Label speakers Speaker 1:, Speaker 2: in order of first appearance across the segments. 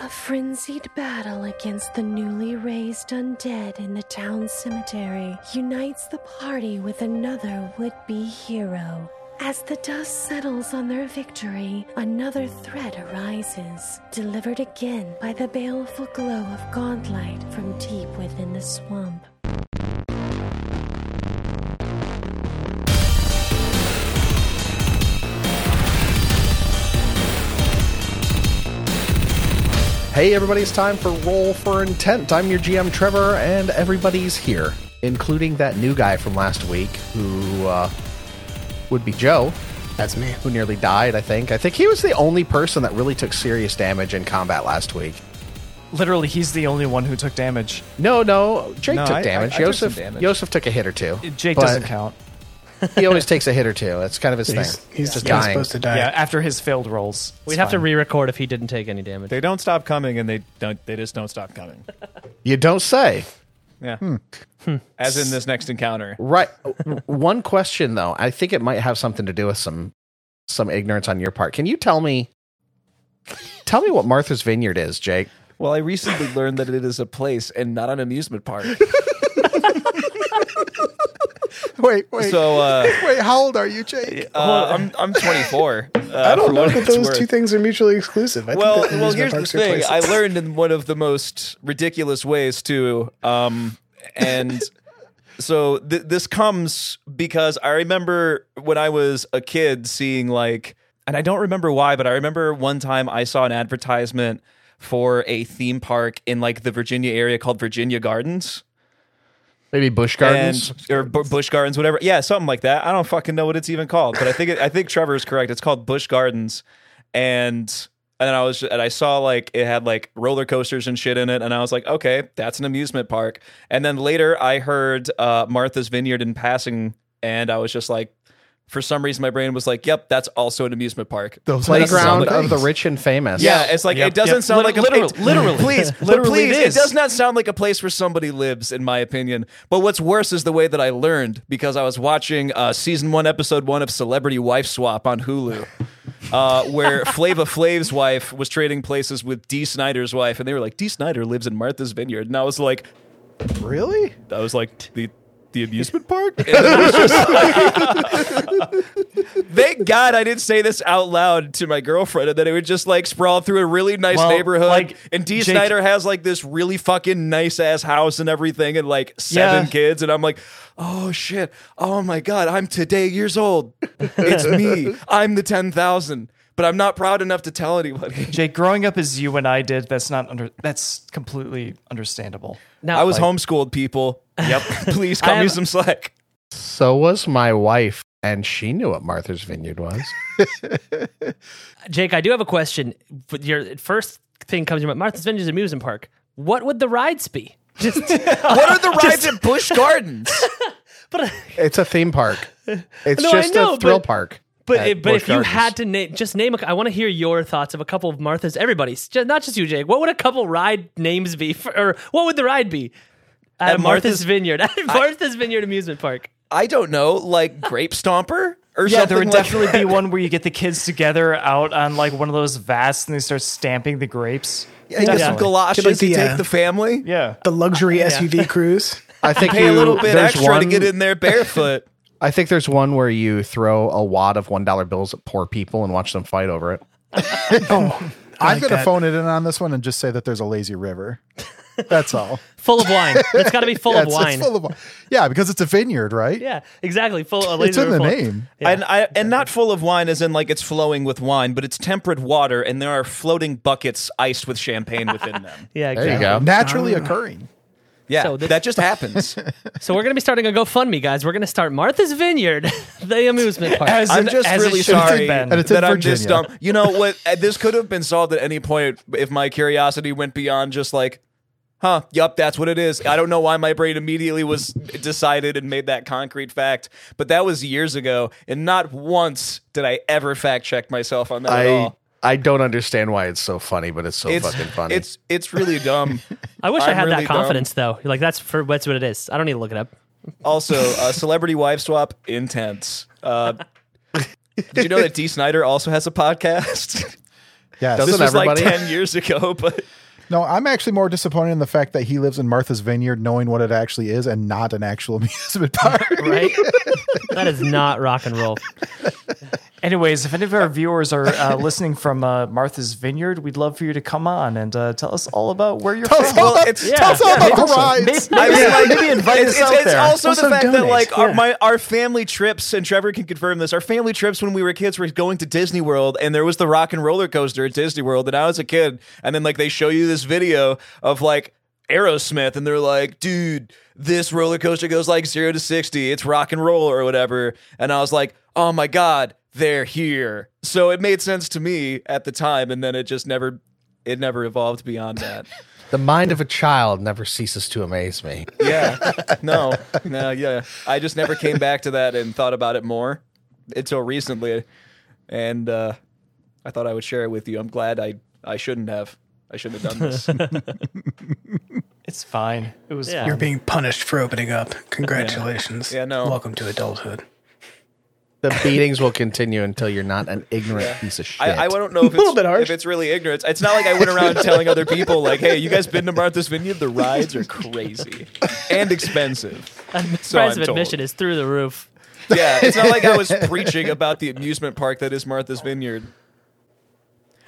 Speaker 1: A frenzied battle against the newly raised undead in the town cemetery unites the party with another would be hero. As the dust settles on their victory, another threat arises, delivered again by the baleful glow of gauntlight from deep within the swamp.
Speaker 2: Hey, everybody, it's time for Roll for Intent. I'm your GM, Trevor, and everybody's here, including that new guy from last week who uh, would be Joe,
Speaker 3: That's me.
Speaker 2: who nearly died, I think. I think he was the only person that really took serious damage in combat last week.
Speaker 4: Literally, he's the only one who took damage.
Speaker 2: No, no, Jake
Speaker 4: No,
Speaker 2: took
Speaker 4: I- I-
Speaker 2: damage.
Speaker 4: I took
Speaker 2: Joseph,
Speaker 4: some damage.
Speaker 2: Joseph took a hit or two.
Speaker 4: Jake
Speaker 2: but
Speaker 4: doesn't count.
Speaker 2: He always takes a hit or two. That's kind of his
Speaker 3: He's,
Speaker 2: thing.
Speaker 3: he's just not
Speaker 2: dying.
Speaker 3: supposed to die.
Speaker 4: Yeah, after his failed rolls.
Speaker 5: We'd
Speaker 4: It's
Speaker 5: have to
Speaker 4: fine.
Speaker 5: re-record if he didn't take any damage.
Speaker 6: They don't stop coming, and they don't. They just don't stop coming.
Speaker 2: You don't say.
Speaker 6: Yeah.
Speaker 3: Hmm.
Speaker 6: Hmm. As in this next encounter.
Speaker 2: Right. One question though. I think it might have something to do with some some ignorance on your part. Can you tell me tell me what Martha's Vineyard is, Jake?
Speaker 6: Well, I recently learned that it is a place and not an amusement park.
Speaker 7: Wait, wait,
Speaker 6: So uh,
Speaker 7: wait. How old are you, Jake?
Speaker 6: uh, I'm I'm 24. Uh,
Speaker 3: I don't know that those two things are mutually exclusive. I
Speaker 6: Well,
Speaker 3: think that
Speaker 6: well,
Speaker 3: amusement
Speaker 6: here's the
Speaker 3: parks are
Speaker 6: thing. I
Speaker 3: places.
Speaker 6: learned in one of the most ridiculous ways too, um, and so th- this comes because I remember when I was a kid seeing like, and I don't remember why, but I remember one time I saw an advertisement for a theme park in like the Virginia area called Virginia Gardens.
Speaker 2: Maybe Bush Gardens?
Speaker 6: and or bu- bush gardens, whatever. Yeah, something like that. I don't fucking know what it's even called, but I think it, I think Trevor's correct. It's called Bush Gardens, and and then I was and I saw like it had like roller coasters and shit in it, and I was like, okay, that's an amusement park. And then later I heard uh, Martha's Vineyard in passing, and I was just like, for some reason my brain was like, yep, that's also an amusement park.
Speaker 7: Those
Speaker 2: Playground
Speaker 7: sound
Speaker 2: of the
Speaker 7: things.
Speaker 2: rich and famous.
Speaker 6: Yeah, it's like
Speaker 5: Yep,
Speaker 6: it doesn't
Speaker 5: yep.
Speaker 6: sound
Speaker 5: Lit-
Speaker 6: like a
Speaker 5: literal-
Speaker 6: it-
Speaker 5: literally.
Speaker 6: Please, but
Speaker 5: Literally it
Speaker 6: please,
Speaker 5: is.
Speaker 6: it does not sound like a place where somebody lives, in my opinion. But what's worse is the way that I learned because I was watching uh, season one, episode one of Celebrity Wife Swap on Hulu. Uh, where Flava Flav's wife was trading places with Dee Snyder's wife, and they were like, "Dee Snyder lives in Martha's Vineyard," and I was like,
Speaker 7: Really?
Speaker 6: "I was like the the amusement park." And it was just like- Thank God I didn't say this out loud to my girlfriend, and then it would just like sprawl through a really nice
Speaker 5: Well,
Speaker 6: neighborhood.
Speaker 5: like,
Speaker 6: and Dee
Speaker 5: Jake-
Speaker 6: Snyder has like this really fucking nice ass house and everything, and like seven
Speaker 5: Yeah.
Speaker 6: kids, and I'm like, oh shit, oh my god, I'm today years old. It's me. I'm the ten thousand, but I'm not proud enough to tell anybody.
Speaker 4: Jake, growing up as you and I did, that's not under. That's completely understandable.
Speaker 5: Now,
Speaker 6: I was
Speaker 5: like,
Speaker 6: homeschooled, people. Yep. Please cut
Speaker 5: I
Speaker 6: me
Speaker 5: have-
Speaker 6: some slack.
Speaker 2: So was my wife, and she knew what Martha's Vineyard was.
Speaker 5: Jake, I do have a question. But Your first thing comes to mind. Martha's Vineyard's amusement park. What would the rides be? Just
Speaker 6: What are the rides at Bush Gardens?
Speaker 5: but
Speaker 2: it's a theme park. It's
Speaker 5: No, I
Speaker 2: just
Speaker 5: know,
Speaker 2: a thrill
Speaker 5: but-
Speaker 2: park.
Speaker 5: but
Speaker 2: at
Speaker 5: if, but
Speaker 2: Busch
Speaker 5: if you
Speaker 2: Gardens.
Speaker 5: had to name, just name. A, I want to hear your thoughts of a couple of Martha's. Everybody's ju- not just you, Jake. What would a couple ride names be, for, or what would the ride be? At,
Speaker 6: At
Speaker 5: Martha's,
Speaker 6: Martha's-
Speaker 5: Vineyard, at Martha's Vineyard amusement park.
Speaker 6: I don't know, like Grape Stomper or
Speaker 4: Yeah,
Speaker 6: something.
Speaker 4: there would
Speaker 6: like
Speaker 4: definitely
Speaker 6: that.
Speaker 4: be one where you get the kids together out on like one of those vasts and they start stamping the grapes.
Speaker 6: Yeah, you get some
Speaker 4: Definitely.
Speaker 6: galoshes
Speaker 3: Could, like,
Speaker 6: to
Speaker 3: the,
Speaker 6: take
Speaker 3: uh,
Speaker 6: the family.
Speaker 4: Yeah.
Speaker 3: the
Speaker 6: Oh,
Speaker 3: luxury SUV cruise.
Speaker 2: I think
Speaker 6: Pay
Speaker 2: you,
Speaker 6: a little bit
Speaker 2: there's
Speaker 6: extra
Speaker 2: one,
Speaker 6: to get in there barefoot.
Speaker 2: I think there's one where you throw a wad of one dollar bills at poor people and watch them fight over it.
Speaker 3: like
Speaker 6: uh,
Speaker 7: I'm gonna
Speaker 3: that.
Speaker 7: phone it in on this one and just say that there's a lazy river. That's all.
Speaker 5: Full of wine. It's got to be full
Speaker 7: Yeah,
Speaker 5: of
Speaker 7: it's,
Speaker 5: wine.
Speaker 7: It's full of wine. Yeah, because it's a vineyard, right?
Speaker 5: yeah, exactly. Full. a
Speaker 7: It's
Speaker 5: laser
Speaker 7: in the
Speaker 5: full of-
Speaker 7: name.
Speaker 6: And I, and not full of wine as in like it's flowing with wine, but it's temperate water and there are floating buckets iced with champagne within them.
Speaker 5: Yeah,
Speaker 2: There you
Speaker 5: exactly.
Speaker 2: go.
Speaker 7: Naturally occurring.
Speaker 6: Yeah.
Speaker 5: So this-
Speaker 6: that just happens.
Speaker 5: So we're gonna be starting a GoFundMe, guys. We're gonna start Martha's Vineyard, the amusement park.
Speaker 6: I'm
Speaker 4: it-
Speaker 6: just
Speaker 4: as it
Speaker 6: really
Speaker 4: should have
Speaker 6: sorry
Speaker 4: been.
Speaker 7: And it's in
Speaker 6: that I'm this
Speaker 7: Virginia.
Speaker 6: dumb. You know what? Uh, This could have been solved at any point if my curiosity went beyond just like, huh, yup, that's what it is. I don't know why my brain immediately was decided and made that concrete fact, but that was years ago, and not once did I ever fact check myself on that at
Speaker 2: I
Speaker 6: all.
Speaker 2: I don't understand why it's so funny, but it's so
Speaker 6: It's
Speaker 2: fucking funny.
Speaker 6: It's it's really dumb.
Speaker 5: I wish i
Speaker 6: I'm
Speaker 5: had
Speaker 6: really
Speaker 5: that confidence though. Like that's for that's what it is. I don't need to look it up.
Speaker 6: Also, uh, celebrity wife swap intense. Uh, did you know that D. Snyder also has a podcast?
Speaker 7: Yes.
Speaker 2: Doesn't
Speaker 6: this was like
Speaker 2: everybody?
Speaker 6: 10 years ago, but
Speaker 7: No, I'm actually more disappointed in the fact that he lives in Martha's Vineyard, knowing what it actually is, and not an actual amusement park.
Speaker 5: right? that is not rock and roll.
Speaker 4: Anyways, if any of our viewers are uh, listening from uh, Martha's Vineyard, we'd love for you to come on and uh, tell us all about where you're
Speaker 7: Tell us
Speaker 4: from.
Speaker 7: all about-
Speaker 6: it's-
Speaker 7: tell us all
Speaker 4: yeah,
Speaker 7: about the
Speaker 4: maybe-
Speaker 7: rides.
Speaker 6: I mean, like,
Speaker 4: maybe invite
Speaker 6: it's,
Speaker 4: us
Speaker 6: it's,
Speaker 4: out
Speaker 6: it's
Speaker 4: there.
Speaker 6: also the
Speaker 4: Also
Speaker 6: fact that
Speaker 4: donate,
Speaker 6: like our
Speaker 4: yeah.
Speaker 6: my our family trips and Trevor can confirm this. Our family trips when we were kids were going to Disney World and there was the rock and roller coaster at Disney World and I was a kid and then like they show you this video of like Aerosmith and they're like, dude, this roller coaster goes like zero to sixty. It's rock and roll or whatever. And I was like, oh my god, they're here. So it made sense to me at the time, and then it just never it never evolved beyond that.
Speaker 2: The mind of a child never ceases to amaze me.
Speaker 6: Yeah. No. No. Yeah. I just never came back to that and thought about it more until recently, and uh, I thought I would share it with you. I'm glad I I shouldn't have. I shouldn't have done this.
Speaker 4: It's fine. It was
Speaker 5: Yeah.
Speaker 4: fun.
Speaker 3: You're being punished for opening up. Congratulations.
Speaker 6: Yeah, no.
Speaker 3: Welcome to adulthood.
Speaker 2: The beatings will continue until you're not an ignorant piece of shit.
Speaker 6: I, I don't know if
Speaker 3: little
Speaker 6: it's,
Speaker 3: bit harsh.
Speaker 6: if it's really ignorance. It's not like I went around telling other people like, "Hey, you guys been to Martha's Vineyard? The rides are crazy and expensive." So
Speaker 5: Price
Speaker 6: I'm
Speaker 5: of
Speaker 6: told.
Speaker 5: admission is through the roof.
Speaker 6: Yeah, it's not like I was preaching about the amusement park that is Martha's Vineyard.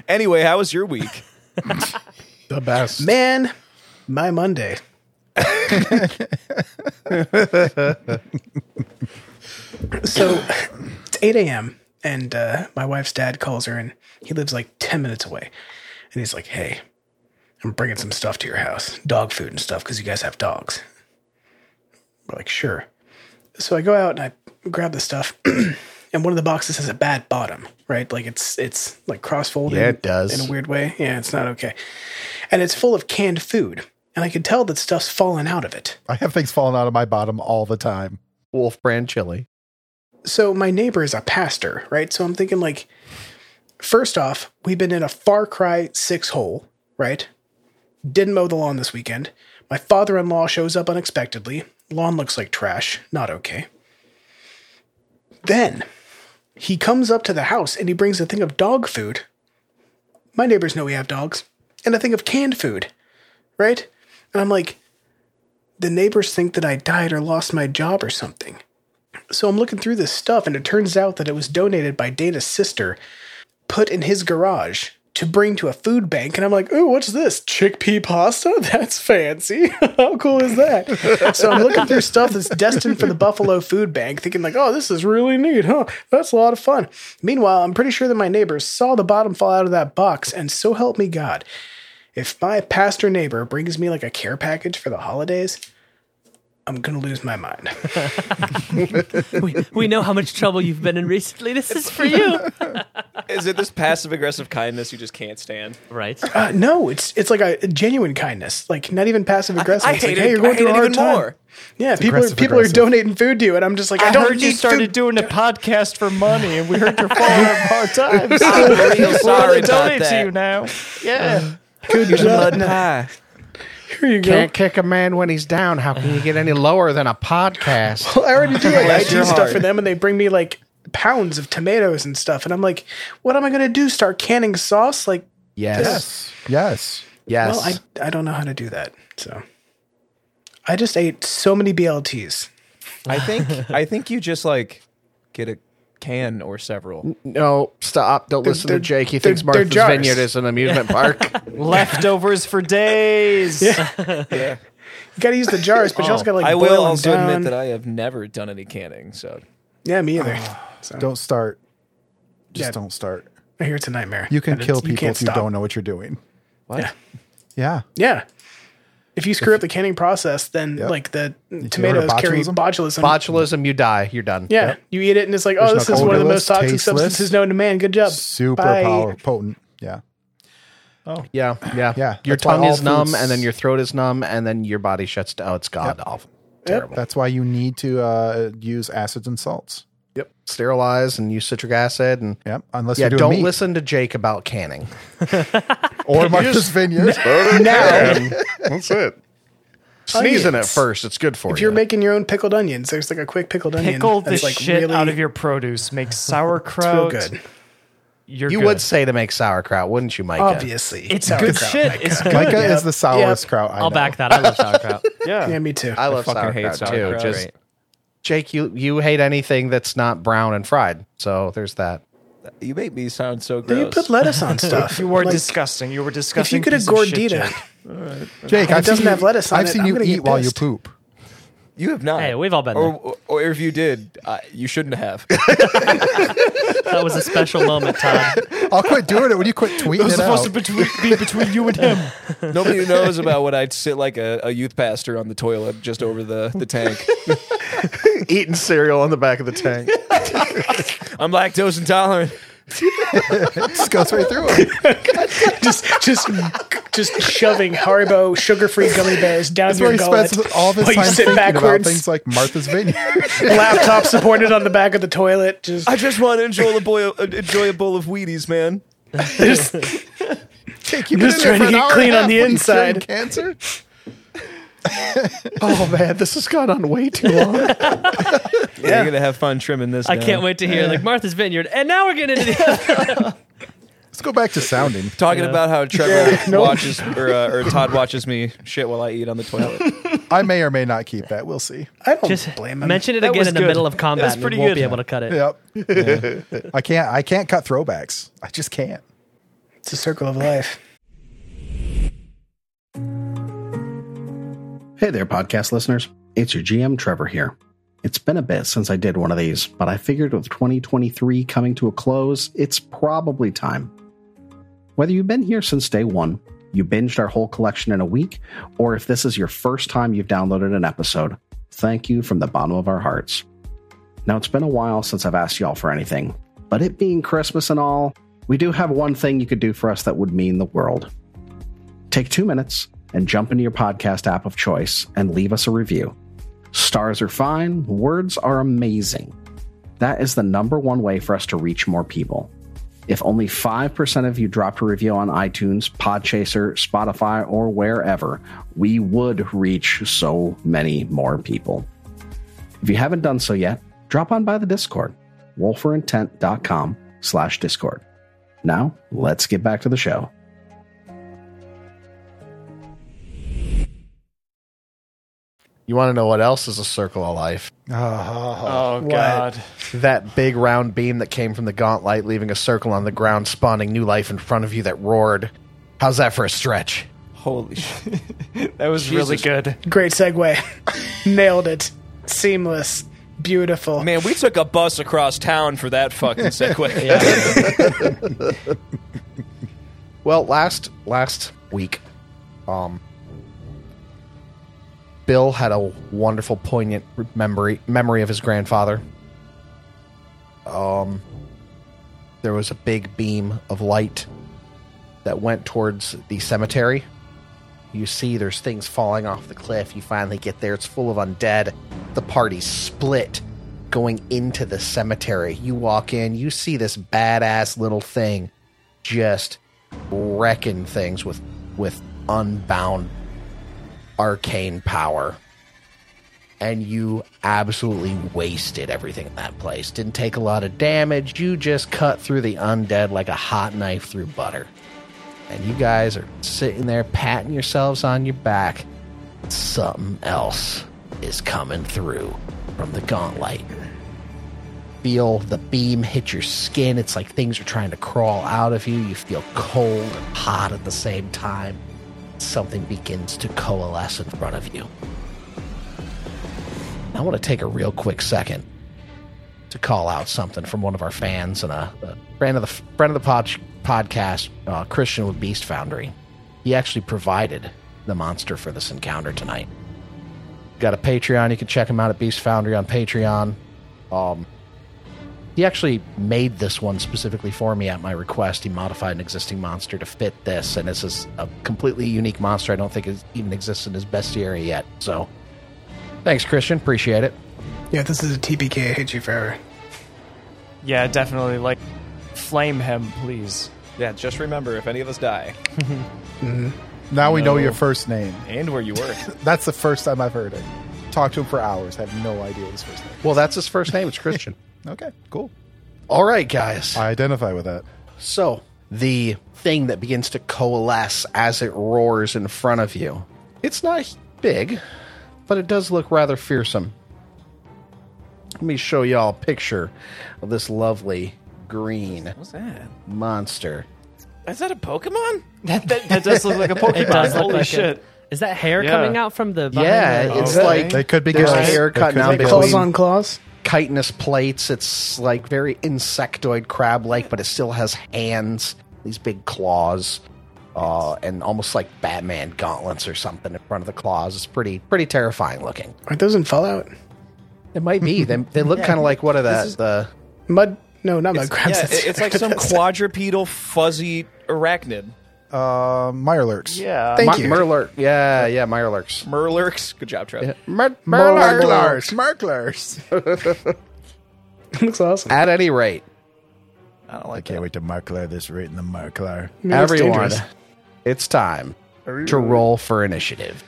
Speaker 6: Anyway, how was your week?
Speaker 7: the best.
Speaker 3: Man, my Monday. so it's 8 a.m. and uh, my wife's dad calls her and he lives like 10 minutes away. And he's like, hey, I'm bringing some stuff to your house, dog food and stuff, because you guys have dogs. We're like, sure. So I go out and I grab the stuff. and one of the boxes has a bad bottom, right? Like it's it's like cross folded.
Speaker 2: Yeah, it does.
Speaker 3: In a weird way. Yeah, it's not okay. And it's full of canned food. And I can tell that stuff's fallen out of it.
Speaker 7: I have things falling out of my bottom all the time.
Speaker 2: Wolf brand chili.
Speaker 3: so my neighbor is a pastor, right? So I'm thinking like, first off, we've been in a Far Cry six hole, right? Didn't mow the lawn this weekend. My father-in-law shows up unexpectedly. Lawn looks like trash. Not okay. Then he comes up to the house and he brings a thing of dog food. My neighbors know we have dogs, and a thing of canned food, right? And I'm like, the neighbors think that I died or lost my job or something. So I'm looking through this stuff, and it turns out that it was donated by Dana's sister, put in his garage to bring to a food bank. And I'm like, ooh, what's this? Chickpea pasta? That's fancy. How cool is that? so I'm looking through stuff that's destined for the Buffalo Food Bank, thinking, like, oh, this is really neat, huh? That's a lot of fun. Meanwhile, I'm pretty sure that my neighbors saw the bottom fall out of that box, and so help me God. If my pastor neighbor brings me like a care package for the holidays, I'm gonna lose my mind.
Speaker 5: We, we know how much trouble you've been in recently. This is for you.
Speaker 6: Is it this passive aggressive kindness you just can't stand?
Speaker 5: Right.
Speaker 3: Uh, no, it's it's like a genuine kindness, like not even passive aggressive.
Speaker 6: I
Speaker 3: it's like,
Speaker 6: hate
Speaker 3: hey,
Speaker 6: it.
Speaker 3: you're going
Speaker 6: I hate
Speaker 3: through a
Speaker 6: it
Speaker 3: hard
Speaker 6: even
Speaker 3: time.
Speaker 6: more.
Speaker 3: Yeah, people are
Speaker 7: aggressive
Speaker 3: people
Speaker 7: aggressive.
Speaker 3: are donating food to you, and I'm just like, I,
Speaker 4: I
Speaker 3: don't
Speaker 4: heard
Speaker 3: need
Speaker 4: you started
Speaker 3: food.
Speaker 4: doing a podcast for money, and we heard you're falling on hard times.
Speaker 6: I'm real sorry
Speaker 4: Sorry,
Speaker 6: about
Speaker 4: donate to you
Speaker 6: that.
Speaker 4: now. Yeah,
Speaker 3: Good job.
Speaker 6: pie.
Speaker 3: Here you go.
Speaker 2: Can't kick a man when he's down. How can you get any lower than a podcast?
Speaker 3: I already do like IT
Speaker 6: Bless your
Speaker 3: stuff
Speaker 6: heart.
Speaker 3: for them, and they bring me like pounds of tomatoes and stuff, and I'm like, what am I gonna do? Start canning sauce? Like,
Speaker 2: Yes.
Speaker 7: Yes.
Speaker 2: Yes.
Speaker 3: well, I I don't know how to do that. So, I just ate so many BLTs.
Speaker 6: I think I think you just like get a can or several.
Speaker 2: no, stop. Don't listen
Speaker 3: they're-
Speaker 2: to Jake. He
Speaker 3: they're-
Speaker 2: thinks
Speaker 3: they're
Speaker 2: Martha's
Speaker 3: jars.
Speaker 2: Vineyard is an amusement park.
Speaker 4: leftovers for days.
Speaker 6: Yeah.
Speaker 3: You gotta use the jars, but you also gotta like
Speaker 6: Oh. I
Speaker 3: boil
Speaker 6: will
Speaker 3: them
Speaker 6: also
Speaker 3: down.
Speaker 6: admit that I have never done any canning, so
Speaker 3: yeah, me either.
Speaker 6: Oh.
Speaker 3: So,
Speaker 7: Don't start. Just
Speaker 3: Yeah.
Speaker 7: don't start.
Speaker 3: I hear it's a nightmare.
Speaker 7: You can
Speaker 3: And
Speaker 7: kill
Speaker 3: it's-
Speaker 7: people
Speaker 3: can't
Speaker 7: if you
Speaker 3: stop.
Speaker 7: don't know what you're doing.
Speaker 6: what?
Speaker 7: Yeah.
Speaker 3: Yeah. If you screw up the canning process, then
Speaker 7: Yep.
Speaker 3: like the
Speaker 7: heard
Speaker 3: tomatoes
Speaker 7: of
Speaker 3: carry
Speaker 7: botulism?
Speaker 3: botulism.
Speaker 2: Botulism, you die. You're done.
Speaker 3: yeah, you eat it and it's like, oh,
Speaker 7: There's
Speaker 3: this
Speaker 7: no
Speaker 3: is one of the
Speaker 7: odorless,
Speaker 3: most toxic
Speaker 7: tasteless.
Speaker 3: substances known to man. Good job.
Speaker 7: Super
Speaker 3: Bye.
Speaker 7: power potent. Yeah.
Speaker 2: Yeah. Yeah.
Speaker 7: Yeah,
Speaker 2: Your
Speaker 7: that's why
Speaker 2: tongue
Speaker 7: all
Speaker 2: is numb,
Speaker 7: foods-
Speaker 2: and then your throat is numb, and then your body shuts down. Oh, it's god awful. Terrible.
Speaker 7: That's why you need to uh, use acids and salts.
Speaker 2: Yep. Sterilize and use citric acid and.
Speaker 7: Yep. Unless
Speaker 2: Yeah,
Speaker 7: you're doing
Speaker 2: don't
Speaker 7: meat
Speaker 2: listen to Jake about canning.
Speaker 7: or Martha's Vineyard.
Speaker 2: That's it. Sneeze in it first. It's good for
Speaker 3: If
Speaker 2: you.
Speaker 3: you're making your own pickled onions, there's like a quick pickled onion.
Speaker 4: Pickle the
Speaker 3: that's,
Speaker 4: shit out of your produce. Make sauerkraut.
Speaker 3: It's real good.
Speaker 4: you're
Speaker 2: You
Speaker 4: good.
Speaker 2: would say to make sauerkraut, wouldn't you, Micah?
Speaker 3: Obviously,
Speaker 4: It's
Speaker 3: Sauerkraut,
Speaker 4: good shit.
Speaker 3: Micah.
Speaker 4: It's good.
Speaker 7: Micah
Speaker 4: yeah.
Speaker 7: is the sourest crowd. I
Speaker 5: I'll
Speaker 7: know.
Speaker 5: back that. I love sauerkraut.
Speaker 4: yeah.
Speaker 3: Yeah, me too.
Speaker 2: I love
Speaker 8: fucking
Speaker 2: sauerkraut,
Speaker 8: hate sauerkraut.
Speaker 2: too. Just
Speaker 8: Right.
Speaker 2: Jake, you you hate anything that's not brown and fried. So there's that.
Speaker 6: You make me sound so
Speaker 3: They
Speaker 6: gross.
Speaker 3: put lettuce on stuff.
Speaker 4: You were
Speaker 3: Like,
Speaker 4: disgusting. You were
Speaker 3: If
Speaker 4: disgusting.
Speaker 3: you could have
Speaker 4: piece of shit,
Speaker 3: gordita,
Speaker 4: Jake.
Speaker 7: Jake, I've
Speaker 3: doesn't
Speaker 7: seen you-
Speaker 3: have lettuce on
Speaker 7: I've
Speaker 3: it,
Speaker 7: seen
Speaker 3: I'm
Speaker 7: you
Speaker 3: gonna get
Speaker 7: eat while you
Speaker 3: pissed.
Speaker 7: poop.
Speaker 6: you have not.
Speaker 5: Hey, we've all been
Speaker 6: or, or if you did, uh, you shouldn't have.
Speaker 5: That was a special moment, Todd.
Speaker 7: I'll quit doing it when you quit tweeting it out.
Speaker 4: between, be between you and him.
Speaker 6: Nobody knows about when I'd sit like a, a youth pastor on the toilet just over the, the tank.
Speaker 2: Eating cereal on the back of the tank.
Speaker 6: I'm lactose intolerant.
Speaker 7: just goes right through it.
Speaker 3: just just just shoving Haribo sugar-free gummy bears down
Speaker 7: That's where
Speaker 3: your
Speaker 7: he
Speaker 3: gullet.
Speaker 7: spends all this
Speaker 3: while you
Speaker 7: time
Speaker 3: sit
Speaker 7: thinking about
Speaker 3: backwards.
Speaker 7: things like Martha's Vineyard.
Speaker 3: Laptop supported on the back of the toilet. Just
Speaker 6: I just want to enjoy a, boy, enjoy a bowl of Wheaties, man.
Speaker 3: just
Speaker 7: Jake, you've
Speaker 3: I'm just
Speaker 7: been in there for an
Speaker 3: trying to get
Speaker 7: hour and
Speaker 3: clean
Speaker 7: a half.
Speaker 3: on the
Speaker 7: What are you,
Speaker 3: inside.
Speaker 7: curing Cancer.
Speaker 2: oh man, this has gone on way too long.
Speaker 6: Yeah. You're going to have fun trimming this
Speaker 5: I can't wait to hear like Martha's Vineyard. And now we're getting into the
Speaker 7: Let's go back to sounding.
Speaker 6: Talking about how Trevor
Speaker 3: Yeah, no.
Speaker 6: watches or, uh, or Todd watches me shit while I eat on the toilet.
Speaker 7: I may or may not keep that. We'll see.
Speaker 3: I don't
Speaker 5: just
Speaker 3: blame him.
Speaker 5: mention it
Speaker 4: That
Speaker 5: again
Speaker 4: was
Speaker 5: in the
Speaker 4: good.
Speaker 5: middle of
Speaker 4: That
Speaker 5: combat
Speaker 4: was
Speaker 5: and we
Speaker 4: pretty
Speaker 5: won't
Speaker 4: good.
Speaker 5: be able to cut it.
Speaker 7: Yep. I can't. I can't cut throwbacks. I just can't.
Speaker 3: It's a circle of life.
Speaker 9: Hey there, podcast listeners. It's your GM, Trevor, here. It's been a bit since I did one of these, but I figured with 2023 coming to a close, it's probably time. Whether you've been here since day one, you binged our whole collection in a week, or if this is your first time you've downloaded an episode, thank you from the bottom of our hearts. Now, it's been a while since I've asked y'all for anything, but it being Christmas and all, we do have one thing you could do for us that would mean the world. Take two minutes and jump into your podcast app of choice and leave us a review. Stars are fine, words are amazing. That is the number one way for us to reach more people. If only 5% of you dropped a review on iTunes, Podchaser, Spotify, or wherever, we would reach so many more people. If you haven't done so yet, drop on by the Discord, wolferintent.com slash Discord. Now, let's get back to the show.
Speaker 2: You want to know what else is a circle of life?
Speaker 7: Ah, Uh,
Speaker 4: Oh God.
Speaker 2: That big round beam that came from the gauntlet, leaving a circle on the ground, spawning new life in front of you that roared. How's that for a stretch?
Speaker 6: Holy shit.
Speaker 4: That was really
Speaker 6: Jesus.
Speaker 4: good.
Speaker 3: Great segue. Nailed it. Seamless. Beautiful.
Speaker 6: Man, we took a bus across town for that fucking segue.
Speaker 2: Well, last last week, um, Bill had a wonderful, poignant memory memory of his grandfather. Um, there was a big beam of light that went towards the cemetery. You see, there's things falling off the cliff. You finally get there; it's full of undead. The party split, going into the cemetery. You walk in, you see this badass little thing, just wrecking things with with unbound arcane power and you absolutely wasted everything in that place didn't take a lot of damage you just cut through the undead like a hot knife through butter and you guys are sitting there patting yourselves on your back something else is coming through from the gauntlet feel the beam hit your skin. It's like things are trying to crawl out of you. You feel cold and hot at the same time. Something begins to coalesce in front of you. I want to take a real quick second to call out something from one of our fans and a, a friend of the friend of the pod, podcast, uh, Christian with Beast Foundry. He actually provided the monster for this encounter tonight. Got a Patreon. You can check him out at Beast Foundry on Patreon. Um, he actually made this one specifically for me at my request. He modified an existing monster to fit this, and this is a completely unique monster. I don't think it even exists in his bestiary yet. So, thanks, Christian. Appreciate it.
Speaker 3: Yeah, this is a TPK. I hate you forever.
Speaker 4: Yeah, definitely. Like, flame him, please.
Speaker 6: yeah, just remember if any of us die
Speaker 7: Mm-hmm. Now we know your first name.
Speaker 6: and where you were.
Speaker 7: That's the first time I've heard it. Talked to him for hours. Have no idea his first name.
Speaker 2: Well, that's his first name. It's Christian.
Speaker 7: Okay, cool.
Speaker 2: All right, guys.
Speaker 7: I identify with that.
Speaker 2: So, the thing that begins to coalesce as it roars in front of you. It's not big, but it does look rather fearsome. Let me show y'all a picture of this lovely green
Speaker 6: What's that?
Speaker 2: monster.
Speaker 6: Is that a Pokemon?
Speaker 4: That, that, that does look like a Pokemon.
Speaker 5: does look
Speaker 4: Holy
Speaker 5: like it.
Speaker 4: shit.
Speaker 5: Is that hair
Speaker 4: Yeah.
Speaker 5: coming out from the? behind
Speaker 2: yeah,
Speaker 5: the-
Speaker 2: it's
Speaker 4: Okay.
Speaker 2: like
Speaker 7: They could be
Speaker 2: there's
Speaker 7: ghosts.
Speaker 2: hair
Speaker 7: They
Speaker 2: cut
Speaker 7: could
Speaker 2: out
Speaker 7: be
Speaker 2: between
Speaker 3: Claws on claws.
Speaker 2: chitinous plates. It's like very insectoid crab like, but it still has hands, these big claws, uh, and almost like Batman gauntlets or something in front of the claws. It's pretty pretty terrifying looking.
Speaker 3: Aren't those in Fallout?
Speaker 2: It might be. they, they look kind of like what are the, the
Speaker 3: Mud? No, not mud crabs.
Speaker 6: Yeah,
Speaker 3: That's-
Speaker 6: it- it's like some quadrupedal fuzzy arachnid.
Speaker 7: Uh, Mire lurks.
Speaker 4: Yeah.
Speaker 3: Thank
Speaker 2: Mi-
Speaker 3: you.
Speaker 2: Murlurk. Yeah, yeah, Myrlurks.
Speaker 6: Murlurks. Good job, Trev.
Speaker 2: Mur-
Speaker 3: Murlurks.
Speaker 7: Smirklers.
Speaker 3: looks awesome.
Speaker 2: At any rate,
Speaker 6: I don't
Speaker 7: I
Speaker 6: like
Speaker 7: can't wait to Markler this rate in the Markler.
Speaker 3: It looks
Speaker 2: everyone,
Speaker 3: dangerous.
Speaker 2: it's time to roll for initiative.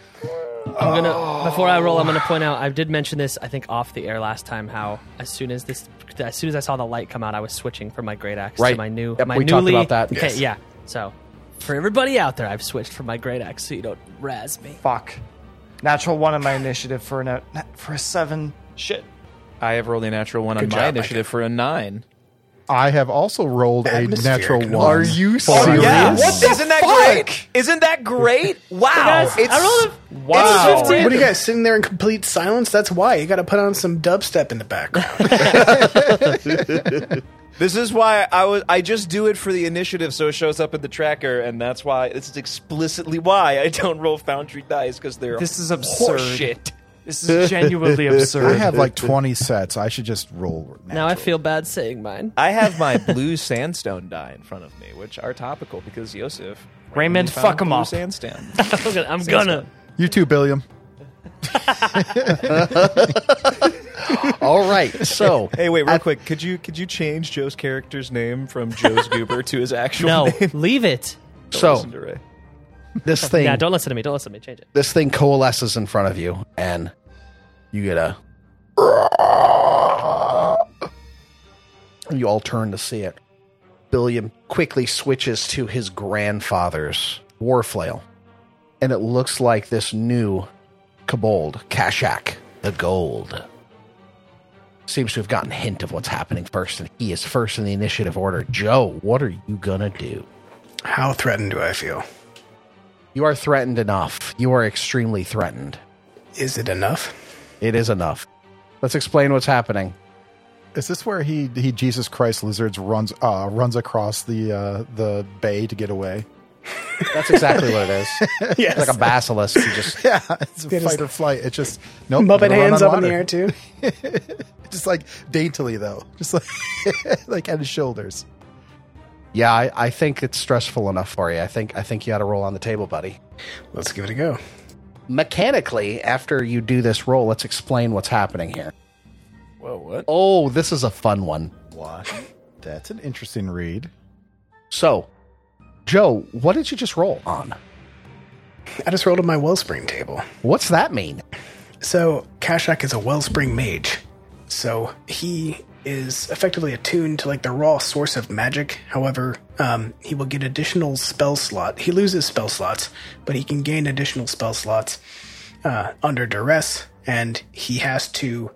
Speaker 5: I'm gonna before I roll, I'm gonna point out I did mention this I think off the air last time how as soon as this as soon as I saw the light come out, I was switching from my great axe
Speaker 2: Right.
Speaker 5: to my new
Speaker 2: Yep,
Speaker 5: my
Speaker 2: we talked
Speaker 5: newly,
Speaker 2: about that.
Speaker 5: Okay,
Speaker 2: Yes.
Speaker 5: yeah. So for everybody out there, I've switched from my great axe so you don't razz me.
Speaker 4: Fuck. Natural one on my initiative for a for a seven. Shit.
Speaker 6: I have rolled a natural one on my initiative for a nine.
Speaker 7: I have also rolled a
Speaker 3: Atmospheric
Speaker 7: natural
Speaker 3: noise.
Speaker 7: one.
Speaker 3: Are
Speaker 7: you
Speaker 6: Yeah,
Speaker 7: serious?
Speaker 6: what the Isn't that great? Isn't that great? Wow.
Speaker 5: Guys, I rolled a-
Speaker 6: wow.
Speaker 5: it's 15.
Speaker 3: What are you guys sitting there in complete silence? That's why you got to put on some dubstep in the background.
Speaker 6: This is why I was I just do it for the initiative so it shows up in the tracker and that's why this is explicitly why I don't roll foundry dice because they're
Speaker 4: This is absurd.
Speaker 6: horseshit.
Speaker 4: This is genuinely
Speaker 7: I
Speaker 4: absurd.
Speaker 7: have like 20 sets. I should just roll.
Speaker 5: Now I feel bad saying mine.
Speaker 6: I have my blue sandstone die in front of me, which are topical because Yosef
Speaker 4: Raymond,
Speaker 6: found
Speaker 4: fuck 'em
Speaker 6: blue
Speaker 4: up.
Speaker 6: Sandstone.
Speaker 5: I'm gonna, I'm gonna
Speaker 7: You too, Billiam.
Speaker 2: All right, so
Speaker 6: hey, wait, real quick, could you could you change Joe's character's name from Joe's Goober to his actual
Speaker 5: no
Speaker 6: name?
Speaker 5: leave it.
Speaker 6: Don't
Speaker 2: So-
Speaker 6: listen to Ray.
Speaker 2: this thing
Speaker 5: Yeah, don't listen to me. Don't listen to me. Change it.
Speaker 2: this thing coalesces in front of you and you get a you all turn to see it billiam quickly switches to his grandfather's war flail and it looks like this new kobold kashak the gold seems to have gotten a hint of what's happening first and he is first in the initiative order joe what are you gonna do
Speaker 3: How threatened do I feel?
Speaker 2: you are threatened enough you are extremely threatened
Speaker 3: Is it enough?
Speaker 2: It is enough. Let's explain what's happening.
Speaker 7: Is this where he he Jesus Christ lizards runs uh runs across the uh the bay to get away?
Speaker 2: That's exactly what it is.
Speaker 3: Yes.
Speaker 2: It's like a basilisk. You just
Speaker 7: Yeah, it's a
Speaker 3: Yeah, just-
Speaker 7: fight or flight. It's just nope.
Speaker 3: Muppet
Speaker 7: gonna run
Speaker 3: hands
Speaker 7: on
Speaker 3: up in the
Speaker 7: water.
Speaker 3: air too.
Speaker 7: Just like daintily though, just like like at his shoulders.
Speaker 2: yeah. I, I think it's stressful enough for you. I think I think you got to roll on the table, buddy.
Speaker 3: Let's give it a go.
Speaker 2: Mechanically, after you do this roll, let's explain what's happening here.
Speaker 6: Whoa, what?
Speaker 2: Oh, this is a fun one.
Speaker 7: What? That's an interesting read.
Speaker 2: So, Joe, what did you just roll on?
Speaker 3: I just rolled on my wellspring table.
Speaker 2: What's that mean?
Speaker 3: So Kashak is a wellspring mage. So he is effectively attuned to like the raw source of magic. However, um, he will get additional spell slot. He loses spell slots, but he can gain additional spell slots uh, under duress, and he has to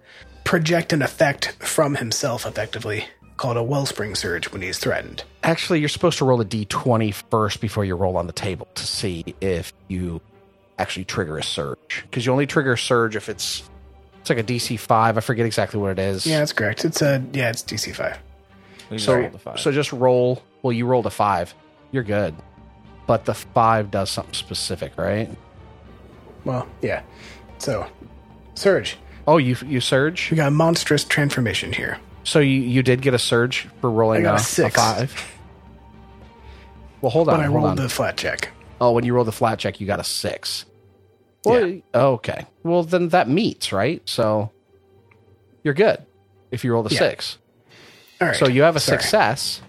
Speaker 3: project an effect from himself, effectively called a wellspring surge when he's threatened.
Speaker 2: Actually, you're supposed to roll a d20 first before you roll on the table to see if you actually trigger a surge. Because you only trigger a surge if it's it's like a DC five. I forget exactly what it is.
Speaker 3: Yeah, that's correct. It's a yeah, it's DC five.
Speaker 2: So so just roll. Well, you rolled a five. You're good. But the five does something specific, right?
Speaker 3: Well, yeah. So, surge.
Speaker 2: Oh, you you surge.
Speaker 3: We got a monstrous transformation here.
Speaker 2: So you you did get a surge for rolling
Speaker 3: I got
Speaker 2: a,
Speaker 3: a six.
Speaker 2: a five. Well, hold on.
Speaker 3: but I
Speaker 2: hold
Speaker 3: rolled
Speaker 2: on.
Speaker 3: the flat check.
Speaker 2: Oh, when you roll the flat check, you got a six. Well, okay. Well, then that meets, right? So you're good if you roll the
Speaker 3: Yeah.
Speaker 2: six.
Speaker 3: All right.
Speaker 2: So you have a
Speaker 3: Sorry.
Speaker 2: success.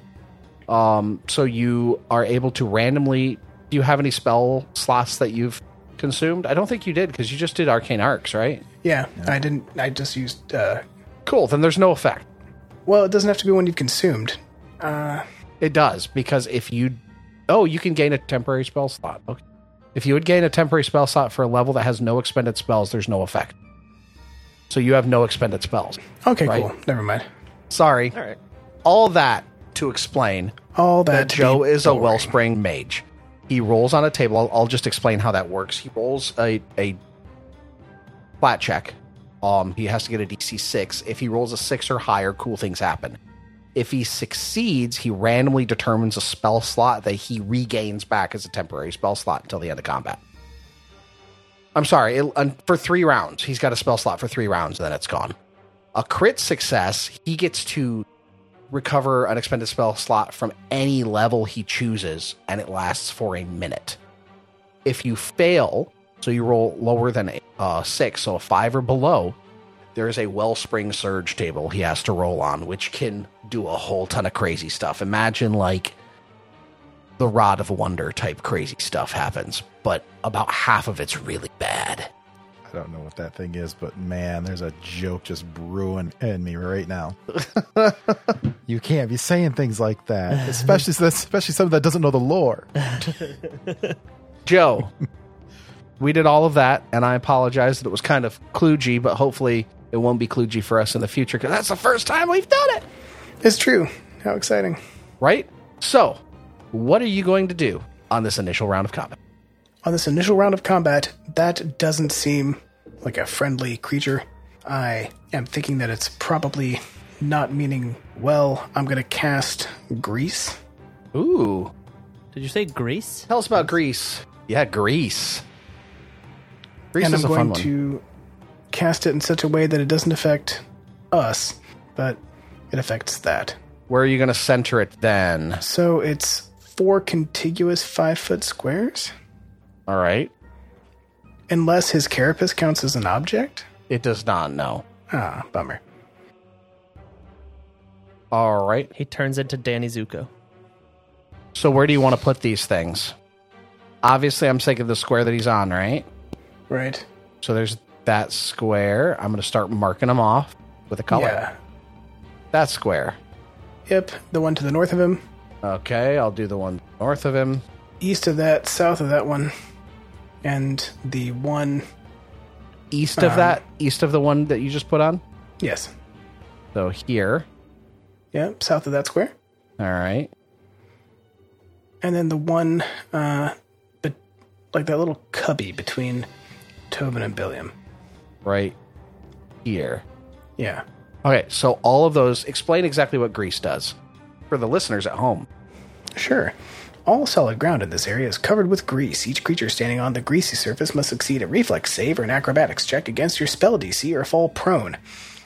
Speaker 2: Um, so you are able to randomly. Do you have any spell slots that you've consumed? I don't think you did because you just did arcane arcs, right?
Speaker 3: Yeah, I didn't. I just used. Uh,
Speaker 2: Cool. Then there's no effect.
Speaker 3: well, it doesn't have to be one you've consumed. Uh,
Speaker 2: It does because if you, oh, you can gain a temporary spell slot. Okay. If you would gain a temporary spell slot for a level that has no expended spells, there's no effect. So you have no expended spells.
Speaker 3: Okay,
Speaker 2: Right.
Speaker 3: cool. Never mind.
Speaker 2: Sorry. All
Speaker 6: right.
Speaker 2: All that to explain
Speaker 3: All that,
Speaker 2: that
Speaker 3: to be
Speaker 2: Joe is a
Speaker 3: boring.
Speaker 2: wellspring mage. He rolls on a table. I'll, I'll just explain how that works. He rolls a a flat check. Um, he has to get a DC six. If he rolls a six or higher, cool things happen. If he succeeds, he randomly determines a spell slot that he regains back as a temporary spell slot until the end of combat. I'm sorry, it, un, for three rounds, he's got a spell slot for three rounds, and then it's gone. A crit success, he gets to recover an expended spell slot from any level he chooses, and it lasts for a minute. If you fail, so you roll lower than a uh, six, so a five or below, there is a wellspring surge table he has to roll on, which can do a whole ton of crazy stuff. Imagine like the Rod of Wonder type crazy stuff happens, but about half of it's really bad.
Speaker 7: I don't know what that thing is, but man, there's a joke just brewing in me right now. you can't be saying things like that, especially especially someone that doesn't know the lore.
Speaker 2: Joe, we did all of that, and I apologize that it was kind of kludgy, but hopefully it won't be kludgy for us in the future because that's the first time we've done it,
Speaker 3: It's true. How exciting.
Speaker 2: right? So, what are you going to do on this initial round of combat?
Speaker 3: On this initial round of combat, that doesn't seem like a friendly creature. I am thinking that it's probably not meaning well. I'm going to cast Grease.
Speaker 2: Ooh,
Speaker 5: Did you say Greece?
Speaker 2: tell us about Greece. Yeah, Greece. Greece
Speaker 3: and I'm
Speaker 2: is a fun
Speaker 3: going
Speaker 2: one.
Speaker 3: to cast it in such a way that it doesn't affect us, but it affects that.
Speaker 2: Where are you going to center it then?
Speaker 3: So it's four contiguous five foot squares,
Speaker 2: All right.
Speaker 3: unless his carapace counts as an object.
Speaker 2: It does not know.
Speaker 3: Ah, bummer.
Speaker 2: All right.
Speaker 5: He turns into Danny Zuko.
Speaker 2: So, where do you want to put these things? Obviously, I'm thinking the square that he's on, right?
Speaker 3: Right.
Speaker 2: So there's that square. I'm going to start marking them off with a color.
Speaker 3: Yeah.
Speaker 2: That square.
Speaker 3: Yep. The one to the north of him,
Speaker 2: Okay, I'll do the one north of him.
Speaker 3: east of that, south of that one, and the one.
Speaker 2: East of
Speaker 3: Um,
Speaker 2: that, east of the one that you just put on.
Speaker 3: Yes.
Speaker 2: So here.
Speaker 3: Yep. South of that square.
Speaker 2: All right.
Speaker 3: And then the one, uh, but like that little cubby between Tobin and Billiam.
Speaker 2: Right here.
Speaker 3: Yeah.
Speaker 2: Okay, so all of those explain exactly what grease does for the listeners at home.
Speaker 3: Sure. All solid ground in this area is covered with grease. Each creature standing on the greasy surface must succeed a reflex save or an acrobatics check against your spell DC or fall prone.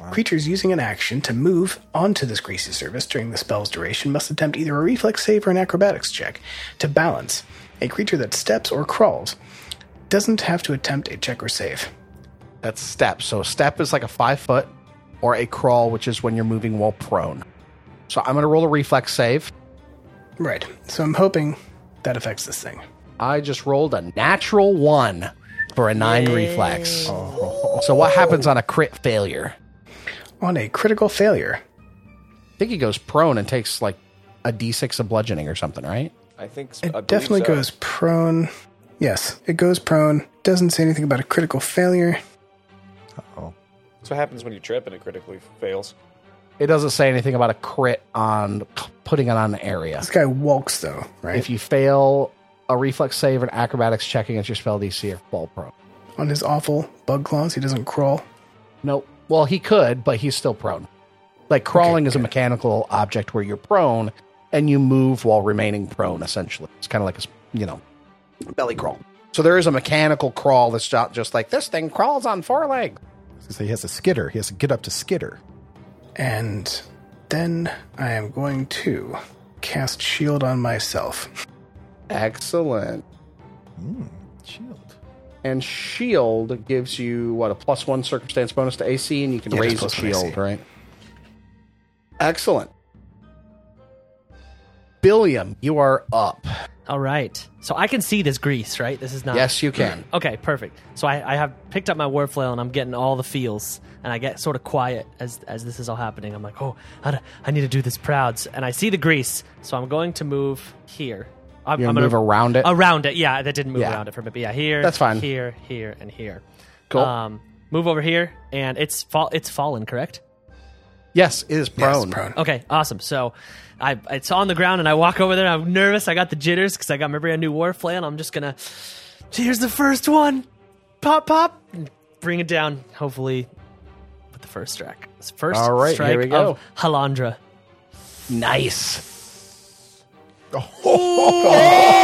Speaker 3: Creatures using an action to move onto this greasy surface during the spell's duration must attempt either a reflex save or an acrobatics check to balance. A creature that steps or crawls doesn't have to attempt a check or save.
Speaker 2: That's step. So step is like a five foot or a crawl, which is when you're moving while prone. So I'm going to roll a reflex save.
Speaker 3: Right. So I'm hoping that affects this thing.
Speaker 2: I just rolled a natural one for a nine reflex. So what happens on a crit failure?
Speaker 3: Oh. On a critical failure.
Speaker 2: I think he goes prone and takes like a d6 of bludgeoning or something, right?
Speaker 6: I think so.
Speaker 3: It definitely goes prone. Yes, it goes prone. Doesn't say anything about a critical failure.
Speaker 6: That's what happens when you trip and it critically fails.
Speaker 2: It doesn't say anything about a crit on putting it on an area.
Speaker 3: This guy walks though, right?
Speaker 2: If you fail a reflex save or an acrobatics check against your spell DC or fall prone.
Speaker 3: On his awful bug claws, he doesn't crawl.
Speaker 2: Nope. Well, he could, but he's still prone. Like crawling
Speaker 3: Okay,
Speaker 2: is a
Speaker 3: good.
Speaker 2: mechanical object where you're prone and you move while remaining prone. Essentially, it's kind of like a s- you know belly crawl. So there is a mechanical crawl that's not just like this thing crawls on four legs.
Speaker 7: So he has to skitter. He has to get up to skitter.
Speaker 3: And then I am going to cast shield on myself.
Speaker 2: Excellent.
Speaker 7: Shield.
Speaker 2: Hmm. And shield gives you what a plus one circumstance bonus to AC, and you can
Speaker 3: Yeah,
Speaker 2: raise the
Speaker 3: just plus one
Speaker 2: shield,
Speaker 3: AC.
Speaker 2: right? Excellent. Billiam, you are up.
Speaker 5: All right. So I can see this grease, right? This is not.
Speaker 2: Yes, you can.
Speaker 5: Okay, perfect. So I, I have picked up my war flail and I'm getting all the feels, and I get sort of quiet as as this is all happening. I'm like, oh, I, I need to do this prouds, and I see the grease, so I'm going to move here. I'm,
Speaker 2: You
Speaker 5: I'm
Speaker 2: move around it.
Speaker 5: Around it, yeah. That didn't move
Speaker 2: Yeah.
Speaker 5: around it for me, but yeah, here.
Speaker 2: That's fine.
Speaker 5: Here, here, and here.
Speaker 2: Cool.
Speaker 5: Um, move over here, and it's fall. It's fallen, correct?
Speaker 2: yes, it is prone.
Speaker 3: Yes, prone.
Speaker 5: Okay, awesome. So I it's on the ground and I walk over there. I'm nervous. I got the jitters because I got my brand new warflay, and I'm just gonna. Here's the first one. Pop, pop. and Bring it down. Hopefully, with the first strike. First
Speaker 2: All right, here
Speaker 5: strike
Speaker 2: we go.
Speaker 5: of Halandra.
Speaker 2: Nice.
Speaker 5: Oh,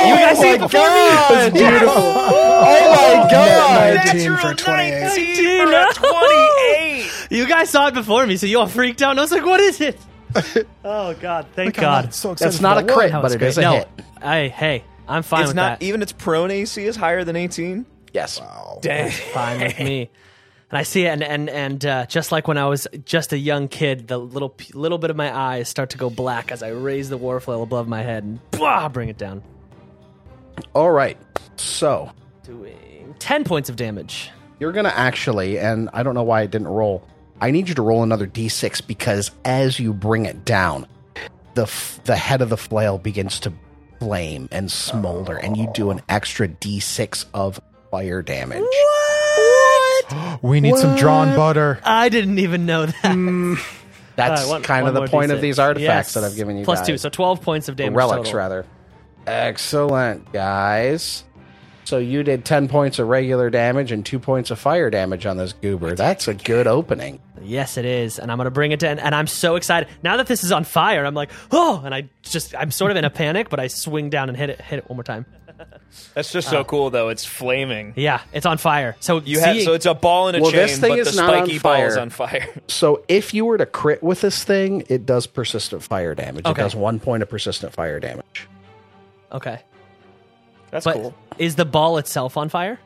Speaker 5: you guys see it before me.
Speaker 2: Oh my
Speaker 3: Net 19
Speaker 6: Natural
Speaker 3: for 28.
Speaker 6: 19 for a 28.
Speaker 5: You guys saw it before me, so you all freaked out. And I was like, "What is it?" oh God! Thank God.
Speaker 7: So excited
Speaker 2: That's
Speaker 7: for
Speaker 2: not a
Speaker 7: that
Speaker 2: crit,
Speaker 5: That
Speaker 2: but
Speaker 5: was
Speaker 2: it
Speaker 5: great.
Speaker 2: is a
Speaker 5: no,
Speaker 2: hit.
Speaker 5: I hey, I'm fine
Speaker 6: It's
Speaker 5: with
Speaker 6: not
Speaker 5: that.
Speaker 6: even its prone AC is higher than 18.
Speaker 2: Yes.
Speaker 6: Dang.
Speaker 5: fine with me. And I see it, and and and uh, just like when I was just a young kid, the little p- little bit of my eyes start to go black as I raise the war flail above my head and blah, bring it down,
Speaker 2: All right. So
Speaker 5: doing ten points of damage.
Speaker 2: you're gonna actually, and I don't know why I didn't roll. I need you to roll another d6 because as you bring it down, the f- the head of the flail begins to flame and smolder, and you do an extra d6 of fire damage.
Speaker 7: We need some drawn butter.
Speaker 5: I didn't even know that.
Speaker 2: Hmm. That's
Speaker 5: All right, one-
Speaker 2: kind
Speaker 5: one
Speaker 2: of the
Speaker 5: more
Speaker 2: point of
Speaker 5: D6.
Speaker 2: these artifacts
Speaker 5: Yes.
Speaker 2: that I've given you.
Speaker 5: Plus
Speaker 2: guys.
Speaker 5: two, so twelve points of damage.
Speaker 2: relics
Speaker 5: total.
Speaker 2: rather. Excellent, guys. So you did ten points of regular damage and two points of fire damage on this goober. That's a good opening.
Speaker 5: Yes, it is, and I'm gonna bring it down, and I'm so excited now that this is on fire. I'm like, oh, and I just I'm sort of in a panic, but I swing down and hit it, hit it one more time.
Speaker 6: That's just
Speaker 2: Oh.
Speaker 6: so cool though. It's flaming.
Speaker 5: Yeah, it's on fire. So
Speaker 6: You have
Speaker 5: seeing-
Speaker 6: so it's a ball and a
Speaker 2: Well,
Speaker 6: chain,
Speaker 2: this thing
Speaker 6: but
Speaker 2: is
Speaker 6: the
Speaker 2: not on
Speaker 6: spiky ball is
Speaker 2: fire.
Speaker 6: on fire.
Speaker 2: So if you were to crit with this thing, it does persistent fire damage.
Speaker 5: Okay.
Speaker 2: It does one point of persistent fire damage.
Speaker 5: okay.
Speaker 6: That's
Speaker 5: But
Speaker 6: cool.
Speaker 5: is the ball itself on fire?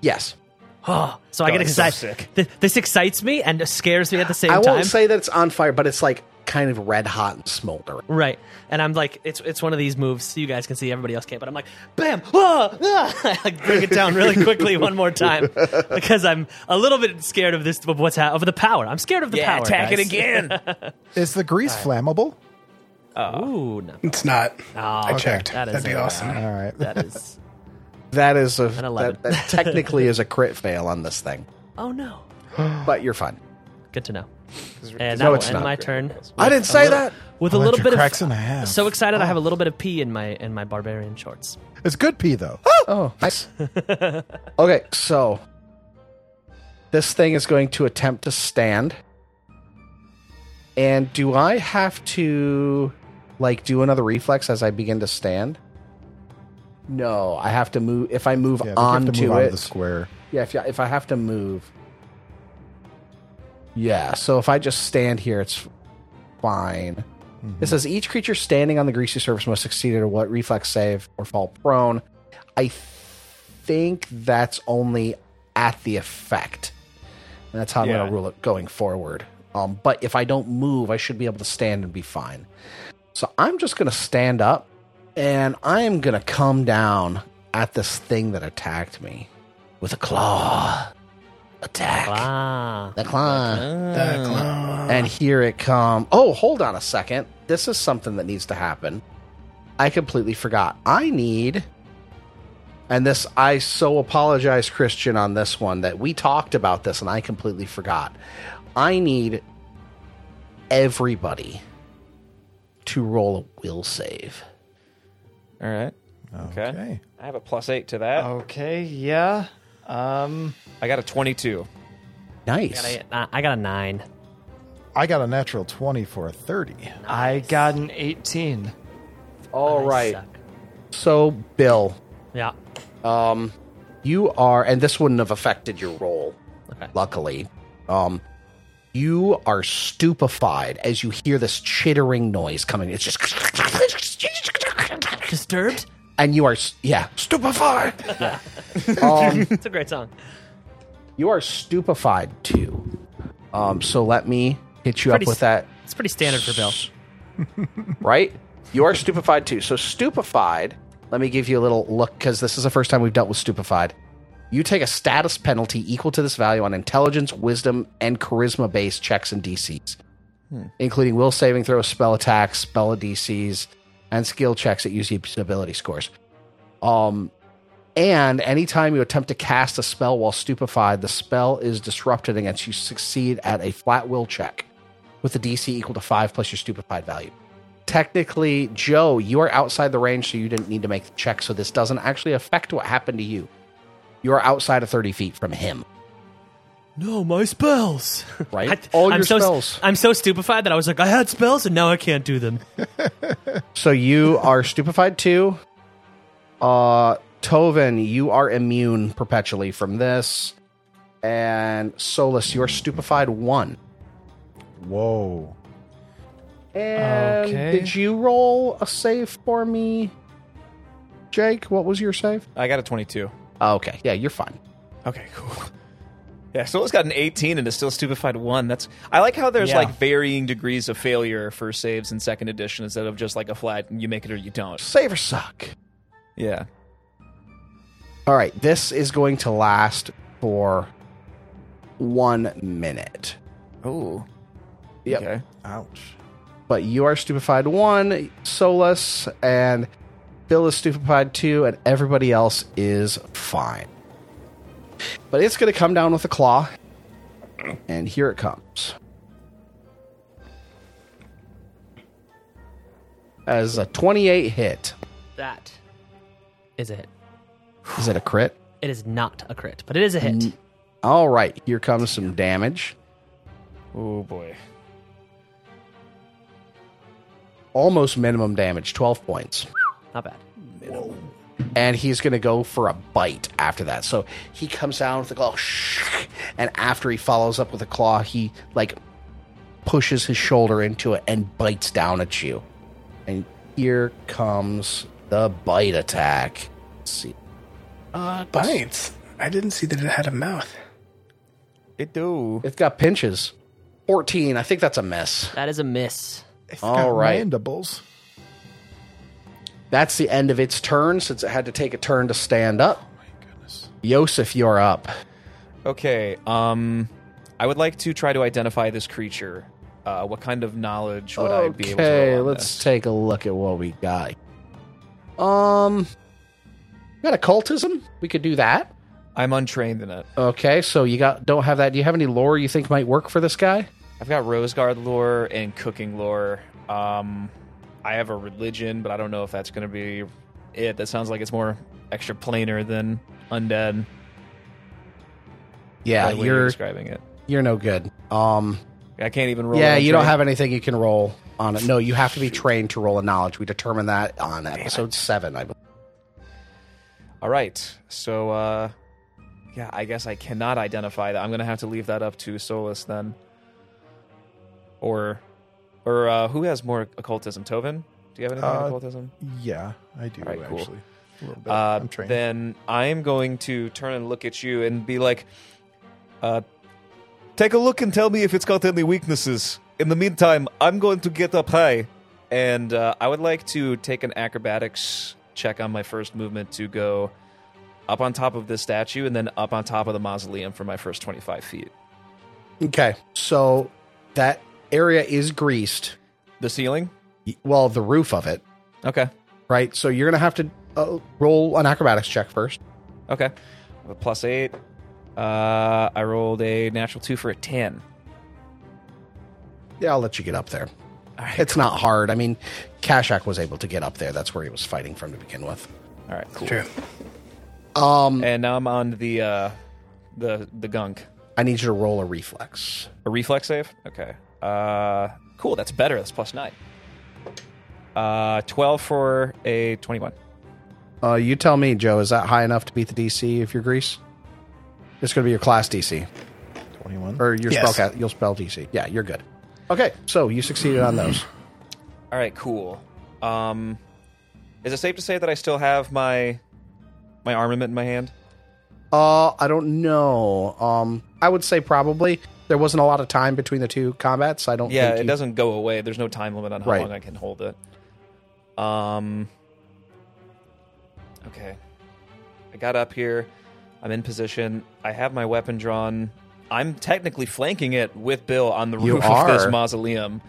Speaker 2: Yes.
Speaker 5: Oh, so I
Speaker 6: God,
Speaker 5: get
Speaker 6: it's so
Speaker 5: excited.
Speaker 6: sick.
Speaker 5: Th- this excites me and scares me at the same
Speaker 2: I won't
Speaker 5: time.
Speaker 2: say that it's on fire, but it's like kind of red hot and smoldering.
Speaker 5: right, and I'm like, it's it's one of these moves. You guys can see, everybody else can't, but I'm like, bam, ah, ah. I like bring it down really quickly one more time because I'm a little bit scared of this of what's ha- of the power. I'm scared of the
Speaker 6: Yeah,
Speaker 5: power.
Speaker 6: attack it
Speaker 5: guys.
Speaker 6: again.
Speaker 7: Is the grease flammable?
Speaker 2: Oh.
Speaker 5: Ooh, no,
Speaker 3: It's not. I checked.
Speaker 5: that is
Speaker 3: That'd be
Speaker 5: a-
Speaker 3: awesome.
Speaker 7: All right.
Speaker 5: that is.
Speaker 2: That is a
Speaker 5: eleven.
Speaker 2: that, that technically is a crit fail on this thing,
Speaker 5: Oh no,
Speaker 2: but you're fine.
Speaker 5: good to know. And
Speaker 2: No,
Speaker 5: that will
Speaker 2: it's
Speaker 5: end
Speaker 2: not.
Speaker 5: my turn.
Speaker 2: I didn't say that.
Speaker 5: With a
Speaker 7: I'll let
Speaker 5: little
Speaker 7: your
Speaker 5: bit
Speaker 7: cracks
Speaker 5: of
Speaker 7: in half.
Speaker 5: so excited, I have a little bit of pee in my in my barbarian shorts.
Speaker 7: It's good pee though.
Speaker 2: Oh, nice. okay, so this thing is going to attempt to stand. And do I have to like do another reflex as I begin to stand? No, I have to move if I move
Speaker 7: Yeah, I think you
Speaker 2: onto
Speaker 7: have to move out
Speaker 2: it.
Speaker 7: of the square.
Speaker 2: yeah, if, if I have to move. Yeah, so if I just stand here, it's fine. It says each creature standing on the greasy surface must succeed at a what reflex save or fall prone. I th- think that's only at the effect. And that's how I'm going
Speaker 6: Yeah.
Speaker 2: to rule it going forward. Um, but if I don't move, I should be able to stand and be fine. So I'm just going to stand up and I am going to come down at this thing that attacked me with a claw. Attack.
Speaker 5: Ah,
Speaker 2: The claw.
Speaker 3: The clone.
Speaker 2: And here it come. Oh, hold on a second. This is something that needs to happen. I completely forgot. I need and this I so apologize Christian on this one that we talked about this and I completely forgot. I need everybody to roll a will save.
Speaker 6: All right. Okay.
Speaker 7: Okay.
Speaker 6: I have a plus eight to that.
Speaker 4: Okay, yeah. Um,
Speaker 6: I got a 22.
Speaker 2: Nice.
Speaker 5: I, I got a nine.
Speaker 7: I got a natural 20 for a 30.
Speaker 4: I got an 18.
Speaker 2: All
Speaker 5: I
Speaker 2: right.
Speaker 5: suck.
Speaker 2: So Bill,
Speaker 5: Yeah.
Speaker 2: Um, you are and this wouldn't have affected your roll
Speaker 5: Okay.
Speaker 2: luckily um you are stupefied as you hear this chittering noise coming it's just
Speaker 5: Disturbed?
Speaker 2: and you are s- yeah stupefied um,
Speaker 5: it's a great song.
Speaker 2: you are stupefied too um so let me hit you
Speaker 5: Pretty
Speaker 2: up with
Speaker 5: s-
Speaker 2: that
Speaker 5: It's pretty standard for Bill.
Speaker 2: right you are stupefied too so stupefied Let me give you a little look because this is the first time we've dealt with stupefied. You take a status penalty equal to this value on intelligence, wisdom, and charisma based checks and DCs, including will saving throws, spell attacks, spell DCs, and skill checks that use these ability scores. Um, and anytime you attempt to cast a spell while stupefied, the spell is disrupted against you succeed at a flat will check with a DC equal to five plus your stupefied value. Technically, Joe, you are outside the range, so you didn't need to make the check, so this doesn't actually affect what happened to you. You are outside of 30 feet from him,
Speaker 5: No, my spells.
Speaker 2: right?
Speaker 5: I-
Speaker 2: All your
Speaker 5: I'm so,
Speaker 2: spells.
Speaker 5: I'm so stupefied that I was like, I had spells and now I can't do them.
Speaker 2: So you are stupefied too. Uh Tovin, you are immune perpetually from this. And Solus, you're stupefied one.
Speaker 7: Whoa.
Speaker 2: And
Speaker 4: Okay.
Speaker 2: did you roll a save for me, Jake? What was your save?
Speaker 6: I got a 22.
Speaker 2: Oh, okay, yeah, you're fine.
Speaker 6: Okay, cool. Yeah, so it's got an 18 and it's still stupefied one. That's I like how there's
Speaker 4: Yeah.
Speaker 6: like varying degrees of failure for saves in second edition instead of just like a flat you make it or you don't.
Speaker 2: Save or suck.
Speaker 6: Yeah.
Speaker 2: All right, this is going to last for one minute.
Speaker 6: Oh.
Speaker 2: Yep.
Speaker 6: Okay.
Speaker 7: Ouch.
Speaker 2: but you are stupefied one, Solus, and Bill is stupefied two, and everybody else is fine. But it's going to come down with a claw, and here it comes. As a 28 hit.
Speaker 5: That is a hit.
Speaker 2: Is it a crit?
Speaker 5: It is not a crit, but it is a hit.
Speaker 2: All right, here comes some damage.
Speaker 6: Oh boy.
Speaker 2: Almost minimum damage, 12 points.
Speaker 5: Not bad.
Speaker 2: and he's going to go for a bite after that. So he comes down with a claw, and after he follows up with a claw, he like pushes his shoulder into it and bites down at you. And here comes the bite attack. Let's see,
Speaker 3: Bites. I didn't see that it had a mouth.
Speaker 6: It do.
Speaker 2: it's got pinches. Fourteen. I think that's a miss.
Speaker 5: That is a miss.
Speaker 7: It's
Speaker 2: All right.
Speaker 7: Mandibles.
Speaker 2: That's the end of its turn since it had to take a turn to stand
Speaker 6: Oh,
Speaker 2: up. Yosef, you're up.
Speaker 6: Okay. Um I would like to try to identify this creature. Uh, what kind of knowledge would I be able to
Speaker 2: Okay,
Speaker 6: roll on
Speaker 2: let's
Speaker 6: this?
Speaker 2: take a look at what we got. Um, we got occultism. We could do that.
Speaker 6: I'm untrained in it.
Speaker 2: Okay, so you got don't have that. Do you have any lore you think might work for this guy?
Speaker 6: I've got rose guard lore and cooking lore. Um, I have a religion, but I don't know if that's going to be it. That sounds like it's more extra planar than undead.
Speaker 2: Yeah,
Speaker 6: by the way
Speaker 2: you're
Speaker 6: describing it.
Speaker 2: you're no good. Um,
Speaker 6: I can't even roll.
Speaker 2: yeah,
Speaker 6: it
Speaker 2: you don't
Speaker 6: untrained.
Speaker 2: have anything you can roll on it. No, you have to be trained to roll a knowledge. We determined that on episode seven, I believe.
Speaker 6: All right, so uh, yeah, I guess I cannot identify that. I'm going to have to leave that up to Solus then, or or uh, who has more occultism? Tovin, do you have anything in
Speaker 7: Uh,
Speaker 6: occultism?
Speaker 7: Yeah, I do
Speaker 6: All right, cool.
Speaker 7: actually. A little bit.
Speaker 6: Uh,
Speaker 7: I'm trained.
Speaker 6: then I'm going to turn and look at you and be like, uh, take a look and tell me if it's got any weaknesses. In the meantime, I'm going to get up high. And uh, I would like to take an acrobatics check on my first movement to go up on top of this statue and then up on top of the mausoleum for my first 25 feet.
Speaker 2: Okay, so that area is greased.
Speaker 6: The ceiling?
Speaker 2: Y- Well, the roof of it,
Speaker 6: Okay.
Speaker 2: right? So you're gonna have to uh, roll an acrobatics check first.
Speaker 6: Okay. A plus eight. Uh, I rolled a natural two for a 10.
Speaker 2: Yeah, I'll let you get up there.
Speaker 6: All right.
Speaker 2: It's not hard. I mean, Kashak was able to get up there. That's where he was fighting from to begin with.
Speaker 6: All right, cool.
Speaker 3: True.
Speaker 2: Um,
Speaker 6: And now I'm on the uh, the the gunk.
Speaker 2: I need you to roll a reflex.
Speaker 6: A reflex save? Okay. Uh, cool, that's better. That's plus nine. Uh, 12 for a 21.
Speaker 2: Uh, you tell me, Joe, is that high enough to beat the DC if you're Grease? It's going to be your class DC
Speaker 7: 21.
Speaker 2: or your
Speaker 3: Yes.
Speaker 2: spell. Ca- you'll spell DC. Yeah, you're good. Okay, so you succeeded on those.
Speaker 6: All right, cool. Um, is it safe to say that I still have my my armament in my hand?
Speaker 2: Uh, I don't know. Um, I would say probably there wasn't a lot of time between the two combats. I don't.
Speaker 6: Yeah,
Speaker 2: think
Speaker 6: it
Speaker 2: you-
Speaker 6: doesn't go away. There's no time limit on how
Speaker 2: Right.
Speaker 6: long I can hold it. Um, okay. I got up here. I'm in position. I have my weapon drawn. I'm technically flanking it with Bill on the
Speaker 2: You
Speaker 6: roof of this
Speaker 2: are.
Speaker 6: mausoleum.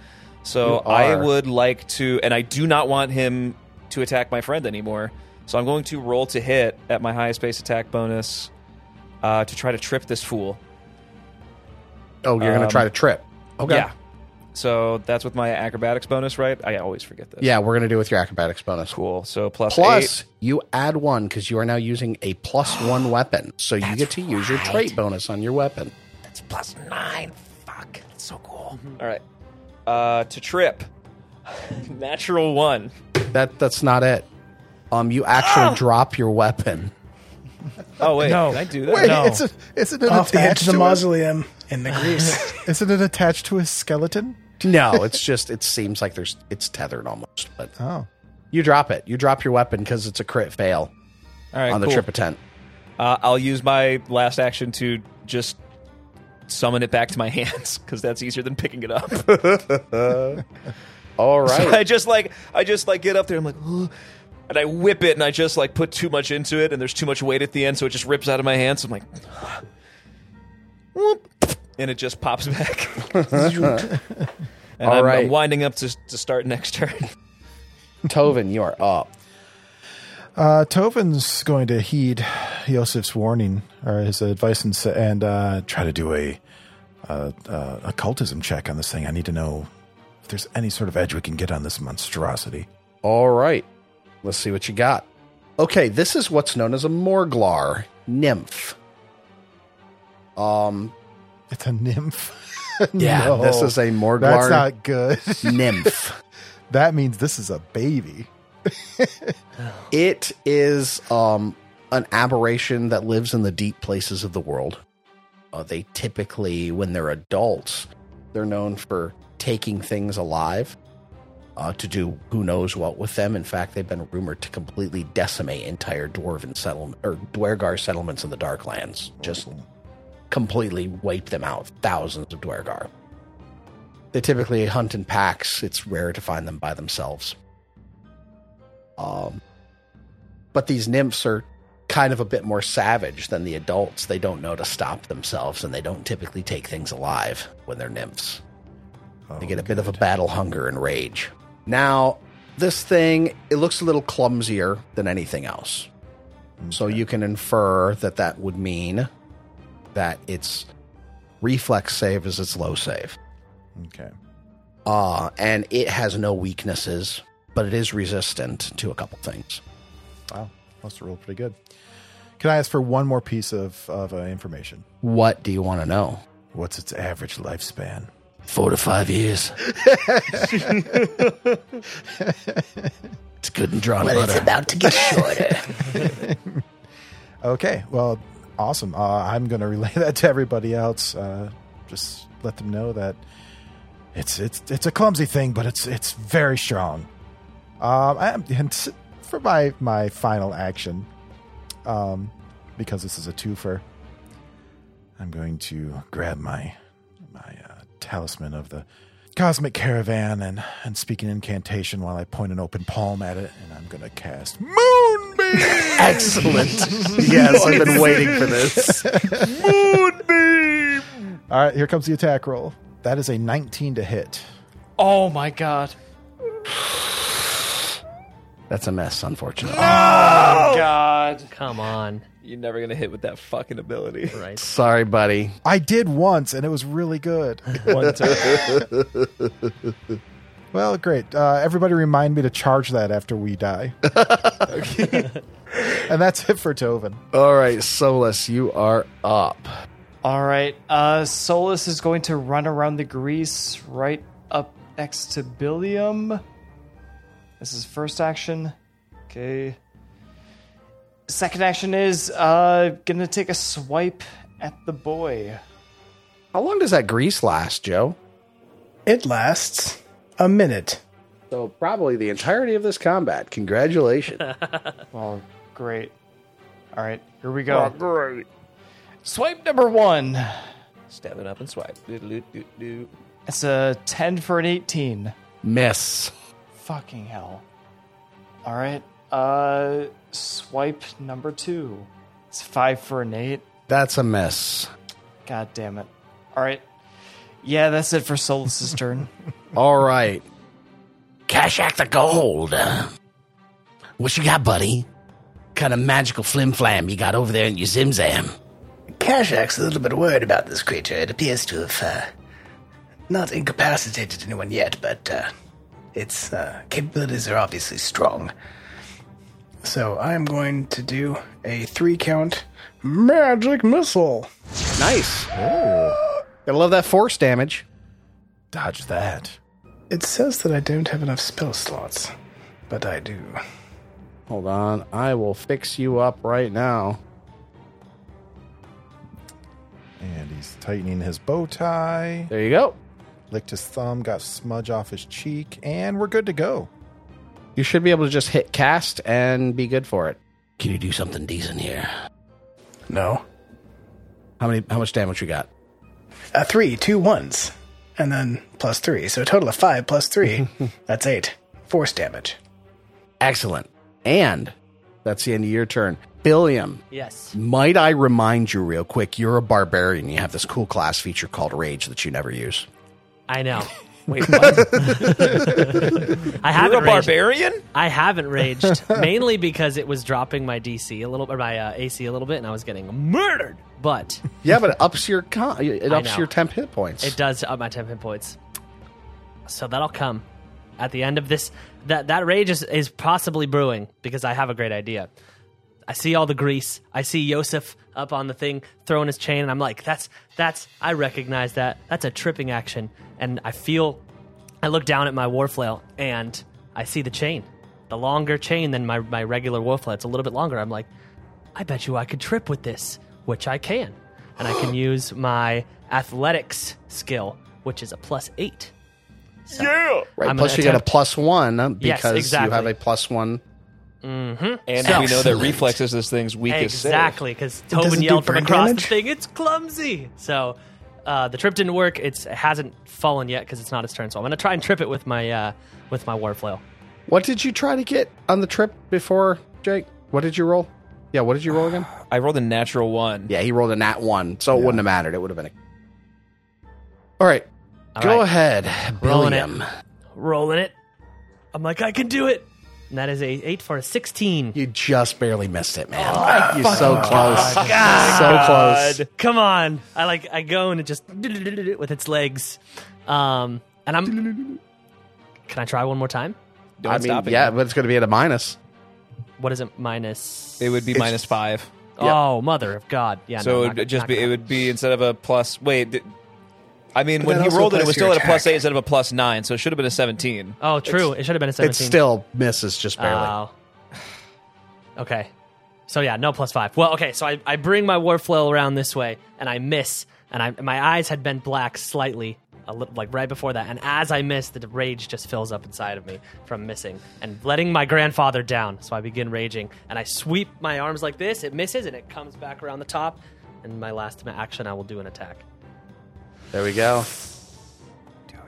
Speaker 6: So
Speaker 2: You
Speaker 6: I
Speaker 2: are.
Speaker 6: would like to, and I do not want him to attack my friend anymore. So I'm going to roll to hit at my highest base attack bonus uh, to try to trip this fool.
Speaker 2: Oh, you're gonna
Speaker 6: Um,
Speaker 2: try to trip. Okay.
Speaker 6: Yeah. So that's with my acrobatics bonus, right? I always forget this.
Speaker 2: Yeah, we're gonna do it with your acrobatics bonus.
Speaker 6: Cool. So plus,
Speaker 2: Plus, you add one because you are now using a plus one weapon, so you get to use your trait bonus on your weapon.
Speaker 6: That's plus nine. Fuck. That's so cool.
Speaker 2: Mm-hmm.
Speaker 6: All right. Uh, to trip. Natural one.
Speaker 2: That that's not it. Um, you actually drop your weapon.
Speaker 6: Oh wait,
Speaker 4: No.
Speaker 6: can I do that?
Speaker 7: Wait,
Speaker 4: No.
Speaker 7: it's a, isn't it
Speaker 3: Off the edge
Speaker 7: attached to
Speaker 3: of the
Speaker 7: the
Speaker 3: mausoleum in the grease.
Speaker 7: Isn't it attached to a skeleton?
Speaker 2: No, it's just it seems like there's it's tethered almost, but
Speaker 7: Oh,
Speaker 2: you drop it. You drop your weapon because it's a crit fail
Speaker 6: All right,
Speaker 2: on the
Speaker 6: cool.
Speaker 2: trip attempt.
Speaker 6: Uh, I'll use my last action to just summon it back to my hands because that's easier than picking it up.
Speaker 2: All
Speaker 6: So
Speaker 2: right.
Speaker 6: I just like I just like get up there. I'm like, "Ugh," and I whip it, and I just like put too much into it, and there's too much weight at the end, so it just rips out of my hands. I'm like, whoop, and it just pops back. and
Speaker 2: All
Speaker 6: I'm,
Speaker 2: right.
Speaker 6: I'm winding up to, to start next turn.
Speaker 2: Tovin, you are up.
Speaker 7: Uh, Tovin's going to heed Yosef's warning or his advice and, sa- and uh, try to do a uh, uh, occultism check on this thing. I need to know if there's any sort of edge we can get on this monstrosity.
Speaker 2: All right. Let's see what you got. Okay, this is what's known as a Morglar nymph. Um,
Speaker 7: It's a nymph.
Speaker 2: yeah,
Speaker 7: No.
Speaker 2: this is a
Speaker 7: that's
Speaker 2: Morglar
Speaker 7: not good.
Speaker 2: nymph.
Speaker 7: that means this is a baby.
Speaker 2: It is um, an aberration that lives in the deep places of the world. Uh, they typically, when they're adults, they're known for taking things alive uh, to do who knows what with them. In fact, they've been rumored to completely decimate entire dwarven settlement or Dwergar settlements in the Darklands. Just completely wipe them out. Thousands of Dwergar. They typically hunt in packs. It's rare to find them by themselves. Um, but these nymphs are kind of a bit more savage than the adults. They don't know to stop themselves and they don't typically take things alive when they're nymphs. They get a bit of a battle hunger and rage. Now, this thing, it looks a little clumsier than anything else. So you can infer that that would mean that its reflex save is its low save.
Speaker 7: Okay.
Speaker 2: Uh, and it has no weaknesses, but it is resistant to a couple things.
Speaker 7: Wow. Must have rolled pretty good. Can I ask for one more piece of, of uh, information?
Speaker 2: What do you want to know?
Speaker 7: What's its average lifespan?
Speaker 2: Four to five years. it's good and drawn butter.
Speaker 7: Okay, well, awesome. Uh, I'm going to relay that to everybody else. Uh, just let them know that it's it's it's a clumsy thing, but it's it's very strong. Um, I, and s- for my my final action, um, because this is a twofer, I'm going to grab my my uh, talisman of the cosmic caravan and and speak an incantation while I point an open palm at it, and I'm going to cast Moonbeam.
Speaker 2: Excellent. yes, I've been waiting for this.
Speaker 7: All right, here comes the attack roll. That is a 19 to hit.
Speaker 5: Oh my god.
Speaker 2: That's a mess, unfortunately.
Speaker 4: God.
Speaker 5: Come on.
Speaker 6: You're never gonna hit with that fucking ability.
Speaker 5: Right.
Speaker 2: Sorry, buddy.
Speaker 7: I did once, and it was really good. One time. well, great. Uh, everybody, remind me to charge that after we die. and that's it for Tovin.
Speaker 2: All right, Solus, you are up.
Speaker 4: All right. Uh, Solus is going to run around the grease right up next to Billium. This is first action. Okay. Second action is uh, gonna take a swipe at the boy.
Speaker 2: How long does that grease last, Joe?
Speaker 3: it lasts a minute.
Speaker 2: So probably the entirety of this combat. Congratulations.
Speaker 4: Well, great. All right, here we go. great. Swipe number one.
Speaker 6: Stab it up and swipe. Doo-doo-doo-doo.
Speaker 4: It's a 10 for an 18.
Speaker 2: Miss.
Speaker 4: Fucking hell. All right. Uh, swipe number two. It's five for an eight.
Speaker 2: That's a mess.
Speaker 4: God damn it. All right. Yeah, that's it for Solus' turn.
Speaker 2: All right. Kashak the gold. What you got, buddy? Kind of magical flim flam you got over there in your Zimzam.
Speaker 8: Kazak's a little bit worried about this creature. It appears to have uh, not incapacitated anyone yet, but uh, its uh, capabilities are obviously strong.
Speaker 3: So I'm going to do a three count magic missile.
Speaker 2: Nice. Gotta love that force damage.
Speaker 7: Oh. Dodge that.
Speaker 3: It says that I don't have enough spell slots, but I do.
Speaker 2: Hold on. I will fix you up right now.
Speaker 7: And he's tightening his bow tie.
Speaker 2: There you go.
Speaker 7: Licked his thumb, got smudge off his cheek, and we're good to go.
Speaker 2: You should be able to just hit cast and be good for it.
Speaker 10: Can you do something decent here?
Speaker 3: No.
Speaker 2: How many? How much damage you got?
Speaker 3: A Uh, three, two ones, and then plus three. So a total of five plus three. that's eight. Force damage.
Speaker 2: Excellent. And that's the end of your turn. Billiam,
Speaker 5: Yes.
Speaker 2: might I remind you real quick? You're a barbarian. You have this cool class feature called Rage that you never use.
Speaker 5: I know. Wait, what? I haven't
Speaker 6: You're a
Speaker 5: raged.
Speaker 6: barbarian?
Speaker 5: I haven't raged mainly because it was dropping my DC a little or my uh, AC a little bit, and I was getting murdered. But
Speaker 2: Yeah, but it ups your con- it
Speaker 5: I
Speaker 2: ups
Speaker 5: know.
Speaker 2: your temp hit points.
Speaker 5: It does up my temp hit points. So that'll come at the end of this. That that rage is, is possibly brewing because I have a great idea. I see all the grease. I see Yosef up on the thing throwing his chain, and I'm like, "That's that's I recognize that. That's a tripping action." And I feel, I look down at my warflail, and I see the chain, the longer chain than my my regular warflail. It's a little bit longer. I'm like, I bet you I could trip with this, which I can. And I can use my athletics skill, which is a plus eight. So yeah!
Speaker 2: Right.
Speaker 5: I'm
Speaker 2: plus,
Speaker 5: gonna
Speaker 2: you get a
Speaker 5: attempt-
Speaker 2: plus one because you
Speaker 5: exactly.
Speaker 2: have a plus one.
Speaker 6: And
Speaker 5: So-
Speaker 6: we know that reflexes is this thing's weakest. save.
Speaker 5: Exactly, because
Speaker 3: doesn't
Speaker 5: Tobin
Speaker 3: do
Speaker 5: yelled from
Speaker 3: burn
Speaker 5: across
Speaker 3: damage?
Speaker 5: the thing, it's clumsy. So uh, the trip didn't work. It's, it hasn't fallen yet because it's not its turn. So I'm going to try and trip it with my uh, with my warflail.
Speaker 2: What did you try to get on the trip before, Jake? What did you roll? Yeah, what did you roll again?
Speaker 6: I rolled a natural one.
Speaker 2: Yeah, he rolled a nat one, so it wouldn't have mattered. It would have been a. All right,
Speaker 5: All
Speaker 2: go
Speaker 5: right.
Speaker 2: ahead,
Speaker 5: Rolling it.
Speaker 2: Billiam.
Speaker 5: Rolling it. I'm like, I can do it. And that is a eight for a 16.
Speaker 2: You just barely missed it, man.
Speaker 5: Oh,
Speaker 2: You're so close, so close.
Speaker 5: Come on. I like I go and it just with its legs. Um and I'm Can I try one more time?
Speaker 6: Don't
Speaker 2: I mean,
Speaker 6: stop it.
Speaker 2: yeah, but it's going to be at a minus.
Speaker 5: What is it minus
Speaker 6: It would be minus five.
Speaker 5: Oh, mother of god. Yeah.
Speaker 6: So
Speaker 5: no,
Speaker 6: it
Speaker 5: not-
Speaker 6: would just
Speaker 5: not
Speaker 6: be it
Speaker 5: gonna-
Speaker 6: would be instead of a plus. Wait, did- I mean
Speaker 3: But
Speaker 6: when
Speaker 3: that
Speaker 6: he
Speaker 3: also
Speaker 6: rolled it, it
Speaker 3: applies
Speaker 6: was
Speaker 3: to your
Speaker 6: still at a plus
Speaker 3: attack.
Speaker 6: eight instead of a plus nine, so it should have been a seventeen.
Speaker 5: Oh, true. It should have been a 17.
Speaker 2: It still misses just barely.
Speaker 5: Oh. Okay. So yeah, no plus five. Well, okay. So I, I bring my warflail around this way, and I miss, and I my eyes had been black slightly, a little, like right before that, and as I miss, the rage just fills up inside of me from missing and letting my grandfather down. So I begin raging, and I sweep my arms like this. It misses, and it comes back around the top. And my last action, I will do an attack.
Speaker 2: There we go. Do it.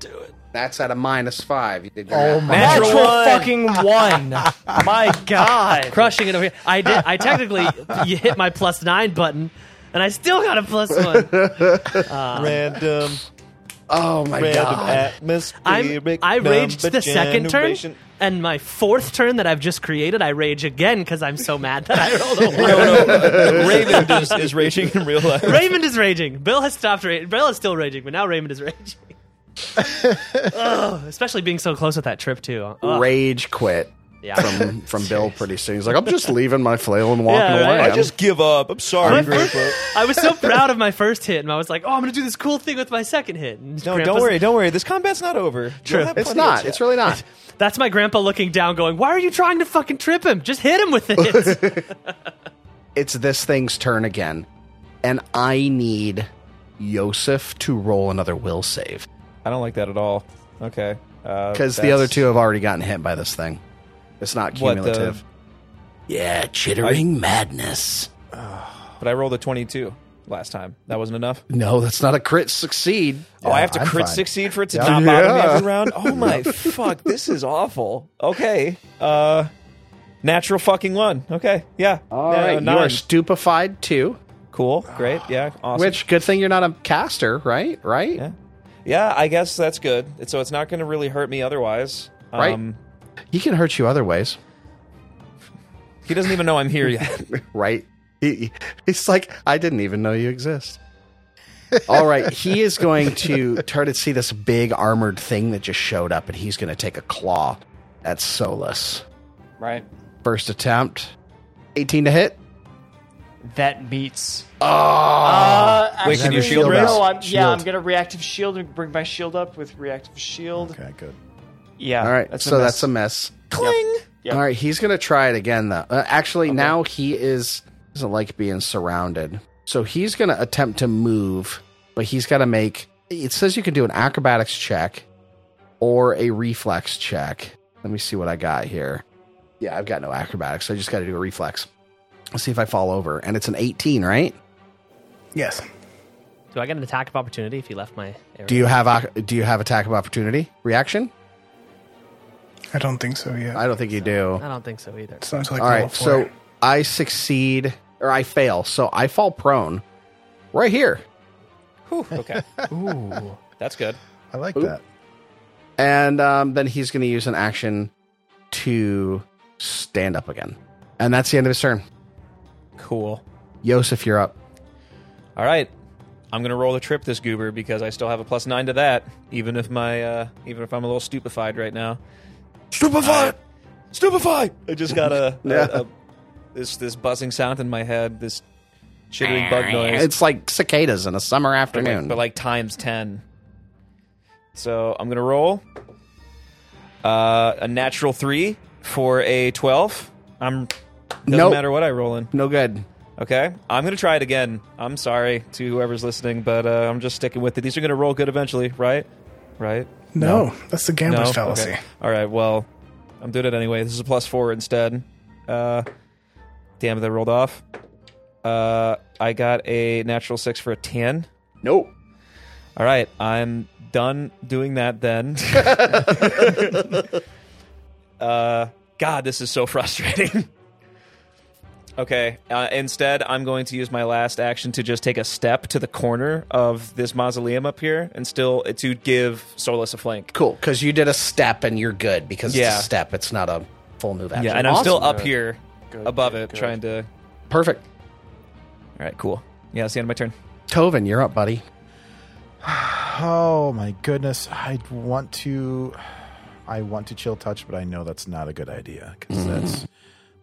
Speaker 2: Do it. That's at a minus five. You did your math.
Speaker 4: Natural, fucking one. My God.
Speaker 5: Crushing it over here. I did. I technically you hit my plus nine button, and I still got a plus one.
Speaker 6: Random,
Speaker 2: Oh my god.
Speaker 6: atmosphere.
Speaker 5: I'm, I raged the second turn, and my fourth turn that I've just created, I rage again because I'm so mad that I rolled a one.
Speaker 6: No, no, Raymond is, is raging in real life.
Speaker 5: Raymond is raging. Bill has stopped raging. Bill is still raging, but now Raymond is raging. Ugh, especially being so close with that trip too. Ugh,
Speaker 2: Rage quit
Speaker 5: yeah.
Speaker 2: from from Bill pretty soon. He's like, I'm just leaving my flail and walking
Speaker 5: Yeah, right.
Speaker 2: away.
Speaker 6: I
Speaker 2: I'm-
Speaker 6: just give up. I'm sorry, Grandpa.
Speaker 5: I was so proud of my first hit, and I was like, "Oh, I'm gonna do this cool thing with my second hit." And
Speaker 6: No,
Speaker 5: Grandpa's-
Speaker 6: don't worry, don't worry. This combat's not over. True,
Speaker 2: it's not. It's really not.
Speaker 5: That's my grandpa looking down, going, "Why are you trying to fucking trip him? Just hit him with it."
Speaker 2: It's this thing's turn again, and I need Yosef to roll another will save
Speaker 6: I don't like that at all. Okay, Uh,
Speaker 2: because the other two have already gotten hit by this thing. It's not
Speaker 6: What the-
Speaker 2: cumulative.
Speaker 10: Yeah, chittering madness.
Speaker 6: But I rolled a twenty-two. last time. That wasn't enough.
Speaker 2: No, that's not a crit succeed.
Speaker 6: oh, I have to
Speaker 7: I'm
Speaker 6: crit
Speaker 7: fine.
Speaker 6: succeed for it to not bother me every round. Oh my fuck, this is awful. Okay, uh, natural fucking one. Okay, yeah.
Speaker 2: All right, you are stupefied too.
Speaker 6: cool. Great. Yeah. Awesome.
Speaker 2: Which good thing you're not a caster, right? Right?
Speaker 6: Yeah. Yeah, I guess that's good. It's- So it's not going to really hurt me otherwise.
Speaker 2: Right.
Speaker 6: Um,
Speaker 2: He can hurt you other ways,
Speaker 6: he doesn't even know I'm here yet.
Speaker 2: right? He, he's like, I didn't even know you exist. All right, he is going to turn and see this big armored thing that just showed up, and he's going to take a claw at Solus.
Speaker 4: Right.
Speaker 2: First attempt, eighteen to hit.
Speaker 4: That beats.
Speaker 2: Oh,
Speaker 6: Wait, can you
Speaker 4: actually,
Speaker 6: shield raise?
Speaker 4: No, I'm, yeah, I'm
Speaker 7: Shield.
Speaker 4: gonna reactive shield and bring my shield up with reactive shield.
Speaker 7: Okay, good.
Speaker 4: Yeah.
Speaker 2: all right.
Speaker 4: that's a
Speaker 2: so
Speaker 4: miss.
Speaker 2: that's a mess.
Speaker 6: Cling.
Speaker 4: Yep.
Speaker 2: All right, he's gonna try it again though. Uh, actually, now he is doesn't like being surrounded, so he's gonna attempt to move, but he's got to make. It says you can do an acrobatics check or a reflex check. Let me see what I got here. Yeah, I've got no acrobatics. So I just got to do a reflex. Let's see if I fall over, and it's an eighteen, right?
Speaker 3: Yes.
Speaker 5: Do I get an attack of opportunity if you left my area?
Speaker 2: Do you have ac- do you have attack of opportunity reaction?
Speaker 3: I don't think so yet.
Speaker 2: I don't think you do.
Speaker 5: I don't think so either.
Speaker 3: Sounds like
Speaker 2: All
Speaker 3: level
Speaker 2: right,
Speaker 3: four.
Speaker 2: so I succeed or I fail, so I fall prone right here.
Speaker 6: Whew, okay.
Speaker 5: Ooh.
Speaker 6: That's good.
Speaker 7: I like
Speaker 2: Oop.
Speaker 7: that.
Speaker 2: And um, then he's going to use an action to stand up again. And that's the end of his turn.
Speaker 6: Cool.
Speaker 2: Yosef, you're up.
Speaker 6: All right. I'm gonna roll a trip this goober because I still have a plus nine to that, even if my uh, even if I'm a little stupefied right now. Stupefy, stupefy. I just got a, a-
Speaker 2: Yeah.
Speaker 6: a- this this buzzing sound in my head, this chittering bug noise.
Speaker 2: It's like cicadas in a summer
Speaker 6: but
Speaker 2: afternoon.
Speaker 6: like, but like times 10 so i'm gonna roll uh, a natural 3 for a 12 i'm doesn't
Speaker 2: Nope.
Speaker 6: matter what i roll in
Speaker 2: no good.
Speaker 6: okay i'm gonna try it again i'm sorry to whoever's listening but uh, i'm just sticking with it these are gonna roll good eventually right right
Speaker 3: no, that's the gambler's fallacy.
Speaker 6: Okay. all right well i'm doing it anyway this is a plus 4 instead uh, damn it that rolled off uh, i got a natural 6 for a 10
Speaker 2: Nope.
Speaker 6: all right, I'm done doing that then. uh, God, this is so frustrating. okay, uh, instead, I'm going to use my last action to just take a step to the corner of this mausoleum up here and still to give Solus a flank.
Speaker 2: Cool. Because you did a step and you're good because
Speaker 6: Yeah.
Speaker 2: it's a step. It's not a full move action.
Speaker 6: Yeah, and I'm still
Speaker 2: Awesome.
Speaker 6: up here
Speaker 4: Good,
Speaker 6: above
Speaker 4: good,
Speaker 6: it
Speaker 4: good.
Speaker 6: trying to.
Speaker 2: Perfect.
Speaker 6: All right, cool. Yeah, that's the end of my turn.
Speaker 2: Tovin, you're up, buddy.
Speaker 7: Oh my goodness, I want to, I want to chill touch, but I know that's not a good idea because that's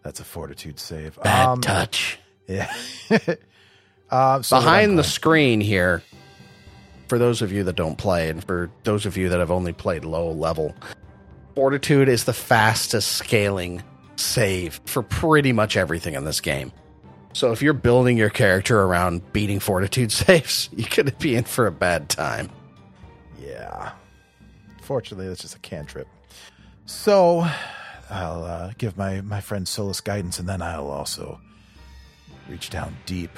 Speaker 7: that's a fortitude save.
Speaker 10: Bad
Speaker 7: Um,
Speaker 10: touch.
Speaker 7: yeah. uh, so what I'm
Speaker 2: Behind the
Speaker 7: going-
Speaker 2: screen here, for those of you that don't play, and for those of you that have only played low level, Fortitude is the fastest scaling save for pretty much everything in this game. So if you're building your character around beating Fortitude saves, you could be in for a bad time.
Speaker 7: Yeah. Fortunately, that's just a cantrip. So, I'll uh, give my, my friend Solus guidance, and then I'll also reach down deep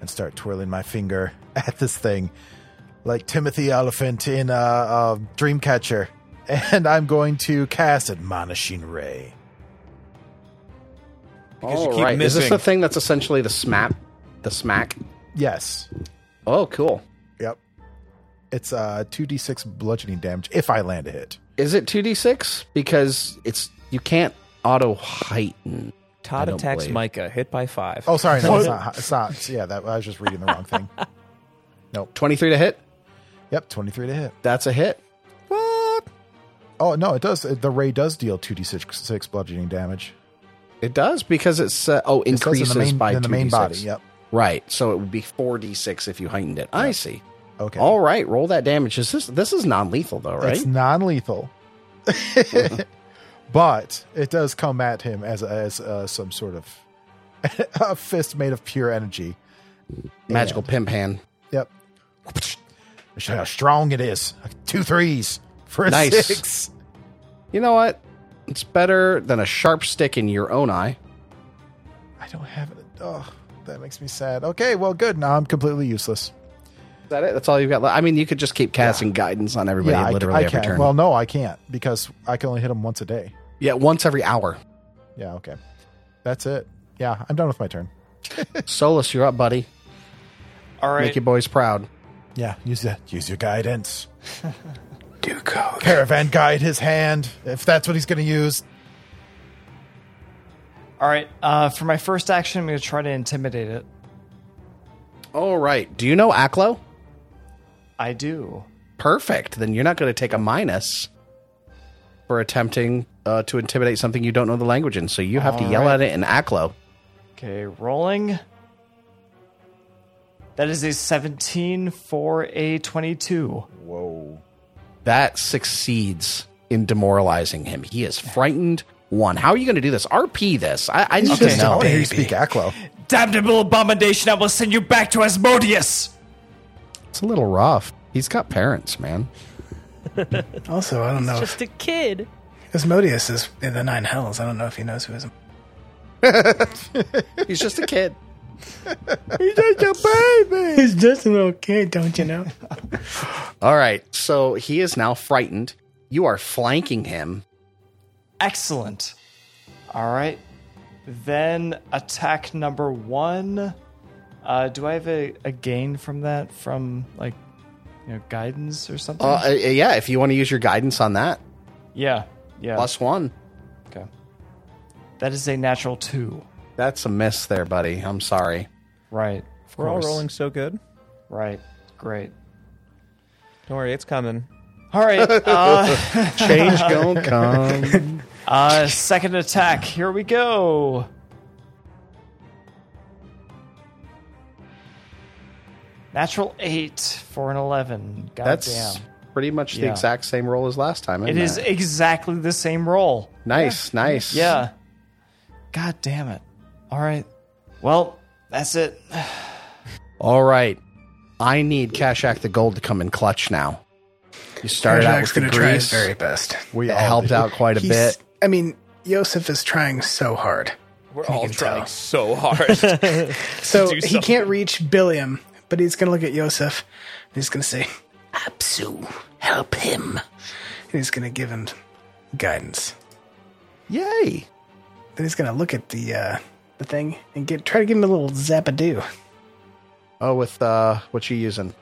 Speaker 7: and start twirling my finger at this thing like Timothy Oliphant in uh, uh, Dreamcatcher. And I'm going to cast Admonishing Ray.
Speaker 6: Because you keep
Speaker 2: Oh, Is this
Speaker 6: missing.
Speaker 2: the thing that's essentially the smack? The smack?
Speaker 7: Yes.
Speaker 2: Oh, cool.
Speaker 7: Yep. It's uh, 2d6 bludgeoning damage if I land a hit.
Speaker 2: Is it 2d6? Because it's you can't auto heighten.
Speaker 6: Todd
Speaker 2: don't
Speaker 6: attacks
Speaker 2: believe-
Speaker 6: Micah, hit by five.
Speaker 7: Oh, sorry. No, it's not. It's not. Yeah, that, I was just reading the wrong thing.
Speaker 2: 23 to hit?
Speaker 7: Yep, 23 to hit.
Speaker 2: That's a hit.
Speaker 7: Oh no, it does. The ray does deal two d six bludgeoning damage.
Speaker 2: It does because it's uh, oh
Speaker 7: It says
Speaker 2: increases
Speaker 7: in the main,
Speaker 2: by
Speaker 7: in the
Speaker 2: 2d6.
Speaker 7: main body. Yep.
Speaker 2: Right, so it would be four d six if you heightened it. I see.
Speaker 7: Okay.
Speaker 2: All right, roll that damage. Is this this is non lethal though, right?
Speaker 7: It's non lethal, but it does come at him as as uh, some sort of a fist made of pure energy.
Speaker 2: Magical pimp hand.
Speaker 7: Yep. Show you how strong it is. Two threes for a
Speaker 2: Nice.
Speaker 7: six.
Speaker 2: You know what? It's better than a sharp stick in your own eye.
Speaker 7: I don't have it. Oh, That makes me sad. Okay, well, good. Now I'm completely useless.
Speaker 9: Is that it? That's all you've got left? I mean, you could just keep casting guidance on everybody
Speaker 7: I,
Speaker 9: literally
Speaker 7: I
Speaker 9: every
Speaker 7: can't.
Speaker 9: turn.
Speaker 7: Well, no, I can't because I can only hit him once a day.
Speaker 9: yeah, once every hour.
Speaker 7: Yeah, okay. That's it. Yeah, I'm done with my turn.
Speaker 2: Solus, you're up, buddy.
Speaker 4: All right.
Speaker 2: Make your boys proud.
Speaker 7: Yeah, use that. Use your guidance.
Speaker 3: Do go.
Speaker 7: Caravan guide his hand if that's what he's going to use.
Speaker 4: All right. Uh, for my first action, I'm going to try to intimidate it.
Speaker 2: All right. Do you know Aklo?
Speaker 4: I do.
Speaker 2: Perfect. Then you're not going to take a minus for attempting uh, to intimidate something you don't know the language in. So you have to yell at it in Aklo.
Speaker 4: Okay, rolling. That is a 17 for a 22.
Speaker 2: That succeeds in demoralizing him. He is frightened. One. How are you going to do this? RP this. I, I need to
Speaker 7: Just
Speaker 2: know.
Speaker 7: don't hear you speak Aklo.
Speaker 4: Damnable abomination, I will send you back to Asmodeus!
Speaker 2: It's a little rough. He's got parents, man.
Speaker 3: Also, I don't know.
Speaker 5: Just a kid.
Speaker 3: if Asmodeus is in the Nine Hells. I don't know if he knows who is.
Speaker 2: He's just a kid.
Speaker 3: He's just a little kid, don't you know?
Speaker 2: All right. So he is now frightened. You are flanking him.
Speaker 4: Excellent. All right. Then attack number one. Uh, do I have a, a gain from that? From, like, you know, guidance or something?
Speaker 2: Uh, uh, yeah, if you want to use your guidance on that,
Speaker 4: yeah. Yeah.
Speaker 2: plus one.
Speaker 4: Okay. That is a natural two.
Speaker 2: That's a miss there, buddy. I'm sorry.
Speaker 4: Right. Of
Speaker 6: We're all
Speaker 4: course.
Speaker 6: rolling so good.
Speaker 4: Right. Great.
Speaker 6: Don't worry, it's coming.
Speaker 4: All right. Uh,
Speaker 2: Change gonna come.
Speaker 4: Uh, second attack. Here we go. Natural eight for an eleven. God
Speaker 2: That's
Speaker 4: damn.
Speaker 2: pretty much the
Speaker 4: Yeah.
Speaker 2: exact same roll as last time.
Speaker 4: It
Speaker 2: isn't
Speaker 4: is exactly the same roll.
Speaker 2: nice, nice.
Speaker 4: Yeah. God damn it. All right. Well, that's it.
Speaker 2: All right. I need Kashak the Gold to come in clutch now. You started out
Speaker 3: Jack's
Speaker 2: with the
Speaker 3: going to try his
Speaker 2: grease.
Speaker 3: very best.
Speaker 7: We
Speaker 2: it
Speaker 7: all
Speaker 2: helped
Speaker 7: do.
Speaker 2: out quite a
Speaker 3: He's-
Speaker 2: bit.
Speaker 3: I mean, Yosef is trying so hard.
Speaker 6: We're all
Speaker 3: can
Speaker 6: trying
Speaker 3: tell.
Speaker 6: so hard.
Speaker 3: So
Speaker 6: Do
Speaker 3: he
Speaker 6: something.
Speaker 3: can't reach Billiam, but he's going to look at Yosef. And he's going to say,
Speaker 8: Apsu, help him.
Speaker 3: and he's going to give him guidance.
Speaker 2: Yay.
Speaker 3: Then he's going to look at the uh, the thing and get try to give him a little zapadoo.
Speaker 2: Oh, with uh, what you using?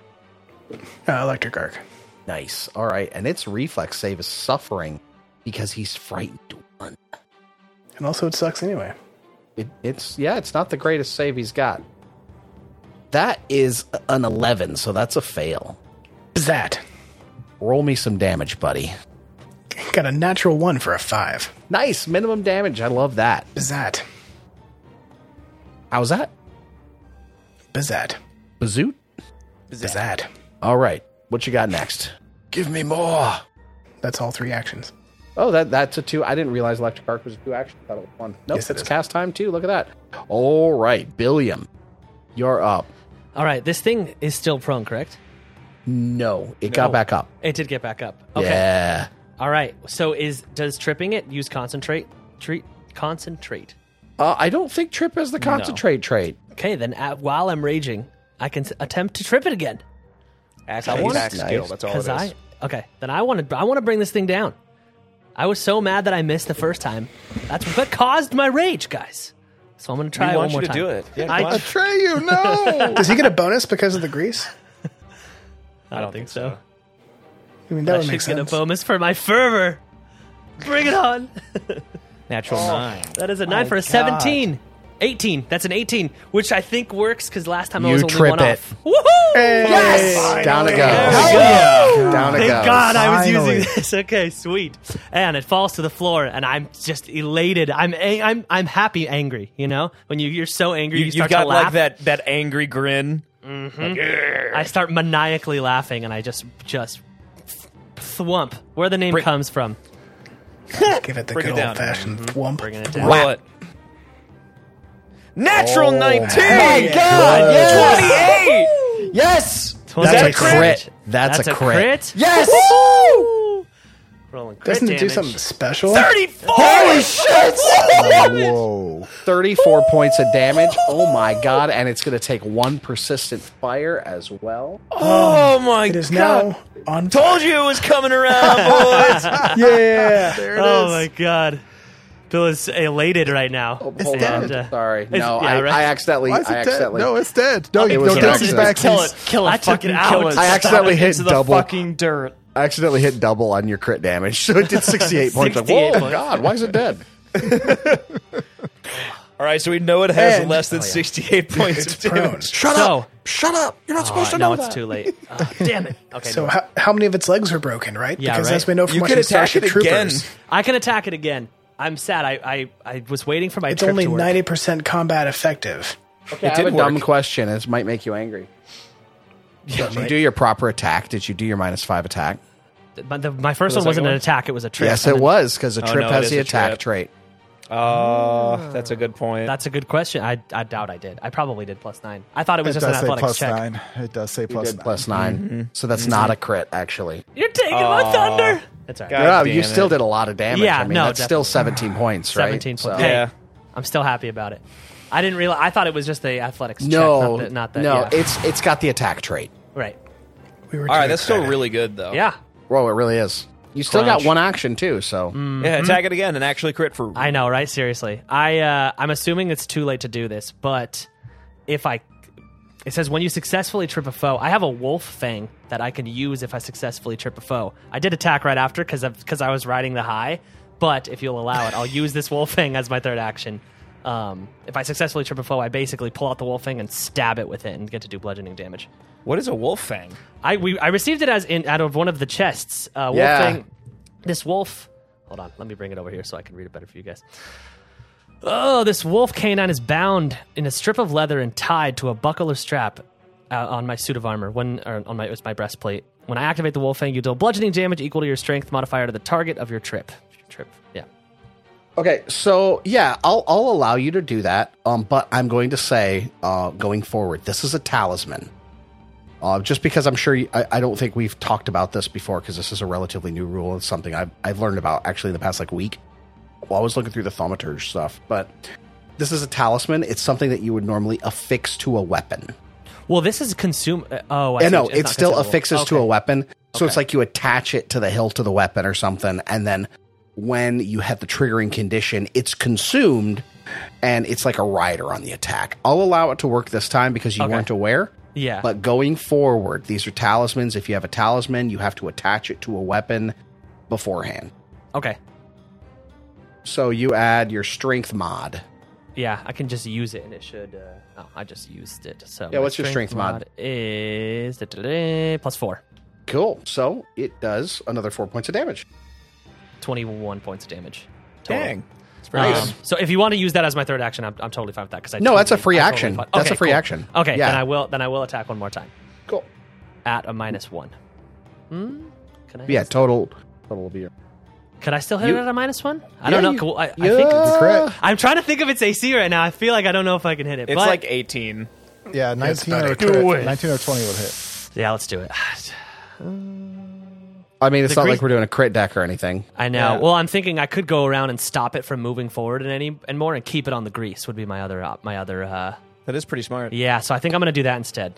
Speaker 3: Uh, electric arc.
Speaker 2: Nice. All right. And its reflex save is suffering because he's frightened.
Speaker 3: And also, it sucks anyway.
Speaker 2: It, it's yeah, it's not the greatest save he's got. That is an 11, so that's a fail.
Speaker 3: Zat.
Speaker 2: Roll me some damage, buddy.
Speaker 3: Got a natural one for a five.
Speaker 2: Nice, minimum damage. I love that.
Speaker 3: Bizat.
Speaker 2: How's that?
Speaker 3: Bizat.
Speaker 2: Bazoot?
Speaker 3: Bizat.
Speaker 2: All right. What you got next? Give me more.
Speaker 3: That's all three actions.
Speaker 2: Oh, that that's a two. I didn't realize electric arc was a two action. I thought it was one. Nope,
Speaker 3: Yes, it
Speaker 2: it's
Speaker 3: is.
Speaker 2: cast time too. Look at that. All right, Billiam, you're up.
Speaker 5: All right, this thing is still prone, correct?
Speaker 2: No, it got back up.
Speaker 5: It did get back up. Okay.
Speaker 2: Yeah.
Speaker 5: All right. So is does tripping it use concentrate? Treat concentrate.
Speaker 2: Uh, I don't think Trip has the concentrate trait.
Speaker 5: Okay, then uh, while I'm raging, I can s- attempt to trip it again.
Speaker 6: Actually,
Speaker 2: wanted-
Speaker 6: attack skill. That's all it
Speaker 5: Because
Speaker 6: is.
Speaker 5: I okay, then I want to I want to bring this thing down. I was so mad that I missed the first time. That's what caused my rage, guys. So I'm gonna try
Speaker 6: we
Speaker 5: it one
Speaker 6: want you
Speaker 5: more
Speaker 6: to
Speaker 5: time.
Speaker 6: do it. Yeah,
Speaker 5: I,
Speaker 6: come on.
Speaker 7: Trey, you know.
Speaker 3: Does he get a bonus because of the grease?
Speaker 5: I don't think so.
Speaker 3: I mean, that
Speaker 5: I
Speaker 3: would
Speaker 5: should
Speaker 3: make
Speaker 5: get a
Speaker 3: sense.
Speaker 5: bonus for my fervor. Bring it on. Oh.
Speaker 6: Natural nine.
Speaker 5: That is a nine for a
Speaker 4: God.
Speaker 5: 17. 18. That's an 18, which I think works because last time I
Speaker 2: You
Speaker 5: was only
Speaker 2: trip
Speaker 5: one
Speaker 2: it.
Speaker 5: off. Woohoo! Yes!
Speaker 2: Down it goes. Down it
Speaker 5: Thank
Speaker 2: goes.
Speaker 5: Oh, God I was
Speaker 7: Finally.
Speaker 5: using this. Okay, sweet. And it falls to the floor, and I'm just elated. I'm a- I'm I'm happy, angry. You know, when you you're so angry, you,
Speaker 6: You,
Speaker 5: start
Speaker 6: have got
Speaker 5: to laugh. Mm-hmm.
Speaker 6: like that that angry grin.
Speaker 5: I start maniacally laughing, and I just just thwump where the name comes from.
Speaker 3: Give it the
Speaker 6: Bring it
Speaker 3: good
Speaker 6: down.
Speaker 3: old fashioned thwomp.
Speaker 5: Bringing it down.
Speaker 6: Roll it. Natural
Speaker 5: Oh,
Speaker 3: Oh,
Speaker 6: 19!
Speaker 4: God, yes!
Speaker 6: 28!
Speaker 4: Yes!
Speaker 5: That's
Speaker 2: That's
Speaker 6: that
Speaker 2: a crit. That's, a crit.
Speaker 5: Yes. Rolling crit
Speaker 3: Doesn't it do
Speaker 5: damage.
Speaker 3: something special?
Speaker 4: Uh,
Speaker 2: Holy shit!
Speaker 7: Whoa.
Speaker 2: 34 points of damage. Oh my god, and it's going to take one persistent fire as well.
Speaker 6: Oh my
Speaker 3: It is now on.
Speaker 6: Told you it was coming around, boys.
Speaker 3: Yeah.
Speaker 5: Oh my god. Bill is elated right now.
Speaker 2: Hold
Speaker 7: dead.
Speaker 2: on. Sorry.
Speaker 5: It's-
Speaker 2: No,
Speaker 5: yeah,
Speaker 2: I,
Speaker 5: right?
Speaker 2: I accidentally
Speaker 7: Why is
Speaker 2: I
Speaker 7: it dead?
Speaker 2: accidentally
Speaker 7: No, it's dead. No,
Speaker 2: It
Speaker 7: you
Speaker 2: was
Speaker 7: no
Speaker 2: an
Speaker 7: doxy
Speaker 2: accident.
Speaker 7: back.
Speaker 4: Kill it. Kill it.
Speaker 5: I took
Speaker 4: fucking
Speaker 5: an
Speaker 4: kill
Speaker 5: hour.
Speaker 4: it.
Speaker 5: I
Speaker 4: Stab
Speaker 2: accidentally
Speaker 4: it
Speaker 2: hit
Speaker 4: into
Speaker 2: double.
Speaker 4: the fucking dirt.
Speaker 2: I accidentally hit double on your crit damage. So it did 68 points. Like,
Speaker 5: 68
Speaker 2: Whoa,
Speaker 5: points.
Speaker 2: god, why is it dead?
Speaker 6: All right, so we know it has
Speaker 3: And-
Speaker 6: less than 68 points
Speaker 3: It's
Speaker 6: of
Speaker 3: prone.
Speaker 6: damage.
Speaker 5: Shut so, up.
Speaker 2: Shut up. You're not supposed
Speaker 5: Oh,
Speaker 2: to
Speaker 5: no,
Speaker 2: know
Speaker 5: it's
Speaker 2: that.
Speaker 5: too late. Oh, damn it. Okay.
Speaker 3: So
Speaker 5: no.
Speaker 3: how, how many of its legs are broken, right?
Speaker 5: Yeah,
Speaker 3: because
Speaker 5: right.
Speaker 3: as we know from
Speaker 6: You
Speaker 3: watching
Speaker 6: could attack
Speaker 3: Starship
Speaker 6: it again.
Speaker 3: Troopers,
Speaker 5: I can attack it again. I'm sad. I I, I was waiting for my
Speaker 3: it's
Speaker 5: trip
Speaker 3: only
Speaker 5: to work.
Speaker 3: ninety percent combat effective.
Speaker 2: Okay, I have a
Speaker 6: did
Speaker 2: dumb
Speaker 6: work.
Speaker 2: question. This might make you angry. Did you do your proper attack? Did you do your minus five attack?
Speaker 5: My, the, my first one wasn't an attack. It was a trip.
Speaker 2: Yes,
Speaker 5: And
Speaker 2: it
Speaker 5: then-
Speaker 2: was because the
Speaker 6: Oh,
Speaker 2: trip
Speaker 6: no, it
Speaker 2: has
Speaker 6: is
Speaker 2: the
Speaker 6: a
Speaker 2: attack
Speaker 6: trip.
Speaker 2: trait.
Speaker 6: Oh, that's a good point.
Speaker 5: That's a good question. I, I doubt I did. I probably did plus nine. I thought it was
Speaker 7: It
Speaker 5: just an
Speaker 7: does say
Speaker 5: athletics
Speaker 7: plus
Speaker 5: check. Mm-hmm.
Speaker 7: nine. It does say
Speaker 2: Plus
Speaker 7: plus nine.
Speaker 2: plus 9 so that's not a crit actually.
Speaker 5: You're taking my thunder. That's all right.
Speaker 6: God
Speaker 2: Yeah,
Speaker 6: damn
Speaker 2: you still
Speaker 6: it.
Speaker 2: did a lot of damage.
Speaker 5: Yeah,
Speaker 2: I mean,
Speaker 5: no,
Speaker 2: that's still 17 points, right?
Speaker 5: 17
Speaker 2: So-
Speaker 5: points.
Speaker 6: Yeah.
Speaker 5: I'm still happy about it. I didn't realize. I thought it was just the athletics
Speaker 2: No,
Speaker 5: check. Not that.
Speaker 2: no,
Speaker 5: Not that. yeah.
Speaker 2: it's it's got the attack trait.
Speaker 5: right.
Speaker 3: We were
Speaker 6: All right,
Speaker 3: too
Speaker 6: that's still
Speaker 3: excited.
Speaker 6: really good, though.
Speaker 5: Yeah.
Speaker 2: Whoa, it really is. You still
Speaker 5: Crunch.
Speaker 2: got one action too, so
Speaker 6: Yeah, attack it again and actually crit for.
Speaker 5: Mm-hmm. I know, right? Seriously, I uh, I'm assuming it's too late to do this, but if I, it says when you successfully trip a foe, I have a wolf fang that I can use if I successfully trip a foe. I did attack right after because because I was riding the high, but if you'll allow it, I'll use this wolf fang as my third action. Um, if I successfully trip a foe, I basically pull out the wolf fang and stab it with it and get to do bludgeoning damage.
Speaker 6: What is a wolf fang?
Speaker 5: I we I received it as in out of one of the chests. Uh, wolf
Speaker 2: Yeah.
Speaker 5: thing. This wolf. Hold on, let me bring it over here so I can read it better for you guys. Oh, this wolf canine is bound in a strip of leather and tied to a buckle or strap uh, on my suit of armor. When or on my it's my breastplate. When I activate the wolf fang, you deal bludgeoning damage equal to your strength modifier to the target of your trip. Trip. Yeah.
Speaker 2: Okay, so yeah, I'll I'll allow you to do that. Um, but I'm going to say, uh, going forward, this is a talisman. Uh, just because I'm sure you, I, I don't think we've talked about this before because this is a relatively new rule. It's something I've I've learned about actually in the past like week. While I was looking through the thaumaturge stuff, but this is a talisman. It's something that you would normally affix to a weapon.
Speaker 5: Well, this is consume. uh, Oh, I
Speaker 2: Yeah,
Speaker 5: see
Speaker 2: Eh, no,
Speaker 5: what you-
Speaker 2: it
Speaker 5: not
Speaker 2: still
Speaker 5: consumable.
Speaker 2: affixes to
Speaker 5: Okay.
Speaker 2: a weapon. So it's like you attach it to the hilt of the weapon or something, and then when you have the triggering condition, it's consumed, and it's like a rider on the attack. I'll allow it to work this time because you
Speaker 5: Okay.
Speaker 2: weren't aware.
Speaker 5: Yeah.
Speaker 2: But going forward, these are talismans. If you have a talisman, you have to attach it to a weapon beforehand.
Speaker 5: okay.
Speaker 2: So you add your strength mod.
Speaker 5: Yeah, I can just use it, and it should. Uh, oh, I just used it. So
Speaker 2: Yeah,
Speaker 5: Uh, my
Speaker 2: what's your strength mod?
Speaker 5: Is da, da, da, plus four.
Speaker 2: Cool. So it does another four points of damage.
Speaker 5: 21 points of damage. total.
Speaker 6: Dang.
Speaker 5: Um, so if you want to use that as my third action, I'm, I'm totally fine with that because I
Speaker 2: No, that's a
Speaker 5: totally-
Speaker 2: free
Speaker 5: I'm
Speaker 2: action.
Speaker 5: fine-
Speaker 2: That's
Speaker 5: okay,
Speaker 2: a free
Speaker 5: cool.
Speaker 2: action.
Speaker 5: Okay,
Speaker 2: Yeah.
Speaker 5: then I will then I will attack one more time
Speaker 2: Cool.
Speaker 5: at a minus one. Hmm? Can I?
Speaker 2: Yeah, total. Total will be your.
Speaker 5: Can I still hit
Speaker 2: You-
Speaker 5: it at a minus one? I
Speaker 2: Yeah,
Speaker 5: don't know.
Speaker 2: you-
Speaker 5: Cool. I, I
Speaker 2: yeah.
Speaker 5: think
Speaker 7: The
Speaker 5: it's,
Speaker 7: crit.
Speaker 5: I'm trying to think of its AC right now. I feel like I don't know if I can hit it.
Speaker 6: It's
Speaker 5: but-
Speaker 6: like 18.
Speaker 7: Yeah, 19
Speaker 3: about
Speaker 7: or,
Speaker 3: it.
Speaker 7: 20, 19 or 20 would hit.
Speaker 5: yeah, let's do it.
Speaker 2: I mean, it's
Speaker 5: The
Speaker 2: not
Speaker 5: gre-
Speaker 2: like we're doing a crit deck or anything.
Speaker 5: I know. Well, I'm thinking I could go around and stop it from moving forward and any and more, and keep it on the grease would be my other op, my other. Uh,
Speaker 6: That is pretty smart.
Speaker 5: yeah, so I think I'm gonna do that instead.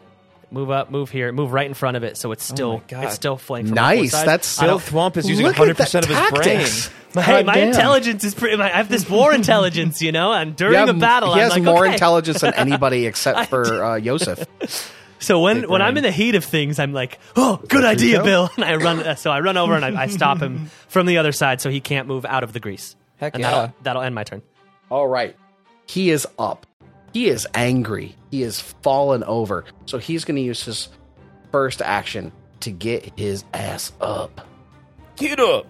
Speaker 5: Move up, move here, move right in front of it, so it's still
Speaker 6: Oh God.
Speaker 5: it's still flanked. From all four
Speaker 2: Nice.
Speaker 5: sides.
Speaker 2: That's
Speaker 5: I
Speaker 6: Still
Speaker 5: don't-
Speaker 6: Thwomp is using
Speaker 2: Look at
Speaker 6: 100%
Speaker 2: that
Speaker 6: of his
Speaker 2: tactics.
Speaker 6: brain.
Speaker 5: Hey, my
Speaker 2: Goddamn.
Speaker 5: intelligence is pretty. My, I have this more intelligence, you know, and during
Speaker 2: Yeah,
Speaker 5: the battle,
Speaker 2: he
Speaker 5: I'm
Speaker 2: has
Speaker 5: like,
Speaker 2: more
Speaker 5: okay.
Speaker 2: intelligence than anybody except for uh, Yosef.
Speaker 5: So when when I'm in the heat of things, I'm like, oh, good idea, Bill, and I run. So I run over and I, I stop him from the other side, so he can't move out of the grease.
Speaker 6: Heck
Speaker 5: and
Speaker 6: yeah.
Speaker 5: that'll, that'll end my turn.
Speaker 2: All right. He is up. He is angry. He is fallen over. So he's going to use his first action to get his ass up.
Speaker 6: Get up.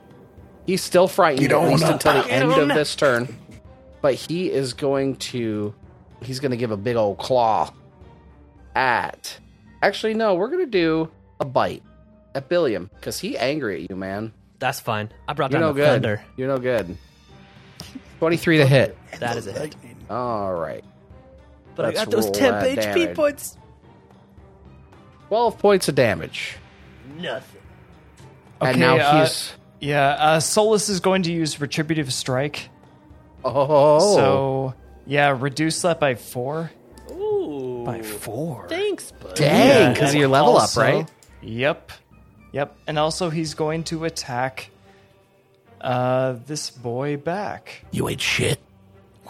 Speaker 2: He's still frightened,
Speaker 3: Get
Speaker 2: at
Speaker 3: on
Speaker 2: least
Speaker 3: up.
Speaker 2: until the
Speaker 5: Get
Speaker 2: end
Speaker 5: on
Speaker 2: of
Speaker 5: up.
Speaker 2: this turn. But he is going to. He's going to give a big old claw at. Actually, no, we're going to do a bite at Billiam because he angry at you, man.
Speaker 5: That's fine. I brought
Speaker 2: You're
Speaker 5: down
Speaker 2: no
Speaker 5: the
Speaker 2: good.
Speaker 5: thunder.
Speaker 2: You're no good. 23 to hit.
Speaker 5: That is it.
Speaker 2: All right.
Speaker 5: But
Speaker 2: Let's
Speaker 5: I got those
Speaker 2: roll
Speaker 5: temp
Speaker 2: that
Speaker 5: HP
Speaker 2: damage.
Speaker 5: points.
Speaker 2: 12 points of damage.
Speaker 5: Nothing.
Speaker 2: and
Speaker 6: Okay,
Speaker 2: now
Speaker 6: uh,
Speaker 2: he's
Speaker 4: Yeah, uh, Solus is going to use Retributive Strike.
Speaker 8: Oh,
Speaker 4: So, yeah, reduce that by four.
Speaker 5: Ooh.
Speaker 4: By four.
Speaker 5: Thanks, bud.
Speaker 8: dang! Because
Speaker 4: And
Speaker 8: of your level
Speaker 4: also-
Speaker 8: up, right?
Speaker 4: Yep. Yep. And also, he's going to attack uh, this boy back.
Speaker 10: You ain't shit.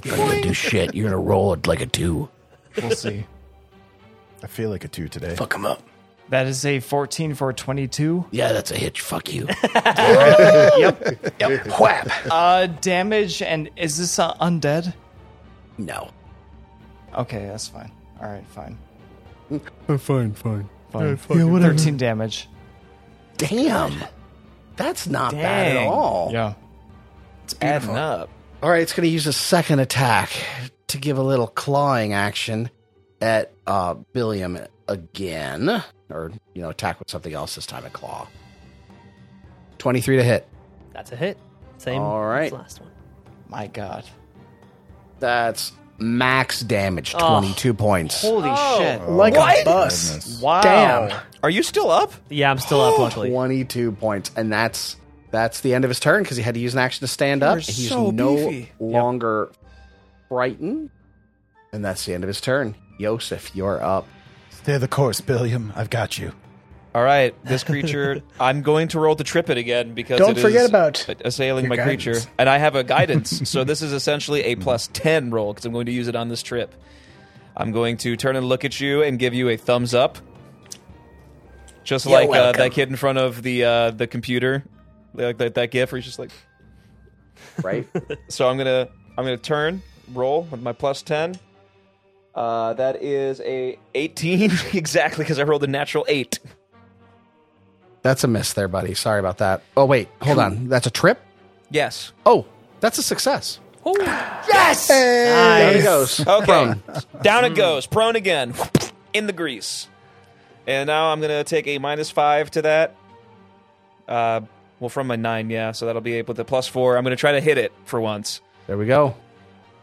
Speaker 10: You're not gonna do shit. You're gonna roll it like a two.
Speaker 4: We'll see.
Speaker 7: I feel like a two today.
Speaker 11: Fuck him up.
Speaker 4: That is a 14 for a 22.
Speaker 10: Yeah, that's a hitch. Fuck you.
Speaker 11: Yep. Whap.
Speaker 4: Uh, damage, and is this uh, undead?
Speaker 10: No.
Speaker 4: Okay, that's fine. All right, fine.
Speaker 10: Uh, fine, fine. Uh,
Speaker 4: Fine.
Speaker 7: Yeah, whatever.
Speaker 4: 13 damage.
Speaker 2: Damn.
Speaker 11: That's not
Speaker 2: Bad at all.
Speaker 4: Yeah.
Speaker 6: Adding up.
Speaker 8: All right, it's going to use a second attack
Speaker 2: To give a little clawing action at uh, Billiam again, or you know, attack with something else this time at claw. Twenty-three to hit.
Speaker 5: That's a hit. Same
Speaker 2: All
Speaker 5: as
Speaker 2: right.
Speaker 5: last one.
Speaker 4: My god.
Speaker 2: That's max damage.
Speaker 5: Oh.
Speaker 2: Twenty-two points.
Speaker 4: Holy shit.
Speaker 3: Like
Speaker 6: What?
Speaker 3: a bus.
Speaker 4: Wow.
Speaker 2: Damn.
Speaker 6: Are you still up?
Speaker 5: Yeah, I'm still up, luckily.
Speaker 2: Oh, Twenty-two points, and that's that's the end of his turn because he had to use an action to stand up.
Speaker 3: You're
Speaker 2: He's
Speaker 3: so
Speaker 2: no
Speaker 3: beefy.
Speaker 2: longer frightened, and that's the end of his turn. Yosef, you're up.
Speaker 7: Stay the course, Billiam. I've got you.
Speaker 6: All right, this creature. I'm going to roll to trip it again because
Speaker 3: Don't
Speaker 6: it is
Speaker 3: forget about
Speaker 6: assailing
Speaker 3: your
Speaker 6: my
Speaker 3: guidance.
Speaker 6: creature, and I have a guidance. so this is essentially a plus ten roll because I'm going to use it on this trip. I'm going to turn and look at you and give you a thumbs up, just like uh, that kid in front of the uh, the computer, like that, that gif where he's just like.
Speaker 2: Right?
Speaker 6: So I'm gonna I'm gonna turn roll with my plus ten. Uh, that is a 18 exactly because I rolled a natural eight.
Speaker 2: That's a miss there, buddy. Sorry about that. Oh, wait. Hold on. That's a trip?
Speaker 6: Yes.
Speaker 2: Oh, that's a success.
Speaker 5: Nice.
Speaker 2: There he goes.
Speaker 6: Okay. Down
Speaker 2: Mm.
Speaker 6: it goes. Prone again. In the grease. And now I'm going to take a minus five to that. Uh, well, from my nine, yeah. So that'll be with the plus four. I'm going to try to hit it for once.
Speaker 2: There we go.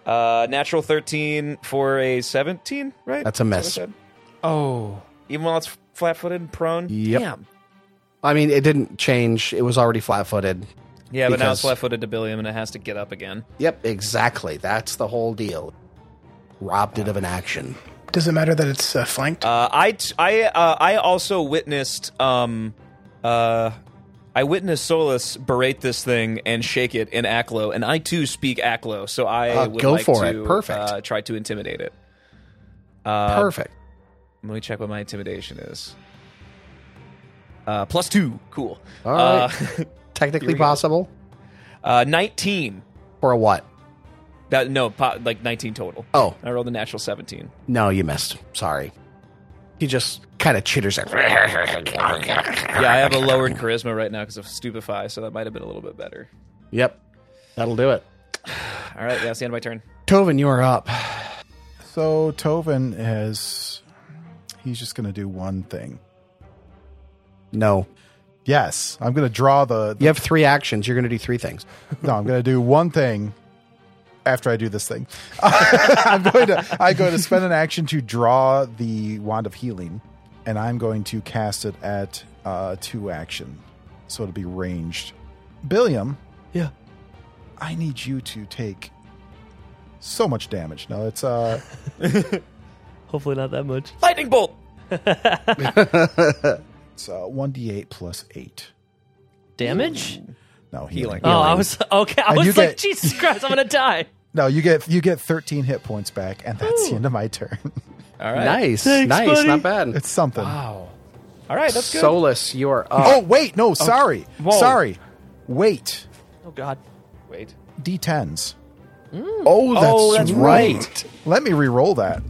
Speaker 6: Uh, natural 13 for a 17, right?
Speaker 2: That's a
Speaker 6: what I
Speaker 2: miss.
Speaker 6: said?
Speaker 4: Oh.
Speaker 6: Even while it's flat footed and prone?
Speaker 2: Yep.
Speaker 6: Damn.
Speaker 2: I mean, it didn't change. It was already flat footed.
Speaker 6: Yeah, but now
Speaker 2: Because-
Speaker 6: it's flat footed to Billiam and it has to get up again.
Speaker 2: Yep, exactly. That's the whole deal. Robbed it of an action.
Speaker 3: Does it matter that it's uh, flanked?
Speaker 6: Uh, I t- I uh, I also witnessed um uh I witnessed Solus berate this thing and shake it in Aklo, and I too speak Aklo, so I
Speaker 2: Uh,
Speaker 6: would
Speaker 2: go
Speaker 6: like
Speaker 2: for it.
Speaker 6: to
Speaker 2: Perfect.
Speaker 6: Uh, try to intimidate it. Uh,
Speaker 2: Perfect.
Speaker 6: Let me check what my intimidation is. Uh, plus two, cool.
Speaker 2: All right.
Speaker 6: Uh,
Speaker 2: Technically
Speaker 6: here we go.
Speaker 2: possible
Speaker 6: uh, nineteen.
Speaker 2: for a what?
Speaker 6: That no, po- like nineteen total.
Speaker 2: Oh,
Speaker 6: I rolled a natural seventeen.
Speaker 2: no, you missed. Sorry. He just kind of chitters. Like,
Speaker 6: Yeah, I have a lowered charisma right now because of stupefy, so that might have been a little bit better.
Speaker 2: yep, that'll do it.
Speaker 6: All right, yeah, that's the end of my turn.
Speaker 2: Tovin, you are up.
Speaker 7: So Tovin is. He's just going to do one thing.
Speaker 2: No,
Speaker 7: Yes, I'm going to draw the.
Speaker 2: you have three actions. You're going to do three things.
Speaker 7: No, I'm going to do one thing after I do this thing. I'm going to I'm going to spend an action to draw the wand of healing, and I'm going to cast it at uh, two action, so it'll be ranged. Billiam,
Speaker 5: Yeah.
Speaker 7: I need you to take so much damage. No, it's uh,
Speaker 5: Hopefully not that much.
Speaker 6: Lightning bolt.
Speaker 7: it's uh, one d eight plus eight.
Speaker 5: Damage?
Speaker 7: No healing.
Speaker 6: Healing.
Speaker 5: Oh, I was okay. I
Speaker 7: And you
Speaker 5: was like,
Speaker 7: get-
Speaker 5: Jesus Christ, I'm gonna die.
Speaker 7: No, you get you get thirteen hit points back, and that's the end of my turn.
Speaker 6: All right.
Speaker 2: Nice, nice, not bad.
Speaker 7: it's something.
Speaker 6: All right, that's good.
Speaker 2: Solus, you are up.
Speaker 7: Oh wait, no, sorry, sorry. Wait,
Speaker 5: Oh God.
Speaker 6: Wait.
Speaker 7: d10s.
Speaker 2: Oh, that's,
Speaker 6: that's
Speaker 2: right.
Speaker 7: Let me re-roll that.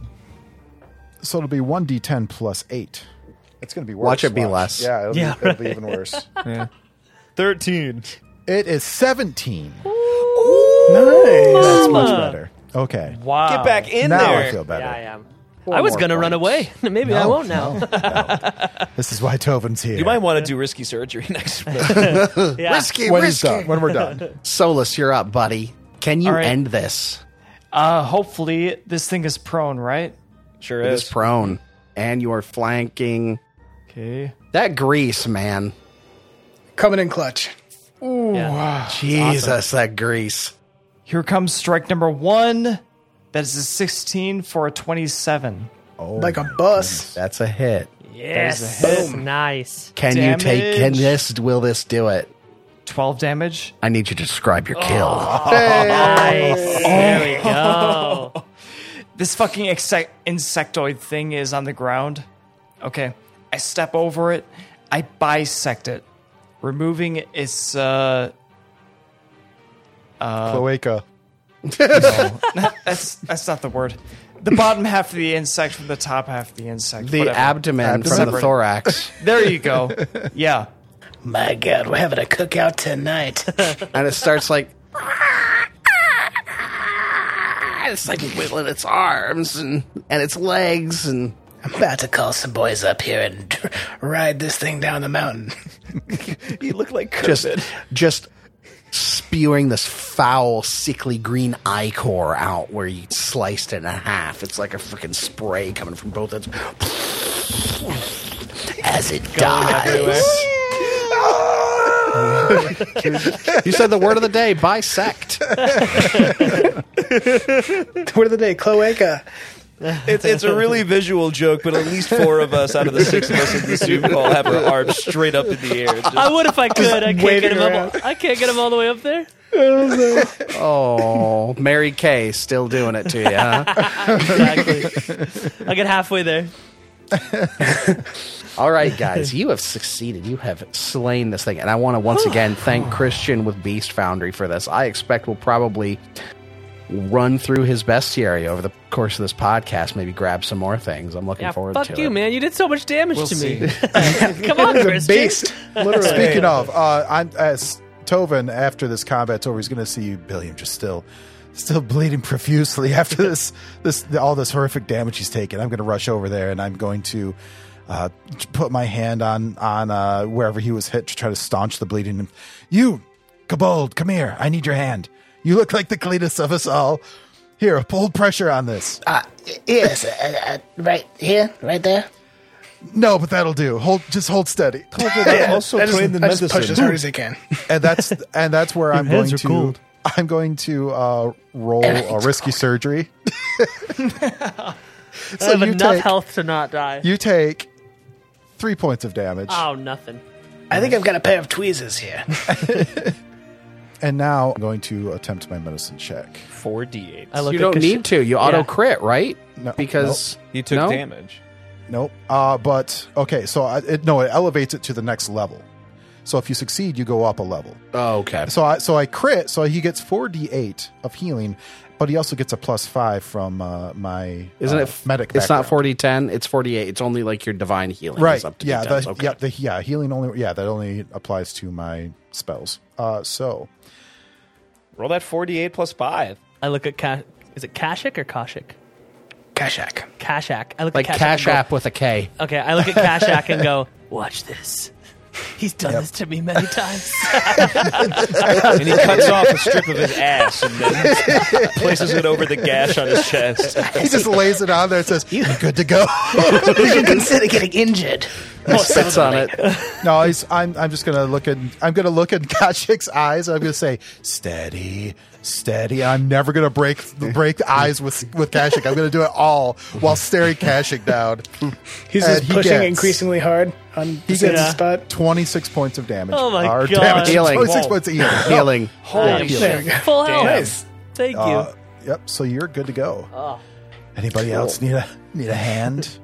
Speaker 7: So it'll be one d10 plus eight. It's gonna be worse.
Speaker 2: Watch it be less.
Speaker 7: Yeah, it'll,
Speaker 5: Yeah,
Speaker 7: be, it'll be even worse.
Speaker 6: 13.
Speaker 7: It is seventeen.
Speaker 3: nice.
Speaker 7: That's much better. Okay,
Speaker 4: Wow.
Speaker 6: Get back in
Speaker 7: now
Speaker 6: there.
Speaker 7: I feel better.
Speaker 5: Yeah, I am. I was
Speaker 2: more
Speaker 5: gonna run
Speaker 2: points.
Speaker 5: away. Maybe I
Speaker 7: No,
Speaker 5: won't now.
Speaker 7: no, no. This is why Tovin's here.
Speaker 6: You might want to do risky surgery next.
Speaker 5: Yeah.
Speaker 2: Risky,
Speaker 7: when he's
Speaker 2: risky.
Speaker 7: done, when we're done.
Speaker 2: Solus, you're up, buddy. Can you
Speaker 4: All right.
Speaker 2: end this?
Speaker 4: Uh, hopefully, this thing is prone, right?
Speaker 6: sure
Speaker 2: It is
Speaker 6: is.
Speaker 2: prone, and you are flanking
Speaker 4: Okay.
Speaker 2: that grease, man.
Speaker 3: Coming in clutch.
Speaker 2: Jesus, that grease.
Speaker 4: Here comes strike number one. That is a 16 for a 27.
Speaker 2: Oh,
Speaker 3: Like a bus.
Speaker 2: that's a hit.
Speaker 5: Yes. Nice.
Speaker 2: Can
Speaker 4: Damage.
Speaker 2: you take? Can this? Will this do it?
Speaker 4: 12 damage.
Speaker 2: I need you to describe your kill.
Speaker 3: Oh.
Speaker 5: Nice. There we go.
Speaker 4: Oh. This fucking insect- insectoid thing is on the ground. Okay. I step over it. I bisect it, removing its uh,
Speaker 7: Cloaca.
Speaker 4: That's that's not the word. The bottom half of the insect from the top half of the insect.
Speaker 2: The
Speaker 4: whatever.
Speaker 2: abdomen, from the
Speaker 4: Separate.
Speaker 2: thorax,
Speaker 4: There you go. Yeah.
Speaker 8: My God, we're having a cookout tonight.
Speaker 2: and it starts like
Speaker 8: it's like wiggling its arms and and its legs, and I'm about to call some boys up here and ride this thing down the mountain.
Speaker 6: You look like
Speaker 2: just just spewing this foul, sickly green ichor out where you sliced it in half. It's like a freaking spray coming from both ends.
Speaker 8: As it dies,
Speaker 2: You said the word of the day: bisect.
Speaker 3: Word of the day, cloaca.
Speaker 6: It's it's a really visual joke, but at least four of us out of the six of us in the Zoom call have our arms straight up in the air.
Speaker 5: I would if I could. I can't
Speaker 3: waving
Speaker 5: get him
Speaker 3: around.
Speaker 5: up. I can't get him all the way up there.
Speaker 2: Oh, Mary Kay still doing it to you, huh?
Speaker 5: Exactly. I get halfway there.
Speaker 2: All right, guys, you have succeeded. You have slain this thing. And I want to once again thank Christian with Beast Foundry for this. I expect we'll probably run through his bestiary over the course of this podcast, maybe grab some more things. I'm looking
Speaker 5: Yeah,
Speaker 2: forward
Speaker 5: fuck
Speaker 2: to
Speaker 5: you,
Speaker 2: it.
Speaker 5: man. You did so much damage
Speaker 4: We'll
Speaker 5: to me.
Speaker 4: see.
Speaker 5: Come on, Christian.
Speaker 3: Based. Literally.
Speaker 7: Speaking of, uh, I'm as Tovin after this combat's over, he's going to see Billiam just still, still bleeding profusely after this, this all this horrific damage he's taken. I'm going to rush over there and I'm going to uh, put my hand on on uh, wherever he was hit to try to staunch the bleeding. You, Kabold, come here. I need your hand. You look like the cleanest of us all. Here, pull pressure on this.
Speaker 8: uh, yes, uh, uh, right here, right there.
Speaker 7: No, but that'll do. Hold, just hold steady.
Speaker 6: also
Speaker 3: I just, I just push as hard as I can.
Speaker 7: and that's and that's where I'm going
Speaker 5: hands
Speaker 7: to.
Speaker 5: are cold.
Speaker 7: I'm going to uh, roll a risky surgery.
Speaker 5: I
Speaker 7: so
Speaker 5: have
Speaker 7: you
Speaker 5: enough
Speaker 7: take,
Speaker 5: health to not die.
Speaker 7: you take three points of damage,
Speaker 5: Oh, nothing.
Speaker 8: I think I've got a pair of tweezers here.
Speaker 7: and now I'm going to attempt my medicine check.
Speaker 6: four d eight.
Speaker 5: I look
Speaker 2: You
Speaker 5: at
Speaker 2: don't
Speaker 5: Christian.
Speaker 2: need to. You auto crit, right?
Speaker 7: No,
Speaker 2: because
Speaker 6: He took
Speaker 2: no?
Speaker 6: damage.
Speaker 7: Nope. Uh, but okay, so I, it, no, it elevates it to the next level. So if you succeed, you go up a level.
Speaker 2: Oh, okay.
Speaker 7: So I so I crit. So he gets four d eight of healing, but he also gets a plus five from uh, my
Speaker 2: Isn't
Speaker 7: uh,
Speaker 2: it f-
Speaker 7: medic?
Speaker 2: It's not
Speaker 7: background.
Speaker 2: 40 10, it's 48. It's only like your divine healing.
Speaker 7: right
Speaker 2: Is up to
Speaker 7: yeah
Speaker 2: D10s.
Speaker 7: the,
Speaker 2: okay.
Speaker 7: yeah the, yeah healing only yeah that only applies to my spells uh so
Speaker 6: Roll that four d eight plus five.
Speaker 5: I look at Ka- is it Kashik or Kashik?
Speaker 3: Kashak.
Speaker 5: Kashak. I look
Speaker 2: Like
Speaker 5: at Kashak
Speaker 2: Cash
Speaker 5: and go,
Speaker 2: App with a K.
Speaker 5: Okay, I look at Kashak and go, "Watch this. He's done this to me many times."
Speaker 6: And he cuts off a strip of his ass and then places it over the gash on his chest.
Speaker 7: he just lays it on there and says you're good to go
Speaker 8: you should consider getting injured.
Speaker 2: Sits on it.
Speaker 7: no he's, i'm i'm just gonna look in i'm gonna look in kachik's eyes and i'm gonna say steady steady i'm never gonna break break eyes with with kachik i'm gonna do it all while staring kachik down
Speaker 3: He's
Speaker 7: And Uh,
Speaker 3: just
Speaker 7: he
Speaker 3: pushing
Speaker 7: gets-
Speaker 3: increasingly hard on the
Speaker 7: he
Speaker 3: same
Speaker 7: gets
Speaker 3: spot.
Speaker 7: 26 points of damage
Speaker 5: Oh my
Speaker 7: Or
Speaker 5: God.
Speaker 7: damage,
Speaker 2: Healing.
Speaker 7: 26
Speaker 2: Whoa.
Speaker 7: points of healing No.
Speaker 2: Healing.
Speaker 5: Holy
Speaker 3: There
Speaker 5: shit!
Speaker 3: we go.
Speaker 5: Full health.
Speaker 3: Nice.
Speaker 5: Thank you. Oh.
Speaker 7: Uh, yep so you're good to go anybody else need a need a hand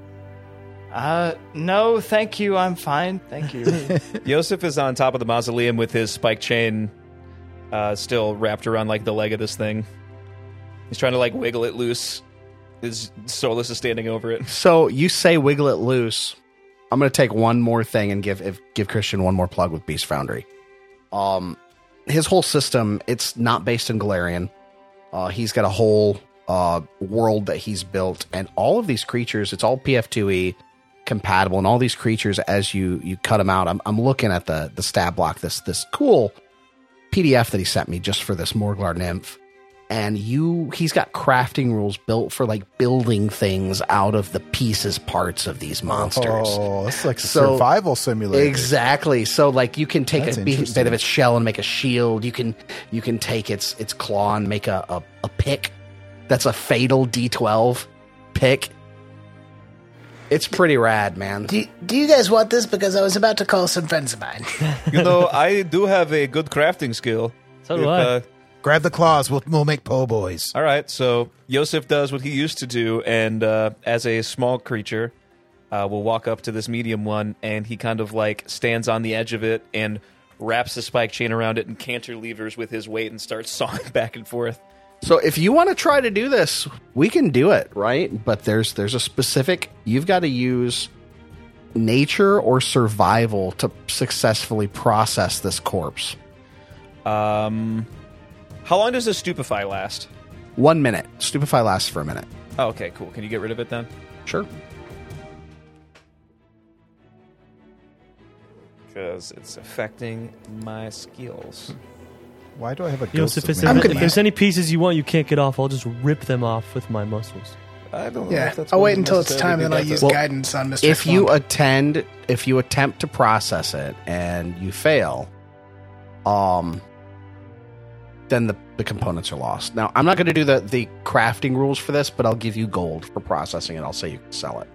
Speaker 4: Uh, no, thank you. I'm fine. Thank you.
Speaker 6: Yosef is on top of the mausoleum with his spike chain uh, still wrapped around like the leg of this thing. He's trying to like wiggle it loose. His Solus is standing over it.
Speaker 2: So you say wiggle it loose. I'm going to take one more thing and give if, give Christian one more plug with Beast Foundry. Um, his whole system it's not based in Galarian. Uh, he's got a whole uh world that he's built, and all of these creatures it's all PF2E E compatible, and all these creatures as you you cut them out. I'm I'm looking at the the stat block this this cool PDF that he sent me just for this Morglar nymph.
Speaker 9: and you he's got crafting rules built for like building things out of the pieces parts of these monsters.
Speaker 7: Oh, it's like a
Speaker 9: So-
Speaker 7: survival simulator.
Speaker 9: Exactly. So like you can take
Speaker 7: That's
Speaker 9: a be-
Speaker 7: interesting.
Speaker 9: bit of its shell and make a shield. You can you can take its its claw and make a, a, a pick. That's a fatal D twelve pick. It's pretty rad, man.
Speaker 8: Do, do you guys want this? Because I was about to call some friends of mine.
Speaker 6: You know, I do have a good crafting skill. uh,
Speaker 5: So do I.
Speaker 7: Grab the claws. We'll, we'll make po' boys.
Speaker 6: all right, so Yosef does what he used to do, and uh, as a small creature, uh, will walk up to this medium one, and he kind of like stands on the edge of it and wraps the spike chain around it and cantilevers with his weight and starts sawing back and forth.
Speaker 2: So if you want to try to do this, we can do it, right? But there's there's a specific you've got to use nature or survival to successfully process this corpse.
Speaker 6: Um, how long does this stupefy last?
Speaker 2: One minute. Stupefy lasts for a minute.
Speaker 6: Oh, okay, cool. Can you get rid of it then?
Speaker 2: Sure.
Speaker 6: Because it's affecting my skills.
Speaker 7: Why do I have a ghost?
Speaker 5: Yosef,
Speaker 7: Of
Speaker 5: if,
Speaker 7: me?
Speaker 5: there-
Speaker 3: I'm
Speaker 5: if
Speaker 3: confused.
Speaker 5: there's any pieces you want you can't get off, I'll just rip them off with my muscles.
Speaker 6: I don't know.
Speaker 3: Yeah,
Speaker 6: if that's
Speaker 3: I'll
Speaker 6: what
Speaker 3: wait
Speaker 6: we
Speaker 3: until it's
Speaker 6: necessarily
Speaker 3: time,
Speaker 6: think
Speaker 3: then I'll
Speaker 6: that's
Speaker 3: use
Speaker 6: a-
Speaker 3: guidance on Mr.
Speaker 2: If you
Speaker 3: Flump.
Speaker 2: attend, if you attempt to process it and you fail, um, then the, the components are lost. Now, I'm not going to do the, the crafting rules for this, but I'll give you gold for processing it. I'll say you can sell it.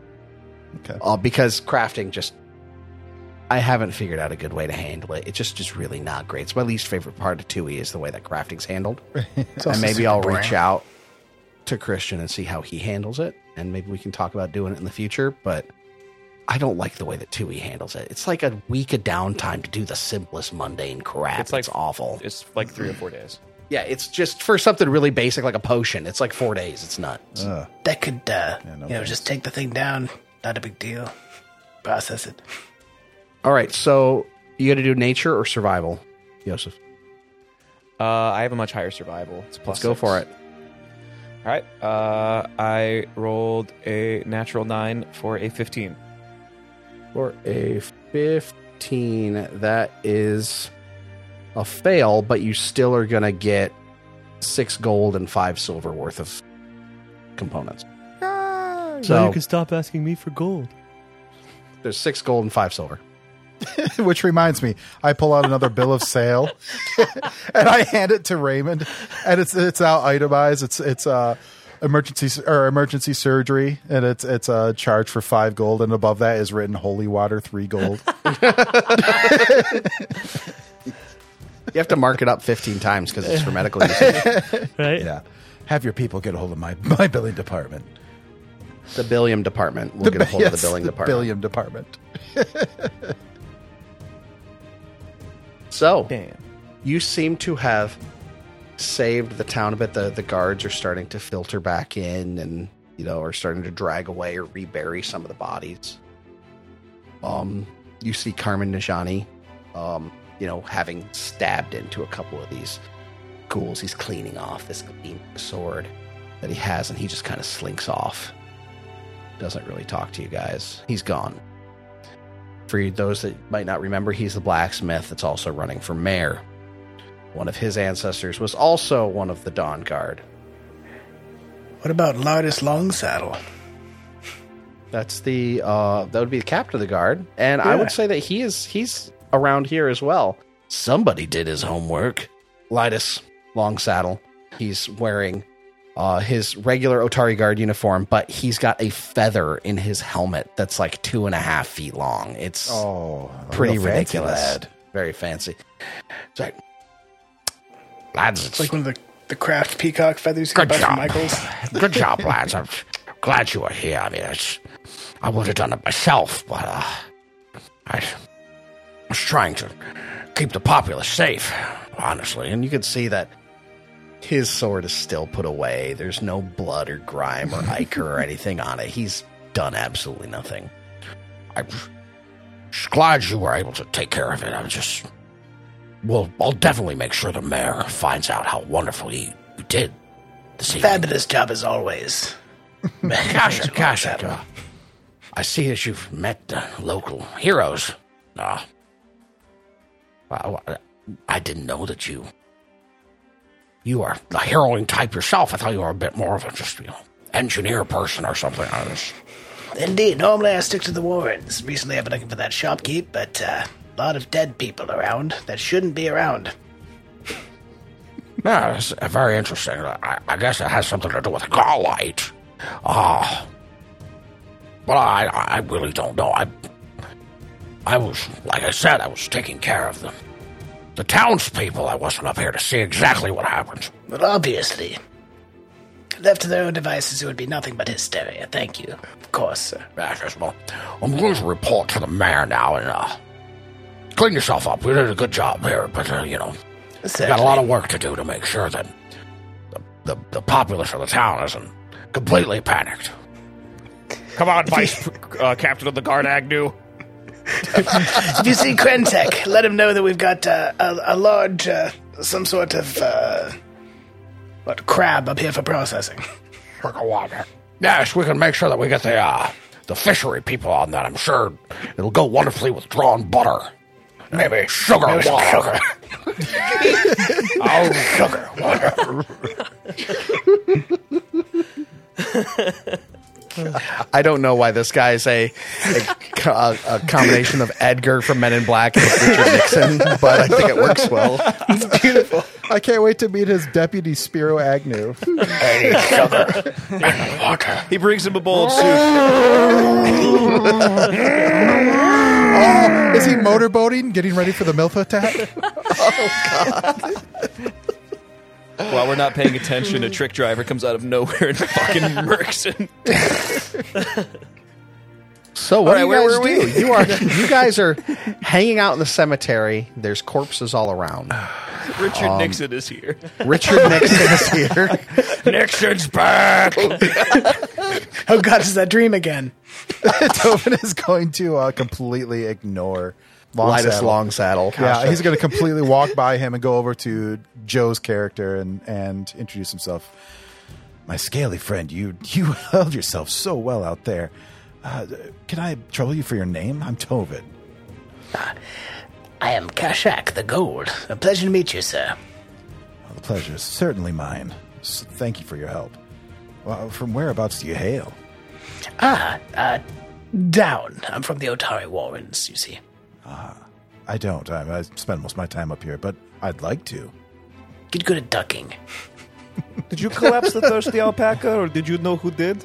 Speaker 7: Okay.
Speaker 2: Uh, because crafting just, I haven't figured out a good way to handle it. It's just, just really not great. It's my least favorite part of 2E is the way that crafting's handled. and maybe I'll reach out to Christian and see how he handles it, and maybe we can talk about doing it in the future. But I don't like the way that Tui handles it. It's like a week of downtime to do the simplest mundane crap.
Speaker 6: It's
Speaker 2: It's,
Speaker 6: like-
Speaker 2: awful. Hmm.
Speaker 6: It's like three or four days.
Speaker 2: Yeah, it's just for something really basic like a potion. It's like four days. It's nuts.
Speaker 7: Ugh.
Speaker 8: That could, uh,
Speaker 7: no
Speaker 8: you know, just take the thing down. Not a big deal. Process it.
Speaker 2: All right, so you got to do nature or survival, Joseph.
Speaker 6: Uh, I have a much higher survival. It's a plus.
Speaker 2: Let's go
Speaker 6: six.
Speaker 2: for it.
Speaker 6: All right. Uh, I rolled a natural nine for a fifteen.
Speaker 2: For a 15, that is a fail, but you still are going to get six gold and five silver worth of components.
Speaker 5: So
Speaker 2: So
Speaker 5: you can stop asking me for gold.
Speaker 2: there's six gold and five silver.
Speaker 7: Which reminds me, I pull out another bill of sale and I hand it to Raymond, and it's it's out itemized. It's it's uh emergency or emergency surgery, and it's it's a charge for five gold, and above that is written holy water three gold.
Speaker 2: You have to mark it up 15 times because it's for medical use.
Speaker 5: Right?
Speaker 7: yeah, have your people get a hold of my my billing department.
Speaker 2: The billium department will get a hold of
Speaker 7: Yes,
Speaker 2: the billing department.
Speaker 7: billing department.
Speaker 2: So
Speaker 6: Damn.
Speaker 2: you seem to have saved the town a bit. The the guards are starting to filter back in, and you know are starting to drag away or rebury some of the bodies. Um, you see Carmen Najani, um, you know, having stabbed into a couple of these ghouls. He's cleaning off this gleaming sword that he has, and he just kind of slinks off. Doesn't really talk to you guys. He's gone. For those that might not remember, he's the blacksmith that's also running for mayor. One of his ancestors was also one of the Dawn Guard.
Speaker 3: What about Lardus Longsaddle?
Speaker 2: That's the uh, that would be the captain of the guard, and I
Speaker 3: Yeah.
Speaker 2: would say that he is he's around here as well. Somebody did his homework. Lidus long saddle. He's wearing uh, his regular Otari guard uniform, but he's got a feather in his helmet that's like two and a half feet long. It's
Speaker 7: Oh,
Speaker 2: pretty
Speaker 7: real fancy
Speaker 2: ridiculous.
Speaker 7: lad.
Speaker 2: Very fancy. It's like, lads,
Speaker 3: It's like one of the, the craft peacock feathers you can buy from Michaels.
Speaker 10: Good job, lads. I'm glad you were here. I mean, it's, I would have done it myself, but uh, I was trying to keep the populace safe, honestly.
Speaker 2: and you can see that his sword is still put away. There's no blood or grime or ichor or anything on it. He's done absolutely nothing.
Speaker 10: I'm just glad you were able to take care of it. I'm just. Well, I'll definitely make sure the mayor finds out how wonderfully you did this evening.
Speaker 8: Fabulous job as always.
Speaker 10: Kasha, Kasha, uh, I see that you've met the local heroes. Uh, I, I didn't know that you you are the heroing type yourself. I thought you were a bit more of a just you know engineer person or something. I was-
Speaker 8: Indeed, normally I stick to the warrens. Recently I've been looking for that shopkeep, but uh, a lot of dead people around that shouldn't be around.
Speaker 10: Yeah, it's uh, very interesting. I, I guess it has something to do with Gaulight. Ah, but I, I really don't know. I, I was, like I said, I was taking care of the, the townspeople. I wasn't up here to see exactly what happened.
Speaker 8: Well, obviously. Left to their own devices, it would be nothing but hysteria. Thank you. Of course, sir.
Speaker 10: That's just well, I'm going to report to the mayor now and uh, clean yourself up. We did a good job here, but uh, you know, we got a lot of work to do to make sure that the, the, the populace of the town isn't completely panicked. Come on, Vice uh, Captain of the Guard Agnew.
Speaker 8: if you see Krentek, let him know that we've got uh, a, a large, uh, some sort of, uh, what, crab up here for processing.
Speaker 10: Yes, we can make sure that we get the uh, the fishery people on that. I'm sure it'll go wonderfully with drawn butter. Maybe sugar water. Sugar. oh, sugar water.
Speaker 2: I don't know why this guy is a a, co- a, a combination of Edgar from Men in Black and Richard Nixon, but I think it works well.
Speaker 7: I can't wait to meet his deputy Spiro Agnew.
Speaker 10: Hey, sugar and water.
Speaker 6: He brings him a bowl of soup.
Speaker 7: Oh, Is he motorboating, getting ready for the MILF attack?
Speaker 6: While we're not paying attention, a trick driver comes out of nowhere and fucking murks him.
Speaker 2: So what
Speaker 6: All
Speaker 2: do
Speaker 6: right,
Speaker 2: you
Speaker 6: where
Speaker 2: guys
Speaker 6: were we?
Speaker 2: do? You are you guys are hanging out in the cemetery. There's corpses all around.
Speaker 6: Richard Nixon is here.
Speaker 2: Um, Richard Nixon is here.
Speaker 10: Nixon's back.
Speaker 3: Oh God, it's that dream again.
Speaker 7: Tovin is going to uh, completely ignore Long
Speaker 2: Lightest
Speaker 7: Saddle.
Speaker 2: long saddle.
Speaker 7: Yeah, he's going to completely walk by him and go over to Joe's character and, and introduce himself. My scaly friend, you you held yourself so well out there. Uh, can I trouble you for your name? I'm Tovin.
Speaker 8: Uh, I am Kashak the Gold. A pleasure to meet you, sir.
Speaker 7: Well, the pleasure is certainly mine. S thank you for your help. Well, from whereabouts do you hail?
Speaker 8: Ah, uh, Down. I'm from the Otari Warrens, you see.
Speaker 7: Uh, I don't. I, I spend most of my time up here, but I'd like to.
Speaker 8: Get good at ducking.
Speaker 6: Did you collapse the thirsty alpaca, or did you know who did?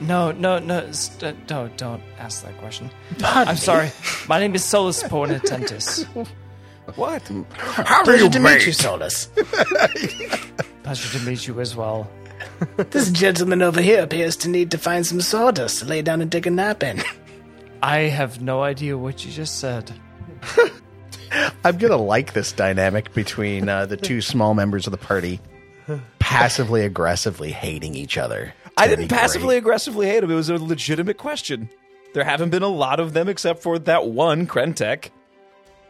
Speaker 4: No, no, no, st- no, don't ask that question. I'm sorry. My name is Solus Portententus.
Speaker 6: What?
Speaker 10: How do you
Speaker 8: Pleasure to meet you,
Speaker 10: make?
Speaker 8: Solus.
Speaker 4: Pleasure to meet you as well.
Speaker 8: this gentleman over here appears to need to find some sawdust to lay down and take a nap in.
Speaker 4: I have no idea what you just said.
Speaker 2: I'm gonna like this dynamic between uh, the two small members of the party, passively aggressively hating each other.
Speaker 6: I
Speaker 2: That'd be
Speaker 6: didn't
Speaker 2: great.
Speaker 6: passively aggressively hate him. It was a legitimate question. There haven't been a lot of them except for that one Krentek.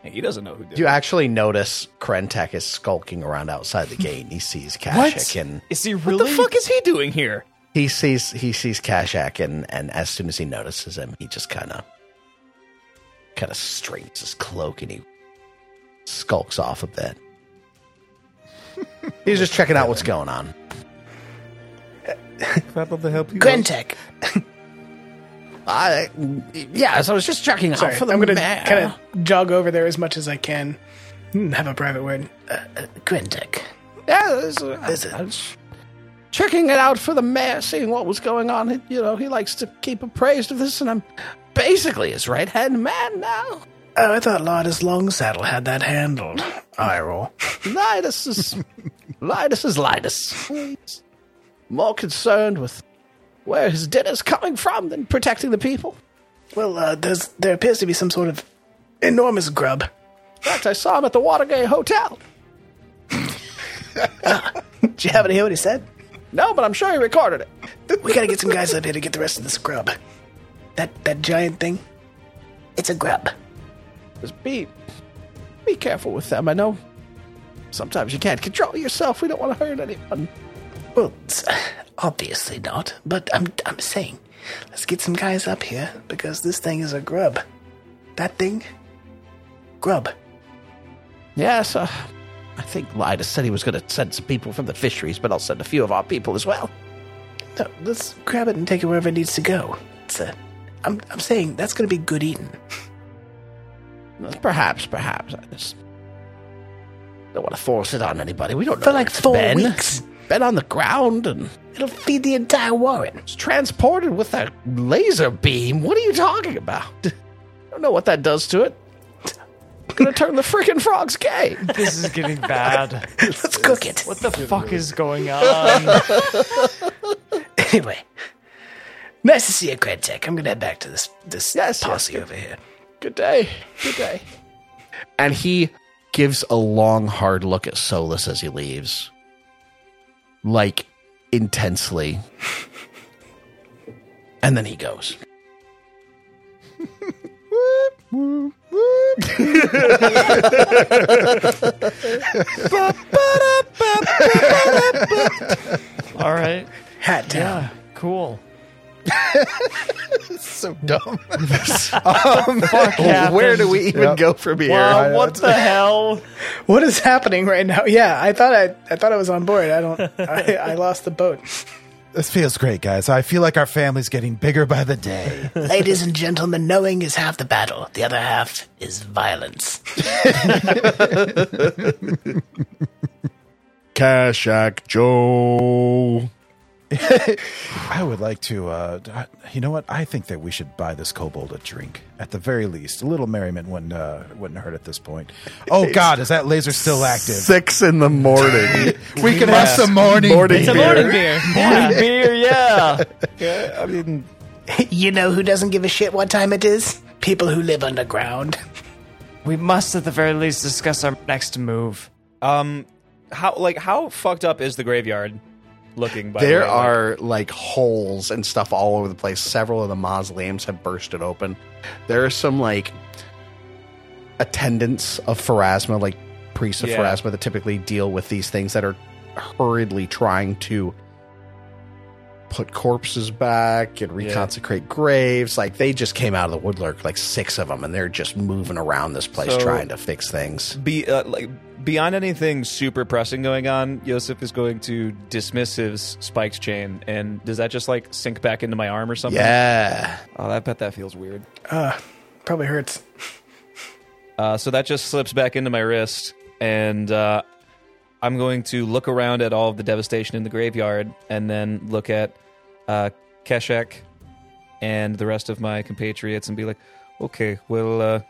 Speaker 6: Hey, he doesn't know who did.
Speaker 2: You
Speaker 6: it.
Speaker 2: actually notice Krentek is skulking around outside the gate, and he sees
Speaker 6: What?
Speaker 2: Kashak, and
Speaker 6: Is he really? What the fuck is he doing here?
Speaker 2: he sees he sees Kashak, and and as soon as he notices him, he just kind of kind of straightens his cloak and he skulks off a bit. He's just checking out what's going on.
Speaker 6: I'd love to help you.
Speaker 8: Grentek.
Speaker 2: I yeah, so I was just checking out
Speaker 3: Sorry,
Speaker 2: for the
Speaker 3: I'm gonna
Speaker 2: mayor.
Speaker 3: kind of jog over there as much as I can. Hmm, Have a private word.
Speaker 8: Grentek.
Speaker 2: Yeah, this, uh,
Speaker 8: Is it?
Speaker 2: I was checking it out for the mayor, seeing what was going on. He- You know, he likes to keep appraised of this, and I'm basically his right hand man now.
Speaker 8: Oh, I thought Lotus Longsaddle had that handled. I roll.
Speaker 2: Lidus is Lidus is Lidus. He's more concerned with where his dinner's coming from than protecting the people.
Speaker 8: Well, uh, there's there appears to be some sort of enormous grub.
Speaker 2: In fact, I saw him at the Watergate Hotel.
Speaker 8: Did you happen to hear what he said?
Speaker 2: No, but I'm sure he recorded it.
Speaker 8: We gotta get some guys up here to get the rest of this grub. That that giant thing. It's a grub.
Speaker 2: Just be be careful with them. I know sometimes you can't control yourself. We don't want to hurt anyone.
Speaker 8: Well, it's, uh, obviously not. But I'm I'm saying, let's get some guys up here because this thing is a grub. That thing. Grub.
Speaker 2: Yes, uh, I think Lida said he was going to send some people from the fisheries, but I'll send a few of our people as well.
Speaker 8: No, let's grab it and take it wherever it needs to go. It's a, I'm, I'm saying that's going to be good eating.
Speaker 10: Perhaps, perhaps. I just don't want to force it on anybody. We don't know
Speaker 8: For
Speaker 10: where
Speaker 8: like
Speaker 10: it's
Speaker 8: four
Speaker 10: been.
Speaker 8: weeks.
Speaker 10: It's Been on the ground and
Speaker 8: It'll feed the entire Warren.
Speaker 10: it's transported with a laser beam. What are you talking about? I don't know what that does to it. I'm gonna turn the freaking frogs gay.
Speaker 4: This is getting bad.
Speaker 8: Let's cook it.
Speaker 4: What the fuck is going on?
Speaker 8: Anyway, nice to see you, Cred Tech. I'm going to head back to this, this
Speaker 2: Yes, yes,
Speaker 8: posse over here.
Speaker 2: Good day. Good day. and he gives a long, hard look at Solus as he leaves. Like, intensely. and then he goes.
Speaker 4: All right.
Speaker 8: Hat down.
Speaker 4: Yeah. Cool.
Speaker 7: So dumb.
Speaker 2: Where do we even go from here?
Speaker 4: Wow, what the hell?
Speaker 3: What is happening right now? Yeah, I thought I, I thought I was on board. I don't. I, I lost the boat.
Speaker 7: this feels great, guys. I feel like our family's getting bigger by the day.
Speaker 8: Ladies and gentlemen, knowing is half the battle. The other half is violence.
Speaker 10: Cash Act Joe.
Speaker 7: I would like to. Uh, d- you know what? I think that we should buy this kobold a drink at the very least. A little merriment wouldn't uh, wouldn't hurt at this point. Oh God, is that laser still active?
Speaker 2: Six in the morning.
Speaker 7: We can have some morning.
Speaker 5: It's a morning beer.
Speaker 4: Morning beer, yeah.
Speaker 8: you know who doesn't give a shit what time it is? People who live underground.
Speaker 4: We must, at the very least, discuss our next move.
Speaker 6: Um, how like how fucked up is the graveyard looking? By the
Speaker 2: there
Speaker 6: way? Like,
Speaker 2: are like holes and stuff all over the place. Several of the mausoleums have bursted open. There are some like attendants of Pharasma, like priests of
Speaker 6: Yeah.
Speaker 2: Pharasma that typically deal with these things that are hurriedly trying to put corpses back and
Speaker 6: Yeah.
Speaker 2: reconsecrate graves. Like they just came out of the woodwork, like six of them, and they're just moving around this place
Speaker 6: So-
Speaker 2: trying to fix things.
Speaker 6: be uh, like beyond anything super pressing going on. Yosef is going to dismiss his spiked chain, and does that just like sink back into my arm or something?
Speaker 2: Yeah.
Speaker 6: Oh, I bet that feels weird.
Speaker 3: Uh, Probably hurts.
Speaker 6: Uh, so that just slips back into my wrist, and uh, I'm going to look around at all of the devastation in the graveyard, and then look at uh, Keshek and the rest of my compatriots, and be like, "Okay, well, uh,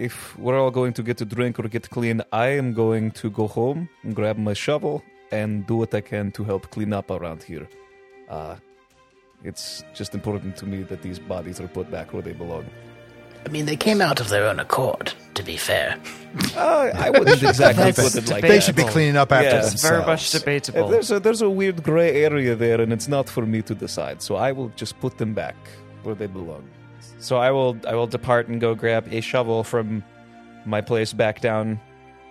Speaker 6: if we're all going to get a drink or get clean, I am going to go home and grab my shovel and do what I can to help clean up around here. Uh, it's just important to me that these bodies are put back where they belong."
Speaker 8: I mean, they came out of their own accord, to be fair.
Speaker 6: Uh, I wouldn't exactly
Speaker 4: That's
Speaker 6: put it
Speaker 4: debatable.
Speaker 6: like that.
Speaker 7: They should be cleaning up after
Speaker 6: Yeah.
Speaker 7: themselves.
Speaker 6: It's
Speaker 4: It's very much
Speaker 6: Uh,
Speaker 4: debatable.
Speaker 6: There's a there's a weird gray area there, and it's not for me to decide. So I will just put them back where they belong. So I will I will depart and go grab a shovel from my place back down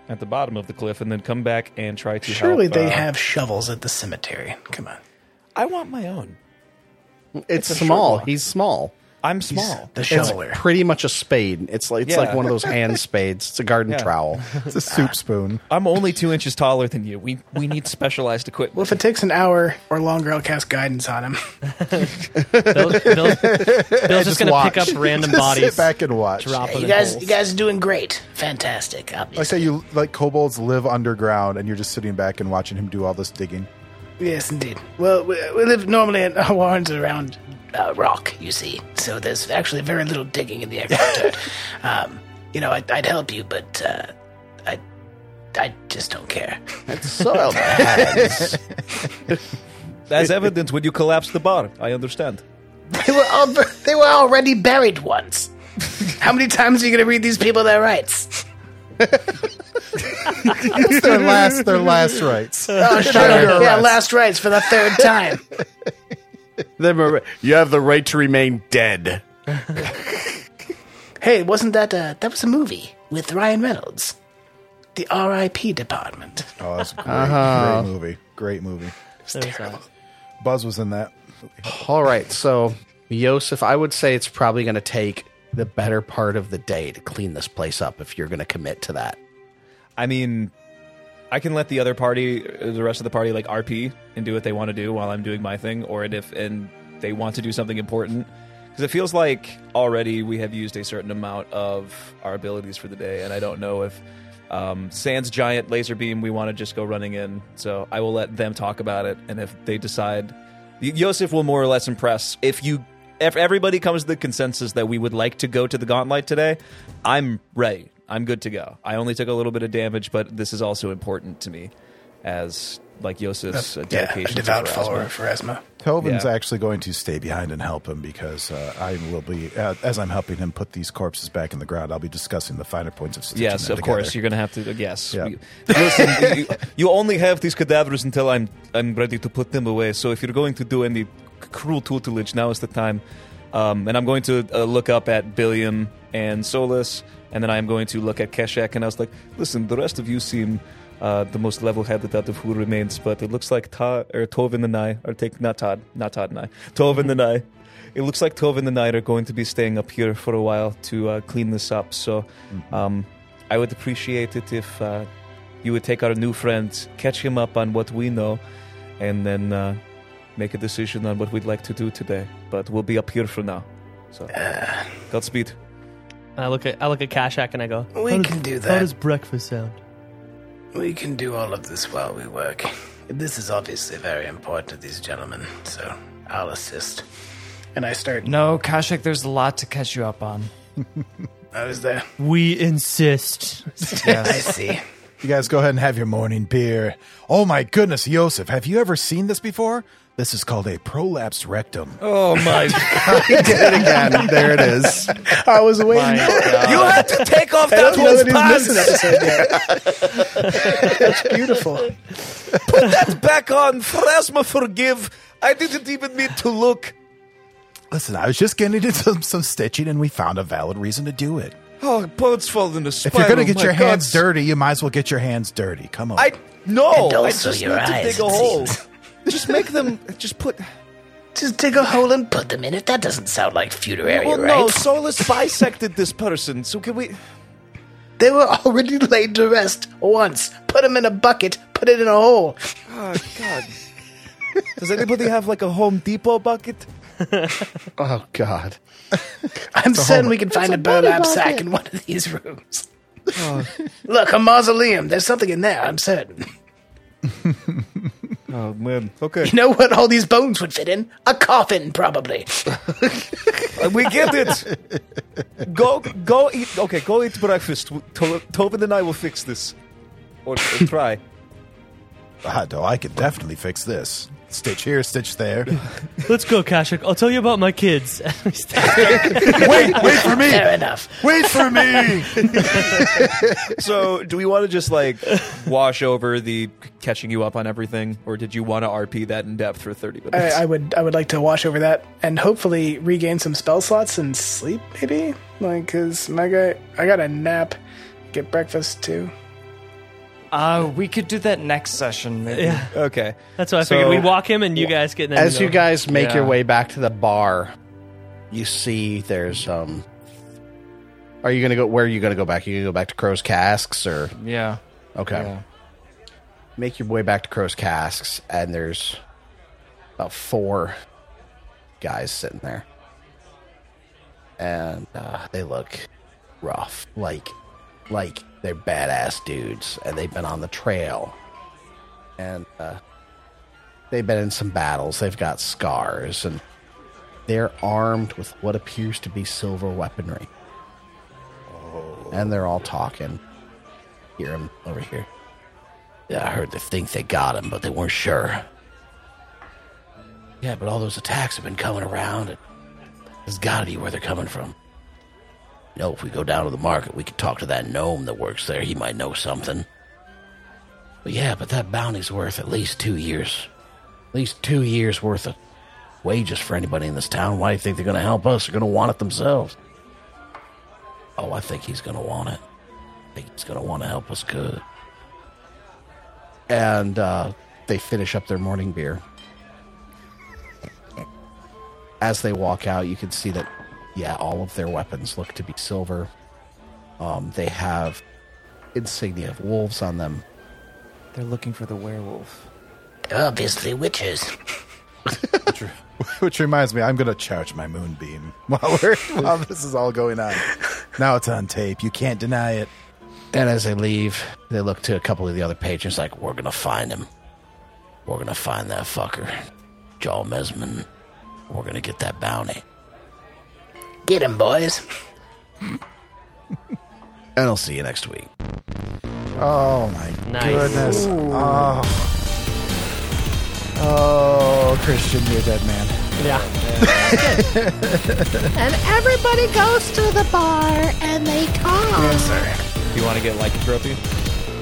Speaker 6: at the bottom of the cliff, and then come back and try to.
Speaker 3: Surely
Speaker 6: help,
Speaker 3: they
Speaker 6: uh,
Speaker 3: have shovels at the cemetery. Come on.
Speaker 6: I want my own.
Speaker 2: It's,
Speaker 6: a short
Speaker 2: small.
Speaker 6: walk.
Speaker 2: He's small.
Speaker 6: I'm small.
Speaker 8: The
Speaker 2: It's
Speaker 8: shoveler.
Speaker 2: pretty much a spade. It's like it's like
Speaker 6: Yeah.
Speaker 2: one of those hand spades. It's a garden
Speaker 6: Yeah.
Speaker 2: trowel.
Speaker 7: It's a soup spoon.
Speaker 6: I'm only two inches taller than you. We we need specialized equipment.
Speaker 3: Well, if it takes an hour or longer, I'll cast guidance on him.
Speaker 5: Bill, Bill, Bill's just gonna pick up random
Speaker 7: Just
Speaker 5: bodies.
Speaker 7: Sit back and watch.
Speaker 5: drop them
Speaker 8: You
Speaker 5: in
Speaker 8: guys,
Speaker 5: holes.
Speaker 8: you guys are doing great. Fantastic,
Speaker 7: Like say
Speaker 8: obviously.
Speaker 7: you like kobolds live underground, and you're just sitting back and watching him do all this digging.
Speaker 8: yes, indeed. Well, we, we live normally in our warrens around uh, rock, you see. So there's actually very little digging in the acrid Um You know, I'd, I'd help you, but uh, I, I just don't care.
Speaker 2: So
Speaker 6: As evidence, would you collapse the bar? I understand.
Speaker 8: They were all, they were already buried once. How many times are you going to read these people their rights?
Speaker 7: It's their last, their last rights.
Speaker 8: Oh, shut up. Yeah, last rites for the third time.
Speaker 2: you have the right to remain dead.
Speaker 8: hey, wasn't that uh, that was a movie with Ryan Reynolds? The R.I.P. department.
Speaker 7: Oh, that's a great, great movie. Great movie. Buzz was in that.
Speaker 2: All right, so Yosef, I would say it's probably going to take the better part of the day to clean this place up if you're going to commit to that.
Speaker 6: I mean, I can let the other party, the rest of the party, like RP and do what they want to do while I'm doing my thing, or and if and they want to do something important, because it feels like already we have used a certain amount of our abilities for the day, and I don't know if um, Sans giant laser beam we want to just go running in. So I will let them talk about it, and if they decide, Y- Yosef will more or less impress if you. If everybody comes to the consensus that we would like to go to the gauntlet today, I'm ready. I'm good to go. I only took a little bit of damage, but this is also important to me as like Yosef's uh,
Speaker 3: Yeah,
Speaker 6: dedication
Speaker 3: a
Speaker 6: to
Speaker 3: devout
Speaker 6: Pharasma.
Speaker 3: follower of Pharasma.
Speaker 7: Tovin's
Speaker 6: Yeah.
Speaker 7: actually going to stay behind and help him because uh, I will be uh, as I'm helping him put these corpses back in the ground. I'll be discussing the finer points of stitching
Speaker 6: Yes,
Speaker 7: them
Speaker 6: of course.
Speaker 7: together.
Speaker 6: You're gonna have to. Yes.
Speaker 7: Yeah.
Speaker 6: You- Listen, you, you only have these cadavers until I'm I'm ready to put them away. So if you're going to do any cruel tutelage, now is the time. Um, and I'm going to uh, look up at Billiam and Solus, and then I'm going to look at Keshak. And I was like, listen, the rest of you seem. Uh, the most level-headed out of who remains, but it looks like Ta- or Tovin and I are taking not Todd, not Todd and I, Tovin and I. It looks like Tovin and I are going to be staying up here for a while to uh, clean this up. So um, I would appreciate it if uh, you would take our new friend, catch him up on what we know, and then uh, make a decision on what we'd like to do today. But we'll be up here for now. So, Godspeed.
Speaker 5: And I look at I look at Kashak and I go,
Speaker 8: We
Speaker 5: "How does-
Speaker 8: can do
Speaker 5: How
Speaker 8: that.
Speaker 5: does breakfast sound?
Speaker 8: We can do all of this while we work. This is obviously very important to these gentlemen, so I'll assist.
Speaker 3: And I start.
Speaker 4: No, Kashik, there's a lot to catch you up on.
Speaker 3: I was there.
Speaker 5: We insist.
Speaker 8: I see.
Speaker 7: You guys go ahead and have your morning beer. Oh my goodness, Yosef, have you ever seen this before? This is called a prolapsed rectum.
Speaker 6: Oh my!
Speaker 2: again. There it
Speaker 7: Uh,
Speaker 2: is.
Speaker 3: I was waiting.
Speaker 4: My God.
Speaker 6: you have to take off
Speaker 3: I
Speaker 6: that
Speaker 3: don't know
Speaker 6: one's
Speaker 3: that he's
Speaker 6: pants.
Speaker 3: missing episode yet. That's beautiful.
Speaker 6: Put that back on. Phrasma, forgive. I didn't even mean to look.
Speaker 7: Listen, I was just getting into some, some stitching and we found a valid reason to do it.
Speaker 6: Oh, boat's falling in a
Speaker 7: If
Speaker 6: spiral.
Speaker 7: you're going to get
Speaker 6: my
Speaker 7: your hands
Speaker 6: gods.
Speaker 7: dirty, you might as well get your hands dirty. Come on.
Speaker 6: I no.
Speaker 8: And
Speaker 6: I
Speaker 8: also
Speaker 6: just need
Speaker 8: your
Speaker 6: to
Speaker 8: eyes,
Speaker 6: dig a
Speaker 8: it
Speaker 6: hole.
Speaker 8: seems.
Speaker 6: just make them. Just put.
Speaker 8: Just dig a hole and put them in it. That doesn't sound like funerary,
Speaker 6: Well,
Speaker 8: right?
Speaker 6: no, Solus bisected this person, so can we?
Speaker 8: They were already laid to rest once. Put them in a bucket. Put it in a hole.
Speaker 6: Oh God! Does anybody have like a Home Depot bucket?
Speaker 2: Oh God.
Speaker 8: I'm certain we can find a burlap sack in one of these rooms. Look, a mausoleum. There's something in there. I'm certain.
Speaker 6: Oh man. Okay,
Speaker 8: You know what? All these bones would fit in a coffin, probably.
Speaker 6: we get it. Go, go eat. Okay, go eat breakfast. To- Tobin and I will fix this, or, or try.
Speaker 7: I know, Uh, I could definitely fix this. Stitch here, stitch there.
Speaker 5: Let's go, Kashak. I'll tell you about my kids.
Speaker 7: wait, wait for me.
Speaker 8: Fair enough.
Speaker 7: Wait for me.
Speaker 6: So, do we want to just like wash over the catching you up on everything, or did you want to RP that in depth for thirty minutes?
Speaker 3: I, I would I would like to watch over that and hopefully regain some spell slots and sleep maybe like cause my guy I got a nap, get breakfast too.
Speaker 4: Uh, we could do that next session, maybe.
Speaker 5: yeah,
Speaker 6: okay.
Speaker 5: that's what I
Speaker 6: So-
Speaker 5: figured. We walk him, and you guys get in the
Speaker 2: As you
Speaker 5: middle.
Speaker 2: guys make your
Speaker 4: Yeah.
Speaker 2: way back to the bar, you see there's um. Are you gonna go? Where are you gonna go back? Are you gonna go back to Crow's Casks or
Speaker 4: Yeah.
Speaker 2: okay?
Speaker 4: Yeah.
Speaker 2: Make your way back to Crow's Casks, and there's about four guys sitting there, and uh, they look rough, like like they're badass dudes, and they've been on the trail, and uh, they've been in some battles. They've got scars, and they're armed with what appears to be silver weaponry. And they're all talking. Hear him over here.
Speaker 10: Yeah, I heard they think they got him, but they weren't sure. Yeah, but all those attacks have been coming around, and it's got to be where they're coming from. You know, if we go down to the market, we could talk to that gnome that works there. He might know something. But yeah, but that bounty's worth at least two years. At least two years worth of wages for anybody in this town. Why do you think they're going to help us? They're going to want it themselves. Oh, I think he's going to want it. I think he's going to want to help us good.
Speaker 2: and uh, they finish up their morning beer. As they walk out, you can see that, yeah, all of their weapons look to be silver. Um, they have insignia of wolves on them,
Speaker 4: They're looking for the werewolf.
Speaker 8: Obviously, witches.
Speaker 7: Which reminds me, I'm going to charge my moonbeam while we're while this is all going on. Now it's on tape. You can't deny it.
Speaker 10: And as they leave, they look to a couple of the other patrons like, we're going to find him. We're going to find that fucker. Joel Mesman. We're going to get that bounty.
Speaker 8: Get him, boys.
Speaker 10: And I'll see you next week.
Speaker 7: Oh my
Speaker 5: Nice.
Speaker 7: goodness. Oh. Oh, Christian, you're a dead man.
Speaker 5: Yeah.
Speaker 1: And everybody goes to the bar and they talk.
Speaker 6: Do you want to get lycanthropy?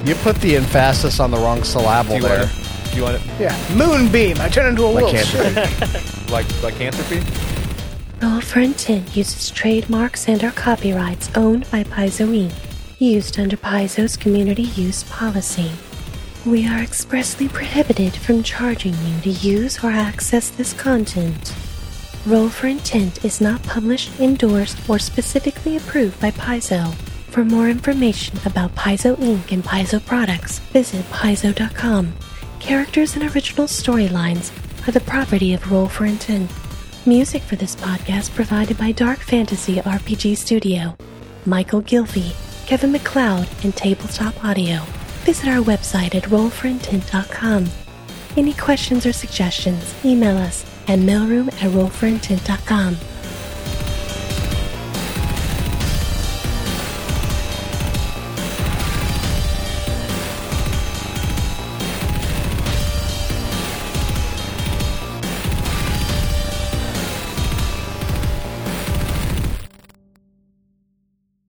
Speaker 2: You put the emphasis on the wrong syllable
Speaker 6: Do you
Speaker 2: there.
Speaker 6: want to, do you want it,
Speaker 3: Yeah. Moonbeam. I turn into a wolf.
Speaker 2: Lycanthropy.
Speaker 6: like lycanthropy?
Speaker 1: Roll for Intent uses trademarks and or copyrights owned by Paizo Inc. Used under Paizo's community use policy. We are expressly prohibited from charging you to use or access this content. Roll for Intent is not published, endorsed, or specifically approved by Paizo. For more information about Paizo Inc. and Paizo products, visit paizo.com. Characters and original storylines are the property of Roll for Intent. Music for this podcast provided by Dark Fantasy RPG Studio, Michael Gilvey, Kevin McLeod, and Tabletop Audio. Visit our website at rollforintent.com. Any questions or suggestions, email us at mailroom at rollforintent.com.